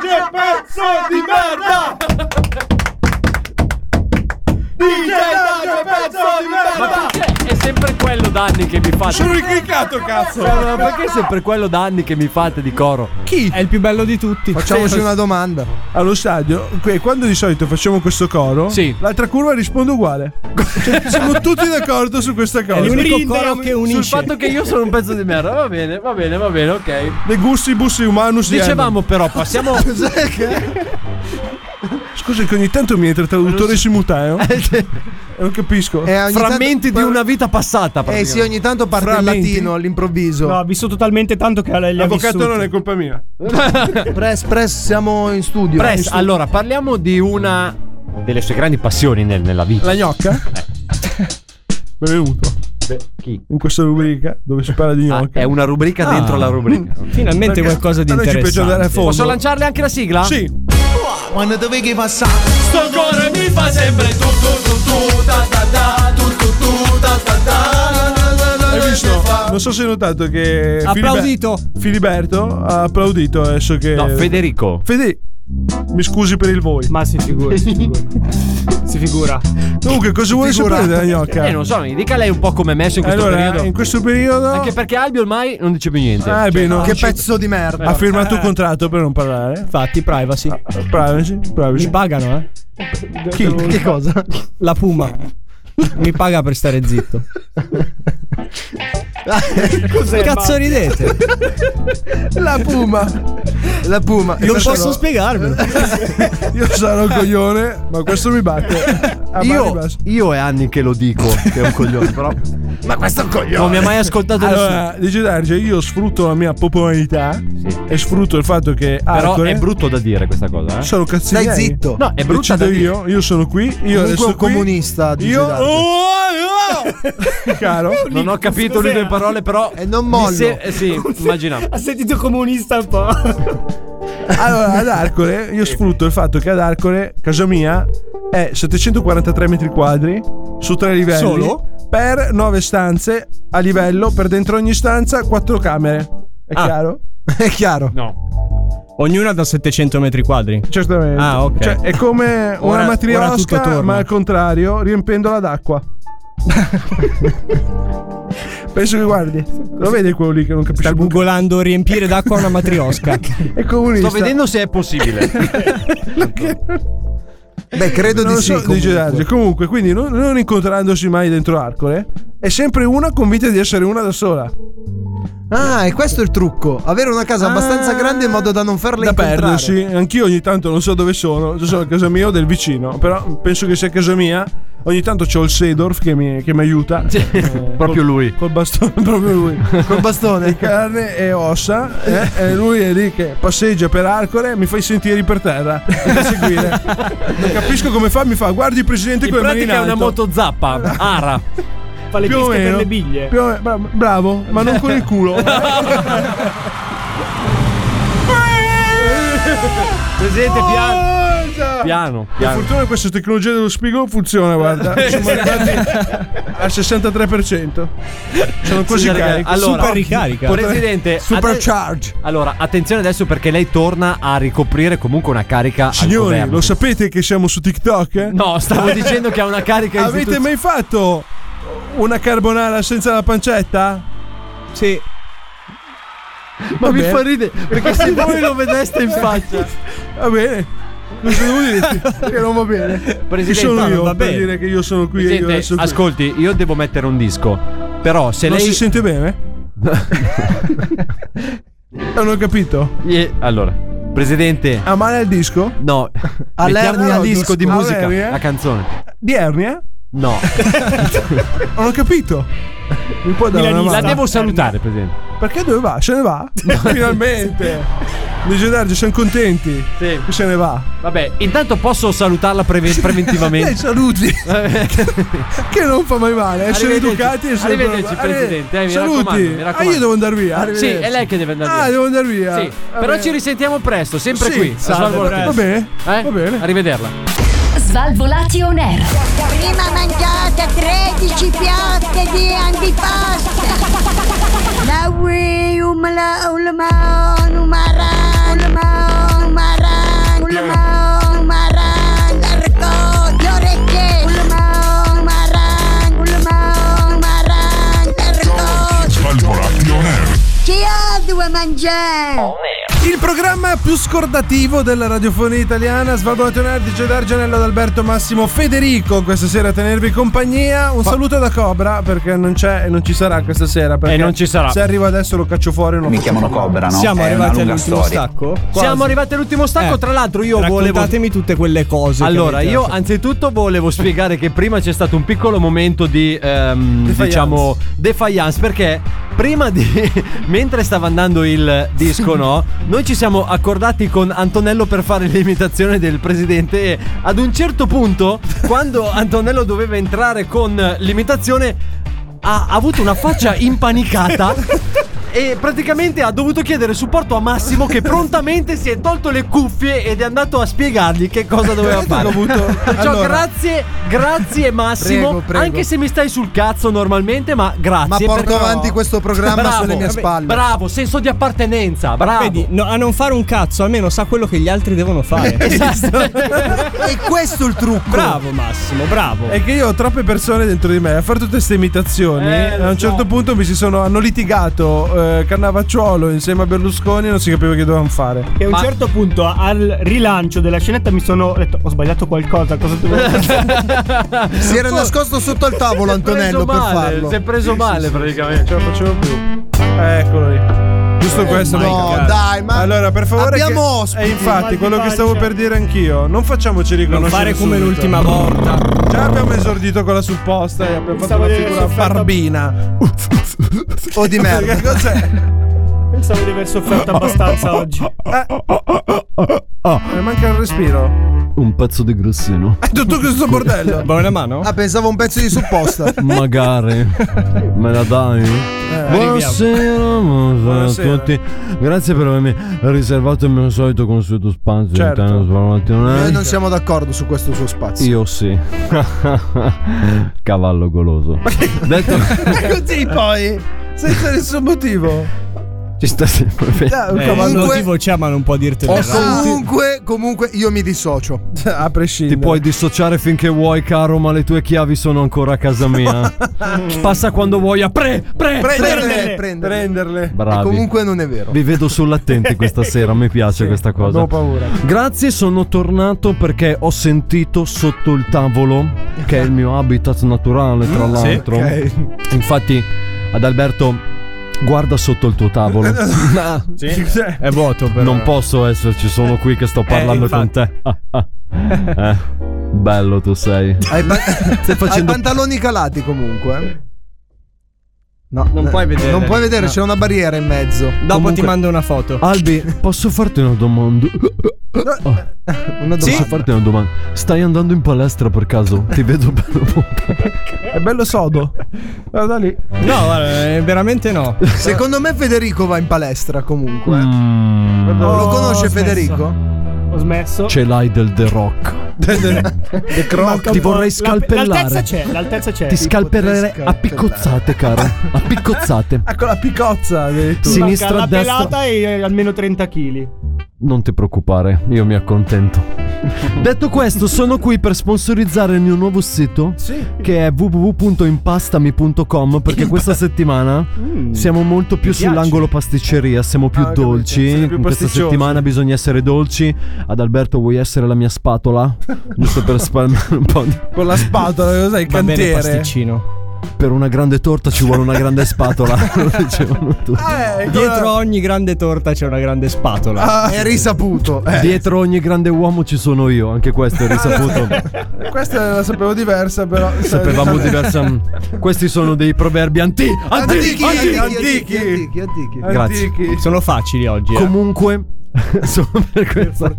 Speaker 7: Darge, pezzo di merda! DJ Darge, pezzo di
Speaker 5: Ma
Speaker 7: merda!
Speaker 5: perché è sempre quello d'anni che mi
Speaker 7: Sono
Speaker 5: fate? Cioè,
Speaker 7: ricliccato, cazzo!
Speaker 5: Ma perché è sempre quello d'anni che mi fate di coro?
Speaker 7: Chi?
Speaker 11: È il più bello di tutti.
Speaker 9: Facciamoci una domanda.
Speaker 7: Allo stadio, que- quando di solito facciamo questo coro,
Speaker 5: Sì.
Speaker 7: l'altra curva risponde uguale. Cioè, siamo tutti d'accordo su questa cosa.
Speaker 11: È l'unico
Speaker 7: Brinda-
Speaker 11: coro che
Speaker 5: Sul
Speaker 11: unisce.
Speaker 5: fatto che io sono un pezzo di merda. Va bene, va bene, va bene, ok.
Speaker 7: De gusti bussi humanus di
Speaker 5: Dicevamo però, passiamo.
Speaker 7: Hanno. Scusa che ogni tanto mi entra il traduttore simultaneo. non capisco.
Speaker 5: Eh,
Speaker 9: E ogni tanto-
Speaker 5: Frammenti di una vita passata.
Speaker 9: Eh sì,
Speaker 5: praticamente.
Speaker 9: ogni tanto parte
Speaker 7: Frammenti?
Speaker 9: il latino all'improvviso.
Speaker 8: No, ha vissuto talmente tanto che li ha
Speaker 7: L'avvocato
Speaker 8: vissuti.
Speaker 7: non è colpa mia.
Speaker 9: Press, press, siamo in studio.
Speaker 5: Press,
Speaker 9: In studio.
Speaker 5: allora parliamo di una delle sue grandi passioni nel- nella vita.
Speaker 7: La gnocca? Benvenuto
Speaker 5: Chi?
Speaker 7: in questa rubrica dove si parla di
Speaker 5: Ah,
Speaker 7: gnocca.
Speaker 5: è una rubrica dentro
Speaker 11: Ah.
Speaker 5: la rubrica.
Speaker 11: Finalmente
Speaker 7: Perché
Speaker 11: qualcosa di
Speaker 7: a noi ci piace andare a
Speaker 11: interessante.
Speaker 7: fondo.
Speaker 5: Posso lanciarle anche la sigla?
Speaker 7: Sì.
Speaker 17: Quando dovevi passare
Speaker 5: Sto cuore mi fa sempre tu tu tu tu da da da tu tu tu da da
Speaker 7: Hai visto? Non so se hai notato che. Filiber-
Speaker 11: Applaudito.
Speaker 7: Filiberto ha applaudito adesso che.
Speaker 5: No, Federico.
Speaker 7: Fede- Mi scusi per il voi.
Speaker 8: Ma si figura, si figura. si figura.
Speaker 7: Comunque, cosa vuole sapere della gnocca?
Speaker 5: Eh, non so, mi dica lei un po' come è messo in questo
Speaker 7: allora,
Speaker 5: periodo.
Speaker 7: in questo periodo.
Speaker 5: Anche Cioè, perché Albi ormai non dice più niente.
Speaker 7: Ah, beh, no.
Speaker 9: Che pezzo di merda.
Speaker 7: Ha
Speaker 5: Eh.
Speaker 7: firmato un contrato per non parlare.
Speaker 11: Infatti, privacy.
Speaker 5: Ah,
Speaker 7: Privacy, privacy.
Speaker 9: Cioè.
Speaker 11: Mi pagano, eh?
Speaker 7: Chi?
Speaker 9: Che cosa?
Speaker 11: La Puma. Mi paga per stare zitto. Cos'è? Cazzo ridete?
Speaker 9: La puma. La puma.
Speaker 11: Non posso spiegarvelo.
Speaker 7: Io sarò un coglione, ma questo mi batte. A mani
Speaker 5: Io,
Speaker 7: basse.
Speaker 5: io è anni che lo dico che è un coglione, però. Ma questo è un coglione. Non mi ha mai ascoltato nessuno.
Speaker 7: Allora, dice Darge, io sfrutto la mia popolarità e sfrutto il fatto che
Speaker 5: Però
Speaker 7: Arcore
Speaker 5: è brutto da dire questa cosa. Eh?
Speaker 7: sono cazzi
Speaker 5: Stai
Speaker 7: miei.
Speaker 5: zitto. No, è
Speaker 7: Decido
Speaker 5: brutta da dire.
Speaker 7: io, io sono qui, io
Speaker 9: Comunque
Speaker 7: adesso
Speaker 9: un
Speaker 7: qui,
Speaker 9: comunista, dice
Speaker 7: Io
Speaker 9: Darge.
Speaker 7: caro,
Speaker 5: Non ho capito le tue parole, però. E Eh, non Ah,
Speaker 7: mollo.
Speaker 5: sì, immaginavo.
Speaker 8: Ha sentito comunista un po'.
Speaker 7: Allora, ad Arcore io sfrutto il fatto che ad Arcore casa mia è 743 metri quadri su tre livelli.
Speaker 11: Solo?
Speaker 7: Per nove stanze a livello, per dentro ogni stanza quattro camere. È
Speaker 11: Ah.
Speaker 7: chiaro? È chiaro.
Speaker 11: No. Ognuna da 700 metri quadri.
Speaker 7: Certamente.
Speaker 11: Ah, ok.
Speaker 7: Cioè, è come una
Speaker 11: Ora- ora tutto
Speaker 7: matriosca,
Speaker 11: torna.
Speaker 7: ma al contrario, riempendola d'acqua. Penso che guardi, lo vedi quello lì che non capisce.
Speaker 11: Sta googolando riempire d'acqua una matriosca.
Speaker 7: È comunista.
Speaker 5: Sto vedendo se è possibile.
Speaker 9: Beh, credo
Speaker 7: Eh, Non
Speaker 9: di
Speaker 7: so,
Speaker 9: sì.
Speaker 7: dice Darge. Comunque, quindi non, non incontrandosi mai dentro Arcole, è sempre una convinta di essere una da sola.
Speaker 9: Ah, e questo è il trucco. Avere una casa abbastanza grande in modo da non farle
Speaker 7: Ah, da
Speaker 9: incontrare.
Speaker 7: perdersi. Anch'io ogni tanto non so dove sono, se sono a casa mia o del vicino, però penso che sia a casa mia. Ogni tanto c'ho il Sedorf che mi, che mi aiuta. proprio lui. Col bastone, proprio lui.
Speaker 9: Col bastone.
Speaker 7: Di carne e ossa. eh, e lui è lì che passeggia per Arcore mi fa i sentieri per terra. Da seguire. Non capisco come fa, mi fa, guardi il presidente
Speaker 5: In
Speaker 7: con le mani in
Speaker 5: pratica è una
Speaker 7: alto."
Speaker 5: motozappa. Ara.
Speaker 8: Fa le
Speaker 7: Più o
Speaker 8: piste per
Speaker 7: meno.
Speaker 8: le biglie.
Speaker 7: Più o me- bra- bravo, ma non con il culo.
Speaker 5: Presente piano.
Speaker 7: Oh!
Speaker 5: Piano,
Speaker 7: Per
Speaker 5: piano.
Speaker 7: fortuna questa tecnologia dello spigo funziona, guarda. Siamo arrivati al 63%. Sono così
Speaker 5: Sì, raga,
Speaker 7: carico.
Speaker 5: allora, Presidente,
Speaker 7: Supercharge.
Speaker 5: ade- allora, attenzione adesso perché lei torna a ricoprire comunque una carica. al
Speaker 7: Signori,
Speaker 5: governo.
Speaker 7: lo sapete che siamo su TikTok? eh?
Speaker 5: No, stavo dicendo che ha una carica
Speaker 7: Avete
Speaker 5: istituzionale.
Speaker 7: mai fatto una carbonara senza la pancetta?
Speaker 11: Sì.
Speaker 5: Ma mi
Speaker 7: Vabbè.
Speaker 5: fa ridere perché se voi lo vedeste in faccia.
Speaker 7: Va bene. Cosa devo dirti? Che non va bene. Chi
Speaker 5: Presidente,
Speaker 7: sono
Speaker 5: no,
Speaker 7: io
Speaker 5: va
Speaker 7: per
Speaker 5: bene.
Speaker 7: dire che io sono qui e io
Speaker 5: Presidente,
Speaker 7: adesso qui?
Speaker 5: ascolti, io devo mettere un disco. Però se
Speaker 7: non
Speaker 5: lei
Speaker 7: si sente bene? non ho capito.
Speaker 5: Eh, allora, presidente,
Speaker 7: Ha male al disco?
Speaker 5: no. Mettiamo
Speaker 7: All'ernia
Speaker 5: un disco di
Speaker 7: disco.
Speaker 5: musica,
Speaker 7: All'ernia?
Speaker 5: la canzone.
Speaker 7: Di ernia?
Speaker 5: No.
Speaker 7: Non ho capito. Mi può dare una
Speaker 5: La
Speaker 7: mano?
Speaker 5: devo salutare, presidente.
Speaker 7: Perché dove va? Se ne va? Finalmente. Dice Darge, siamo contenti.
Speaker 5: Sì.
Speaker 7: Che se ne va.
Speaker 5: Vabbè, intanto posso salutarla preve- preventivamente.
Speaker 7: Dai, saluti. che non fa mai male. Essere
Speaker 5: Arrivederci.
Speaker 7: educati e sempre-
Speaker 5: Arrivederci, presidente, eh, mi
Speaker 7: saluti.
Speaker 5: raccomando, mi raccomando.
Speaker 7: Ah, io devo andare via.
Speaker 5: Sì, è lei che deve andare
Speaker 7: Ah,
Speaker 5: via.
Speaker 7: devo andare via.
Speaker 5: Sì, però ci risentiamo presto, sempre
Speaker 7: Ah, Sì,
Speaker 5: qui. a
Speaker 7: salve,
Speaker 5: Svalvolati.
Speaker 7: va bene,
Speaker 5: Eh? Arrivederla.
Speaker 4: Svalvolati on air.
Speaker 2: Prima mangiate 13 piatte di antipasto. La um, ui umla ulma numara ulma numara ulma numara largo um, le orecchie Um, ulma numara um, ulma numara largo.
Speaker 23: Svalvolati on air.
Speaker 2: um, Chi ha due mangiare?
Speaker 7: Il programma più scordativo della radiofonia italiana, Svalvolato Nerd, dice D'Argenello ad Alberto Massimo Federico, questa sera a tenervi compagnia. Un saluto da Cobra perché non c'è e non ci sarà questa sera. perché
Speaker 5: E non ci sarà.
Speaker 7: Se arrivo adesso lo caccio fuori. Non Mi chiamano Cobra,
Speaker 11: Siamo arrivati all'ultimo stacco.
Speaker 5: Siamo arrivati all'ultimo stacco,
Speaker 11: Eh,
Speaker 5: tra l'altro io volevo
Speaker 11: Raccontatemi tutte quelle cose. che
Speaker 5: Allora,
Speaker 11: avete
Speaker 5: io
Speaker 11: lasciato.
Speaker 5: anzitutto volevo spiegare che prima c'è stato un piccolo momento di ehm,
Speaker 11: Defiance.
Speaker 5: diciamo defiance perché prima di mentre stava andando il disco no, noi ci siamo accordati con Antonello per fare l'imitazione del presidente e ad un certo punto quando Antonello doveva entrare con l'imitazione ha avuto una faccia impanicata e praticamente ha dovuto chiedere supporto a Massimo che prontamente si è tolto le cuffie ed è andato a spiegargli che cosa doveva
Speaker 7: Veramente
Speaker 5: fare.
Speaker 7: dovuto-
Speaker 5: Perciò
Speaker 7: Allora.
Speaker 5: Cioè, grazie, grazie Massimo,
Speaker 9: Prego, prego.
Speaker 5: anche se mi stai sul cazzo normalmente, ma grazie.
Speaker 9: Ma porto
Speaker 5: perché-
Speaker 9: avanti questo programma
Speaker 5: Bravo,
Speaker 9: sulle mie
Speaker 5: vabbè,
Speaker 9: spalle.
Speaker 5: Bravo, senso di appartenenza, bravo.
Speaker 11: Vedi, no, a non fare un cazzo, almeno sa quello che gli altri devono fare.
Speaker 9: E questo è il trucco.
Speaker 11: bravo Massimo, bravo.
Speaker 7: È che io ho troppe persone dentro di me a fare tutte queste imitazioni.
Speaker 5: Eh, lo
Speaker 7: a un
Speaker 5: so.
Speaker 7: certo punto mi si sono hanno litigato eh, eh, Cannavacciuolo insieme a Berlusconi non si capiva che dovevano fare.
Speaker 8: Che a un certo punto a- al rilancio della scenetta mi sono detto ho sbagliato qualcosa, cosa dovevo
Speaker 9: Si era nascosto sotto al tavolo Antonello per farlo.
Speaker 5: Si è preso
Speaker 9: Sì,
Speaker 5: male
Speaker 9: sì, sì.
Speaker 5: praticamente.
Speaker 7: Non facevo più. Eccolo lì. Giusto questo.
Speaker 9: my
Speaker 7: Eh, no,
Speaker 9: God.
Speaker 7: dai, ma allora per favore
Speaker 9: abbiamo
Speaker 7: che-
Speaker 9: ospiti. Mal
Speaker 7: E
Speaker 9: di
Speaker 7: infatti quello che
Speaker 9: pancia.
Speaker 7: stavo per dire anch'io, non facciamoci riconoscere
Speaker 11: fare come
Speaker 7: subito.
Speaker 11: l'ultima volta.
Speaker 7: Già abbiamo esordito con la supposta e abbiamo fatto
Speaker 8: Stavo
Speaker 7: una
Speaker 8: di aver
Speaker 7: figura
Speaker 8: sofferto-
Speaker 7: farbina. o di merda. cos'è?
Speaker 8: Pensavo di aver sofferto abbastanza oggi.
Speaker 7: Mi manca il respiro.
Speaker 5: Un pezzo di grissino.
Speaker 7: tutto questo bordello.
Speaker 11: Vuoi una mano?
Speaker 9: Ah, pensavo un pezzo di supposta.
Speaker 5: Magari me la dai? Eh, buonasera, buonasera
Speaker 9: Buonasera.
Speaker 5: a tutti. Grazie per avermi riservato il mio solito consueto spazio.
Speaker 9: Certo.
Speaker 5: interno, svalvolati on air.
Speaker 9: Noi non siamo d'accordo su questo suo spazio.
Speaker 5: Io sì. Cavallo goloso. Detto
Speaker 7: Così poi, senza nessun motivo.
Speaker 9: Eh,
Speaker 5: ci sta sempre
Speaker 7: Dai, un
Speaker 11: Eh,
Speaker 7: cavallo-
Speaker 11: Un motivo c'è, ma non può dirtelo.
Speaker 9: Ho comunque, comunque, io mi dissocio.
Speaker 7: A prescindere.
Speaker 5: Ti puoi dissociare finché vuoi, caro, ma le tue chiavi sono ancora a casa mia. Passa quando vuoi a pre, pre,
Speaker 9: Prenderle,
Speaker 5: prenderle.
Speaker 9: prenderle. E
Speaker 5: Bravi.
Speaker 9: comunque non è vero.
Speaker 5: Vi vedo sull'attenti questa sera, mi piace questa cosa.
Speaker 9: abbiamo paura.
Speaker 5: Grazie, sono tornato perché ho sentito sotto il tavolo, che è il mio habitat naturale, tra
Speaker 7: Mm, sì,
Speaker 5: l'altro.
Speaker 7: ok.
Speaker 5: Infatti, ad Alberto. Guarda sotto il tuo tavolo.
Speaker 7: Cioè,
Speaker 5: Eh.
Speaker 11: È vuoto, però.
Speaker 5: Non posso esserci, sono qui che sto parlando con te. Eh, bello tu sei.
Speaker 9: Hai, pa- hai
Speaker 5: facendo-
Speaker 9: pantaloni calati comunque. eh? No,
Speaker 11: Non
Speaker 9: eh,
Speaker 11: puoi vedere.
Speaker 9: Non puoi vedere,
Speaker 11: No.
Speaker 9: c'è una barriera in mezzo. Ah,
Speaker 11: Dopo ti
Speaker 5: Comunque-
Speaker 11: mando una foto.
Speaker 5: Albi, posso farti una domanda?
Speaker 9: Una
Speaker 5: Posso
Speaker 9: domanda.
Speaker 5: farti una domanda? Stai andando in palestra per caso? Ti vedo bello
Speaker 7: È bello sodo. Guarda lì.
Speaker 11: No, guarda, eh, veramente no.
Speaker 9: Secondo me Federico va in palestra comunque.
Speaker 5: Mm,
Speaker 9: Lo
Speaker 8: Oh,
Speaker 9: conosce
Speaker 8: ho smesso.
Speaker 9: Federico?
Speaker 8: Ho smesso.
Speaker 5: Ce l'hai del The Rock.
Speaker 9: The
Speaker 8: Manca un
Speaker 5: Ti
Speaker 8: po'.
Speaker 5: vorrei
Speaker 8: La-
Speaker 5: scalpellare.
Speaker 8: L'altezza c'è, l'altezza c'è.
Speaker 5: Ti scalpererei a
Speaker 9: scalpellare.
Speaker 5: piccozzate, caro. A piccozzate.
Speaker 7: Ecco la eh, piccozza.
Speaker 8: Tu
Speaker 7: addirittura.
Speaker 5: Sinistra,
Speaker 8: manca la
Speaker 5: destra.
Speaker 8: pelata e eh, almeno 30 kg.
Speaker 5: Non ti preoccupare, io mi accontento. Detto questo, sono qui per sponsorizzare il mio nuovo sito che è www.impastami.com perché questa settimana siamo molto più sull'angolo pasticceria, siamo più
Speaker 7: Mm. Ah, ho capito, siete
Speaker 5: dolci.
Speaker 7: più
Speaker 5: questa
Speaker 7: pasticciosi.
Speaker 5: settimana bisogna essere dolci. Ad Alberto vuoi essere la mia spatola? Giusto per spalmare un po' di...
Speaker 7: Con la spatola, cosa sai, il
Speaker 11: Va bene,
Speaker 7: cantiere.
Speaker 11: pasticcino.
Speaker 5: Per una grande torta ci vuole una grande spatola, lo dicevano tutti.
Speaker 7: Eh,
Speaker 9: Ah.
Speaker 11: Dietro ogni grande torta c'è una grande spatola.
Speaker 7: Ah.
Speaker 9: È risaputo. eh.
Speaker 5: Dietro ogni grande uomo ci sono io, anche questo è risaputo.
Speaker 7: Eh. Questa la sapevo diversa, però.
Speaker 5: Sapevamo diversa. Questi sono dei proverbi anti-
Speaker 9: Antichi,
Speaker 5: antichi.
Speaker 9: antichi,
Speaker 7: antichi.
Speaker 9: antichi, antichi, antichi.
Speaker 5: Grazie.
Speaker 7: Antichi.
Speaker 11: Sono facili oggi. eh.
Speaker 5: Comunque, solo per, questa,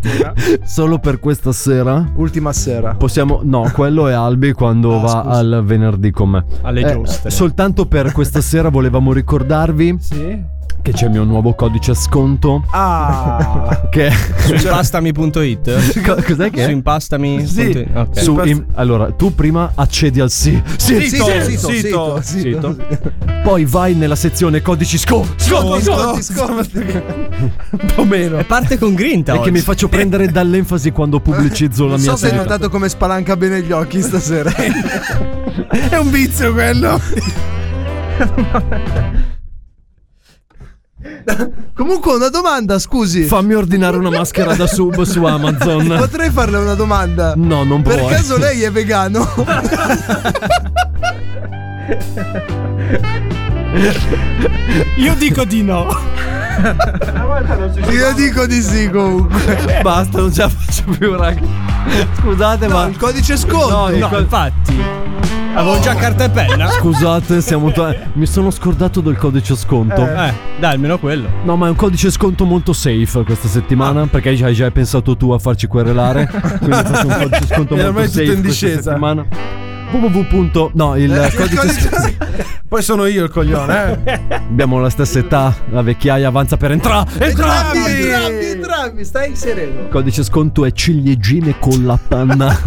Speaker 5: solo per questa sera.
Speaker 9: Ultima sera.
Speaker 5: Possiamo. No, quello è Albi quando va al venerdì con me. Eh,
Speaker 11: Alle
Speaker 9: eh,
Speaker 11: giuste.
Speaker 5: Soltanto per questa sera volevamo ricordarvi
Speaker 7: Sì.
Speaker 5: che c'è il mio nuovo codice a sconto.
Speaker 7: Ah.
Speaker 5: Che
Speaker 11: Su impastami.it.
Speaker 5: Co- cos'è che
Speaker 11: Su
Speaker 5: è?
Speaker 11: impastami.
Speaker 7: Sì.
Speaker 11: Ok.
Speaker 5: Su
Speaker 7: Impast-
Speaker 5: im- allora, tu prima accedi al sì. Sì, sì,
Speaker 9: Sito,
Speaker 5: sì.
Speaker 9: sito, sito, sito.
Speaker 5: Poi vai nella sezione codici sco. Sco, sco,
Speaker 9: Ti scordi.
Speaker 5: un po' meno.
Speaker 11: E parte con grinta.
Speaker 5: E che
Speaker 11: oggi.
Speaker 5: mi faccio prendere dall'enfasi quando pubblicizzo la
Speaker 9: Non
Speaker 5: mia
Speaker 9: so se hai
Speaker 5: attività.
Speaker 9: notato come spalanca bene gli occhi stasera. È un vizio quello. Comunque una domanda, scusi.
Speaker 5: Fammi ordinare una maschera da sub su Amazon.
Speaker 9: Potrei farle una domanda?
Speaker 5: No, non
Speaker 9: Per
Speaker 5: puoi.
Speaker 9: caso lei è vegano?
Speaker 8: Io dico di no.
Speaker 9: Io dico di sì comunque.
Speaker 5: Basta, non ce la faccio più, raga. Scusate, ma.
Speaker 9: Il codice sconto.
Speaker 5: il
Speaker 11: No,
Speaker 5: co-
Speaker 11: infatti. Avevo già carta e penna.
Speaker 5: Scusate, siamo. to- Mi sono scordato del codice sconto.
Speaker 11: Eh, dai, almeno quello.
Speaker 5: No, ma è un codice sconto molto safe questa settimana. Perché hai già, hai già pensato tu a farci querelare. Quindi è stato un codice sconto
Speaker 7: E
Speaker 5: molto
Speaker 7: ormai tutto
Speaker 5: safe
Speaker 7: in
Speaker 5: questa
Speaker 7: discesa.
Speaker 5: settimana. www. No, il codice sconto.
Speaker 7: Poi sono io il coglione, eh.
Speaker 5: Abbiamo la stessa età, la vecchiaia avanza per entrare. Entrambi!
Speaker 9: Entrambi, entrambi, stai sereno.
Speaker 5: Codice sconto è ciliegine con la panna.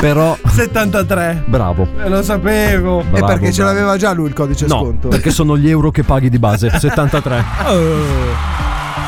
Speaker 5: Però,
Speaker 7: 73.
Speaker 5: bravo.
Speaker 7: Eh, lo sapevo.
Speaker 9: E
Speaker 5: bravo,
Speaker 9: perché ce
Speaker 5: bravo.
Speaker 9: l'aveva già lui il codice
Speaker 5: No,
Speaker 9: sconto?
Speaker 5: perché sono gli euro che paghi di base, 73. Oh.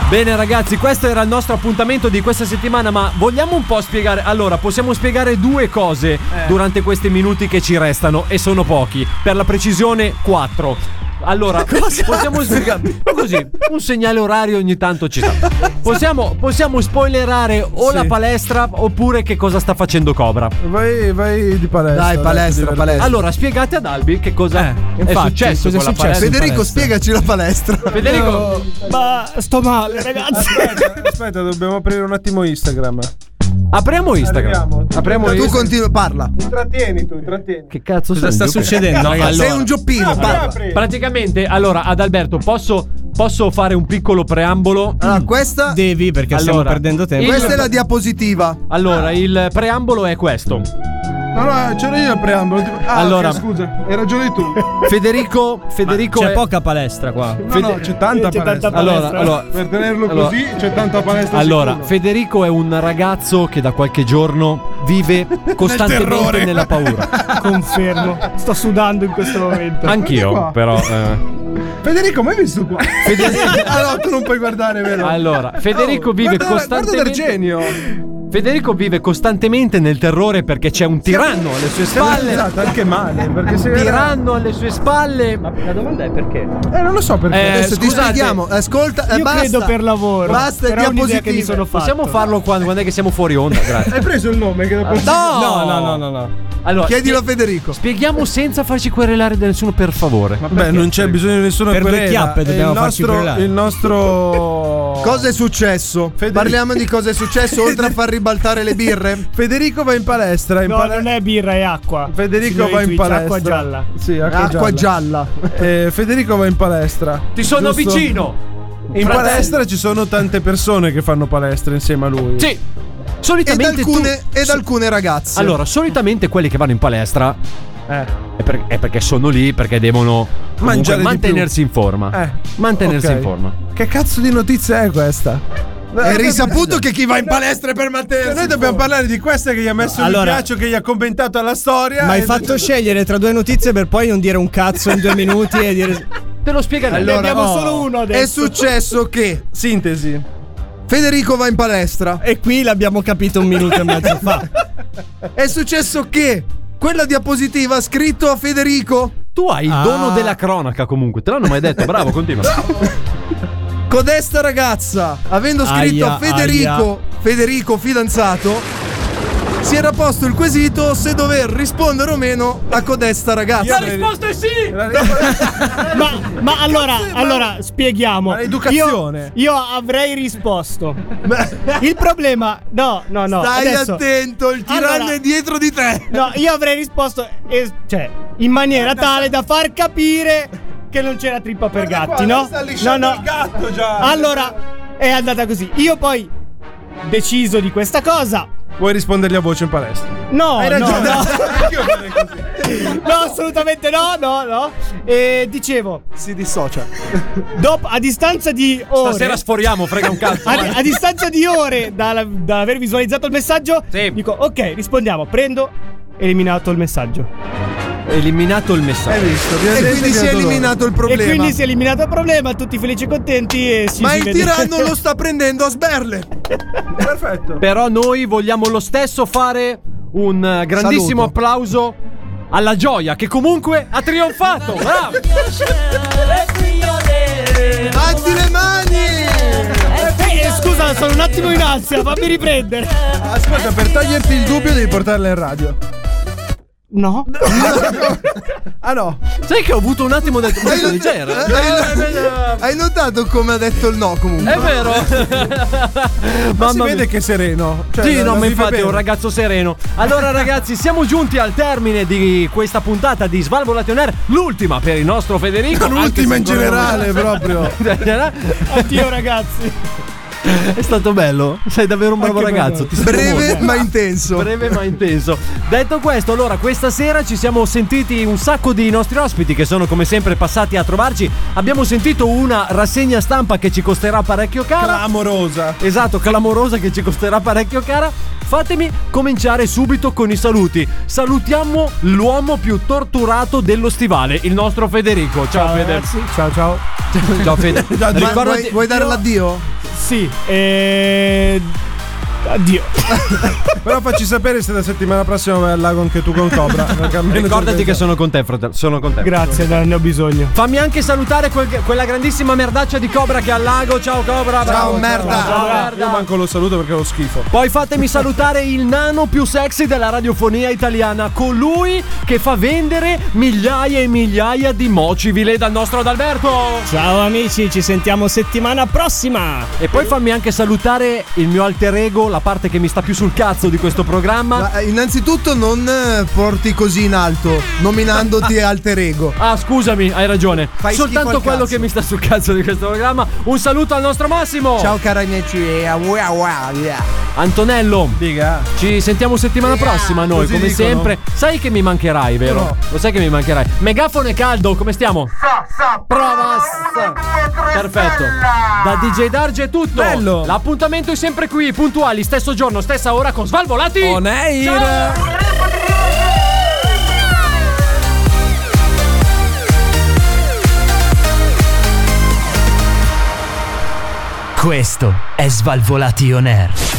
Speaker 5: Bene ragazzi, questo era il nostro appuntamento di questa settimana, ma vogliamo un po' spiegare... Allora, possiamo spiegare due cose durante questi minuti che ci restano e sono pochi. Per la precisione, quattro. Allora, possiamo sbrigare. Così, un segnale orario ogni tanto ci sta. Possiamo, possiamo spoilerare o la palestra oppure che cosa sta facendo Cobra.
Speaker 7: Vai, vai di palestra.
Speaker 5: Dai, palestra,
Speaker 7: dai,
Speaker 5: palestra. Allora, spiegate ad Albi che cosa è
Speaker 7: infatti,
Speaker 5: Eh. successo.
Speaker 7: cosa è
Speaker 5: con la
Speaker 7: successo?
Speaker 5: palestra.
Speaker 7: Federico,
Speaker 9: Spiegaci la palestra.
Speaker 5: Federico,
Speaker 8: Ma
Speaker 11: Ah,
Speaker 8: sto male, ragazzi.
Speaker 7: Aspetta, Eh, aspetta, dobbiamo aprire un attimo Instagram.
Speaker 5: Apriamo Instagram.
Speaker 7: Arriviamo.
Speaker 5: Apriamo
Speaker 7: Tu
Speaker 5: Instagram.
Speaker 9: continua, parla.
Speaker 7: Intrattieni tu, intrattieni.
Speaker 5: Che cazzo
Speaker 7: Cosa sta succedendo? Allora. Sei un gioppino,
Speaker 5: Allora,
Speaker 7: parla.
Speaker 5: praticamente, allora, ad Alberto, posso, posso fare un piccolo preambolo?
Speaker 7: Ah.
Speaker 9: Allora, questa.
Speaker 11: Devi perché stiamo perdendo tempo.
Speaker 9: Questa è la diapositiva.
Speaker 5: Allora, il preambolo è questo.
Speaker 7: No, no, c'ero io il preambolo. Ah,
Speaker 5: Allora.
Speaker 7: allora, scusa, hai ragione tu.
Speaker 5: Federico, Federico
Speaker 11: C'è
Speaker 5: è-
Speaker 11: poca palestra qua.
Speaker 7: No, no, c'è tanta
Speaker 11: C'è
Speaker 7: palestra.
Speaker 11: tanta palestra.
Speaker 5: Allora, allora-
Speaker 7: per tenerlo
Speaker 5: allora-
Speaker 7: così, c'è tanta palestra.
Speaker 5: Allora,
Speaker 7: sicuro.
Speaker 5: Federico è un ragazzo che da qualche giorno vive costantemente
Speaker 8: terrore.
Speaker 5: nella paura.
Speaker 8: Confermo. Sto sudando in questo momento.
Speaker 5: Anch'io, però. eh.
Speaker 7: Federico, ma hai visto qua?
Speaker 5: Federico-
Speaker 7: allora, tu non puoi guardare, vero?
Speaker 5: Allora, Federico
Speaker 7: Oh,
Speaker 5: vive
Speaker 7: guarda-
Speaker 5: costantemente.
Speaker 7: Guarda D'Argenio.
Speaker 5: Federico vive costantemente nel terrore perché c'è un tiranno alle sue spalle.
Speaker 7: Esatto, anche male. Perché se era-
Speaker 5: Tiranno alle sue spalle. Ma la domanda è perché?
Speaker 7: Eh, non lo so perché.
Speaker 5: Eh,
Speaker 7: Adesso ti
Speaker 5: scusate.
Speaker 7: spieghiamo.
Speaker 9: Ascolta, eh,
Speaker 8: Io
Speaker 9: basta.
Speaker 8: credo per lavoro.
Speaker 9: Basta,
Speaker 8: però è un'idea
Speaker 9: diapositive.
Speaker 8: che mi sono fatto.
Speaker 5: Possiamo farlo quando, quando è che siamo fuori onda? Grazie.
Speaker 7: Hai preso il nome che dopo
Speaker 5: No!
Speaker 11: no, no, no, no.
Speaker 5: Allora,
Speaker 9: Chiedilo a
Speaker 5: spie-
Speaker 9: Federico.
Speaker 5: Spieghiamo senza farci querelare da nessuno, per favore.
Speaker 7: Beh, non c'è bisogno di nessuna
Speaker 11: Per due
Speaker 7: querela.
Speaker 11: chiappe dobbiamo
Speaker 7: il
Speaker 11: farci
Speaker 7: nostro,
Speaker 11: querelare.
Speaker 7: Il nostro
Speaker 9: Cosa è successo? Parliamo di cosa è successo oltre a far ribaltare le birre.
Speaker 7: Federico va in palestra, in
Speaker 8: No,
Speaker 7: pale-
Speaker 8: non è birra, è acqua.
Speaker 7: Federico
Speaker 8: Signori
Speaker 7: va in
Speaker 8: Twitch,
Speaker 7: palestra.
Speaker 8: Acqua gialla.
Speaker 7: Sì, acqua,
Speaker 9: Acqua gialla.
Speaker 7: Eh, Federico va in palestra.
Speaker 5: Ti sono
Speaker 7: giusto?
Speaker 5: vicino.
Speaker 7: In
Speaker 5: Fratello.
Speaker 7: palestra ci sono tante persone che fanno palestra insieme a lui.
Speaker 5: Sì.
Speaker 9: Ed
Speaker 5: Solitamente tu-
Speaker 9: alcune, ed alcune ragazze.
Speaker 5: Allora, solitamente quelli che vanno in palestra
Speaker 7: Eh.
Speaker 5: è, per- è perché sono lì, perché devono comunque
Speaker 7: Mangiare di
Speaker 5: mantenersi in forma.
Speaker 7: Eh,
Speaker 5: Mantenersi
Speaker 7: ok.
Speaker 5: in forma.
Speaker 7: Che cazzo di notizia è questa?
Speaker 9: È risaputo che chi va in palestra è per
Speaker 7: Cioè,
Speaker 9: mantenersi.
Speaker 7: Noi dobbiamo parlare di questa che gli ha messo il
Speaker 11: Allora-
Speaker 7: piaccio, che gli ha commentato alla storia.
Speaker 11: Ma hai
Speaker 7: e-
Speaker 11: fatto scegliere tra due notizie per poi non dire un cazzo in due minuti e dire.
Speaker 5: Te lo spiega lei.
Speaker 8: Ne abbiamo
Speaker 11: oh.
Speaker 8: solo uno
Speaker 9: È
Speaker 8: adesso.
Speaker 9: successo che
Speaker 7: Sintesi.
Speaker 9: Federico va in palestra.
Speaker 11: E qui l'abbiamo capito un minuto e mezzo fa.
Speaker 9: È successo che quella diapositiva ha scritto a Federico.
Speaker 5: Tu hai il
Speaker 9: Ah.
Speaker 5: dono della cronaca comunque, te l'hanno mai detto, bravo, continua.
Speaker 9: Codesta ragazza, avendo scritto
Speaker 11: Aia,
Speaker 9: a Federico, Federico fidanzato, si era posto il quesito se dover rispondere o meno a codesta ragazza.
Speaker 5: è sì!
Speaker 8: Ma, ma allora, allora spieghiamo.
Speaker 7: l'educazione.
Speaker 8: Io, io avrei risposto. Il problema. No, no, no.
Speaker 9: Stai
Speaker 8: adesso-
Speaker 9: attento, il tiranno
Speaker 8: Allora-
Speaker 9: è dietro di te.
Speaker 8: No, io avrei risposto. eh, cioè, in maniera tale da far capire che non c'era trippa per gatti, no? No, no.
Speaker 7: gatto già.
Speaker 8: Allora, è andata così. Io poi deciso di questa cosa.
Speaker 7: Vuoi rispondergli a voce in palestra?
Speaker 8: No,
Speaker 7: Hai ragione.
Speaker 8: no, no.
Speaker 7: Anch'io farei così.
Speaker 8: No, assolutamente no, no, no. E dicevo,
Speaker 9: Si dissocia.
Speaker 8: dopo, a distanza di ore.
Speaker 5: Stasera sforiamo, frega un cazzo.
Speaker 8: a,
Speaker 5: vai.
Speaker 8: a distanza di ore da, da aver visualizzato il messaggio,
Speaker 5: Sì.
Speaker 8: dico, ok, rispondiamo. Prendo, eliminato il messaggio.
Speaker 5: Eliminato il
Speaker 7: Hai
Speaker 5: messaggio.
Speaker 7: visto? Abbiamo
Speaker 9: E
Speaker 7: detto
Speaker 9: quindi
Speaker 7: che
Speaker 9: si è
Speaker 7: era dolore.
Speaker 9: eliminato il
Speaker 8: E
Speaker 9: problema.
Speaker 8: quindi si è eliminato il problema, tutti felici e contenti. E si
Speaker 9: Ma
Speaker 8: si
Speaker 9: il
Speaker 8: vede-
Speaker 9: tiranno lo sta prendendo a sberle.
Speaker 7: Perfetto.
Speaker 5: Però noi vogliamo lo stesso fare un eh, grandissimo
Speaker 9: Saluto.
Speaker 5: applauso alla gioia che comunque ha trionfato. Bravo!
Speaker 8: Eh,
Speaker 9: Alzi le mani!
Speaker 8: Eh, eh, scusa, sono un attimo in ansia, fammi riprendere.
Speaker 7: Ascolta, per toglierti il dubbio devi portarla in radio.
Speaker 8: No.
Speaker 7: Ah no.
Speaker 5: Sai che ho avuto un attimo del
Speaker 9: Hai
Speaker 5: momento di
Speaker 9: notato-
Speaker 5: genere?
Speaker 9: hai not- Hai notato come ha detto il no comunque?
Speaker 5: È vero.
Speaker 7: Eh, Ma si
Speaker 5: Mamma
Speaker 7: vede
Speaker 5: mia.
Speaker 7: che è sereno. Cioè,
Speaker 5: Sì, no,
Speaker 7: non
Speaker 5: ma
Speaker 7: vive
Speaker 5: infatti è
Speaker 7: bene.
Speaker 5: un ragazzo sereno. Allora, ragazzi, siamo giunti al termine di questa puntata di Svalvolation Air, l'ultima per il nostro Federico. anche
Speaker 7: L'ultima
Speaker 5: se
Speaker 7: in
Speaker 5: ancora
Speaker 7: generale proprio.
Speaker 5: non-
Speaker 8: Addio, ragazzi.
Speaker 5: È stato bello. Sei davvero un bravo
Speaker 8: Anche per
Speaker 5: ragazzo.
Speaker 8: noi.
Speaker 5: Ti sento
Speaker 9: Breve
Speaker 5: molto.
Speaker 9: ma intenso.
Speaker 5: Breve ma intenso. Detto questo, allora, questa sera ci siamo sentiti un sacco di nostri ospiti che sono come sempre passati a trovarci. Abbiamo sentito una rassegna stampa che ci costerà parecchio cara.
Speaker 7: Amorosa.
Speaker 5: Esatto, clamorosa che ci costerà parecchio cara. Fatemi cominciare subito con i saluti. Salutiamo l'uomo più torturato dello stivale, il nostro Federico. Ciao, Fede.
Speaker 8: ragazzi. Ciao, ciao.
Speaker 5: Ciao Fede.
Speaker 9: Ma
Speaker 5: Ricordati-
Speaker 9: vuoi, vuoi dare l'addio?
Speaker 8: Sì, eh, Addio.
Speaker 7: Però facci sapere se la settimana prossima vai al lago anche tu con Cobra. perché almeno
Speaker 5: Ricordati
Speaker 7: ci
Speaker 5: che
Speaker 7: pensiamo.
Speaker 5: sono con te, fratello. Sono con te.
Speaker 8: Grazie, dai, ne ho bisogno.
Speaker 5: Fammi anche salutare quel- quella grandissima merdaccia di Cobra che è al lago. Ciao Cobra, bravo. Ciao, merda.
Speaker 7: Io manco lo saluto perché lo schifo.
Speaker 5: Poi fatemi salutare il nano più sexy della radiofonia italiana, colui che fa vendere migliaia e migliaia di mocivile dal nostro Adalberto.
Speaker 11: Ciao amici, ci sentiamo settimana prossima.
Speaker 5: E poi fammi anche salutare il mio alter ego, la parte che mi sta più sul cazzo di questo programma.
Speaker 9: Ma, eh, innanzitutto non eh, porti così in alto, nominandoti alter ego.
Speaker 5: Ah, scusami, hai ragione.
Speaker 9: Fai schifo
Speaker 5: Soltanto
Speaker 9: al
Speaker 5: quello
Speaker 9: cazzo.
Speaker 5: che mi sta sul cazzo di questo programma. Un saluto al nostro Massimo.
Speaker 9: Ciao cari amici, eh, wow, wow, yeah.
Speaker 5: Antonello, ci sentiamo settimana prossima noi,
Speaker 9: Così
Speaker 5: come
Speaker 9: dicono.
Speaker 5: sempre. Sai che mi mancherai, vero? Lo sai che mi mancherai. Megafono e caldo, come stiamo? Prova. Perfetto. Da DJ Darge è tutto.
Speaker 11: Bello.
Speaker 5: L'appuntamento è sempre qui, puntuali, stesso giorno, stessa ora con Svalvolati.
Speaker 11: On air.
Speaker 5: Ciao.
Speaker 18: Questo è Svalvolation Air.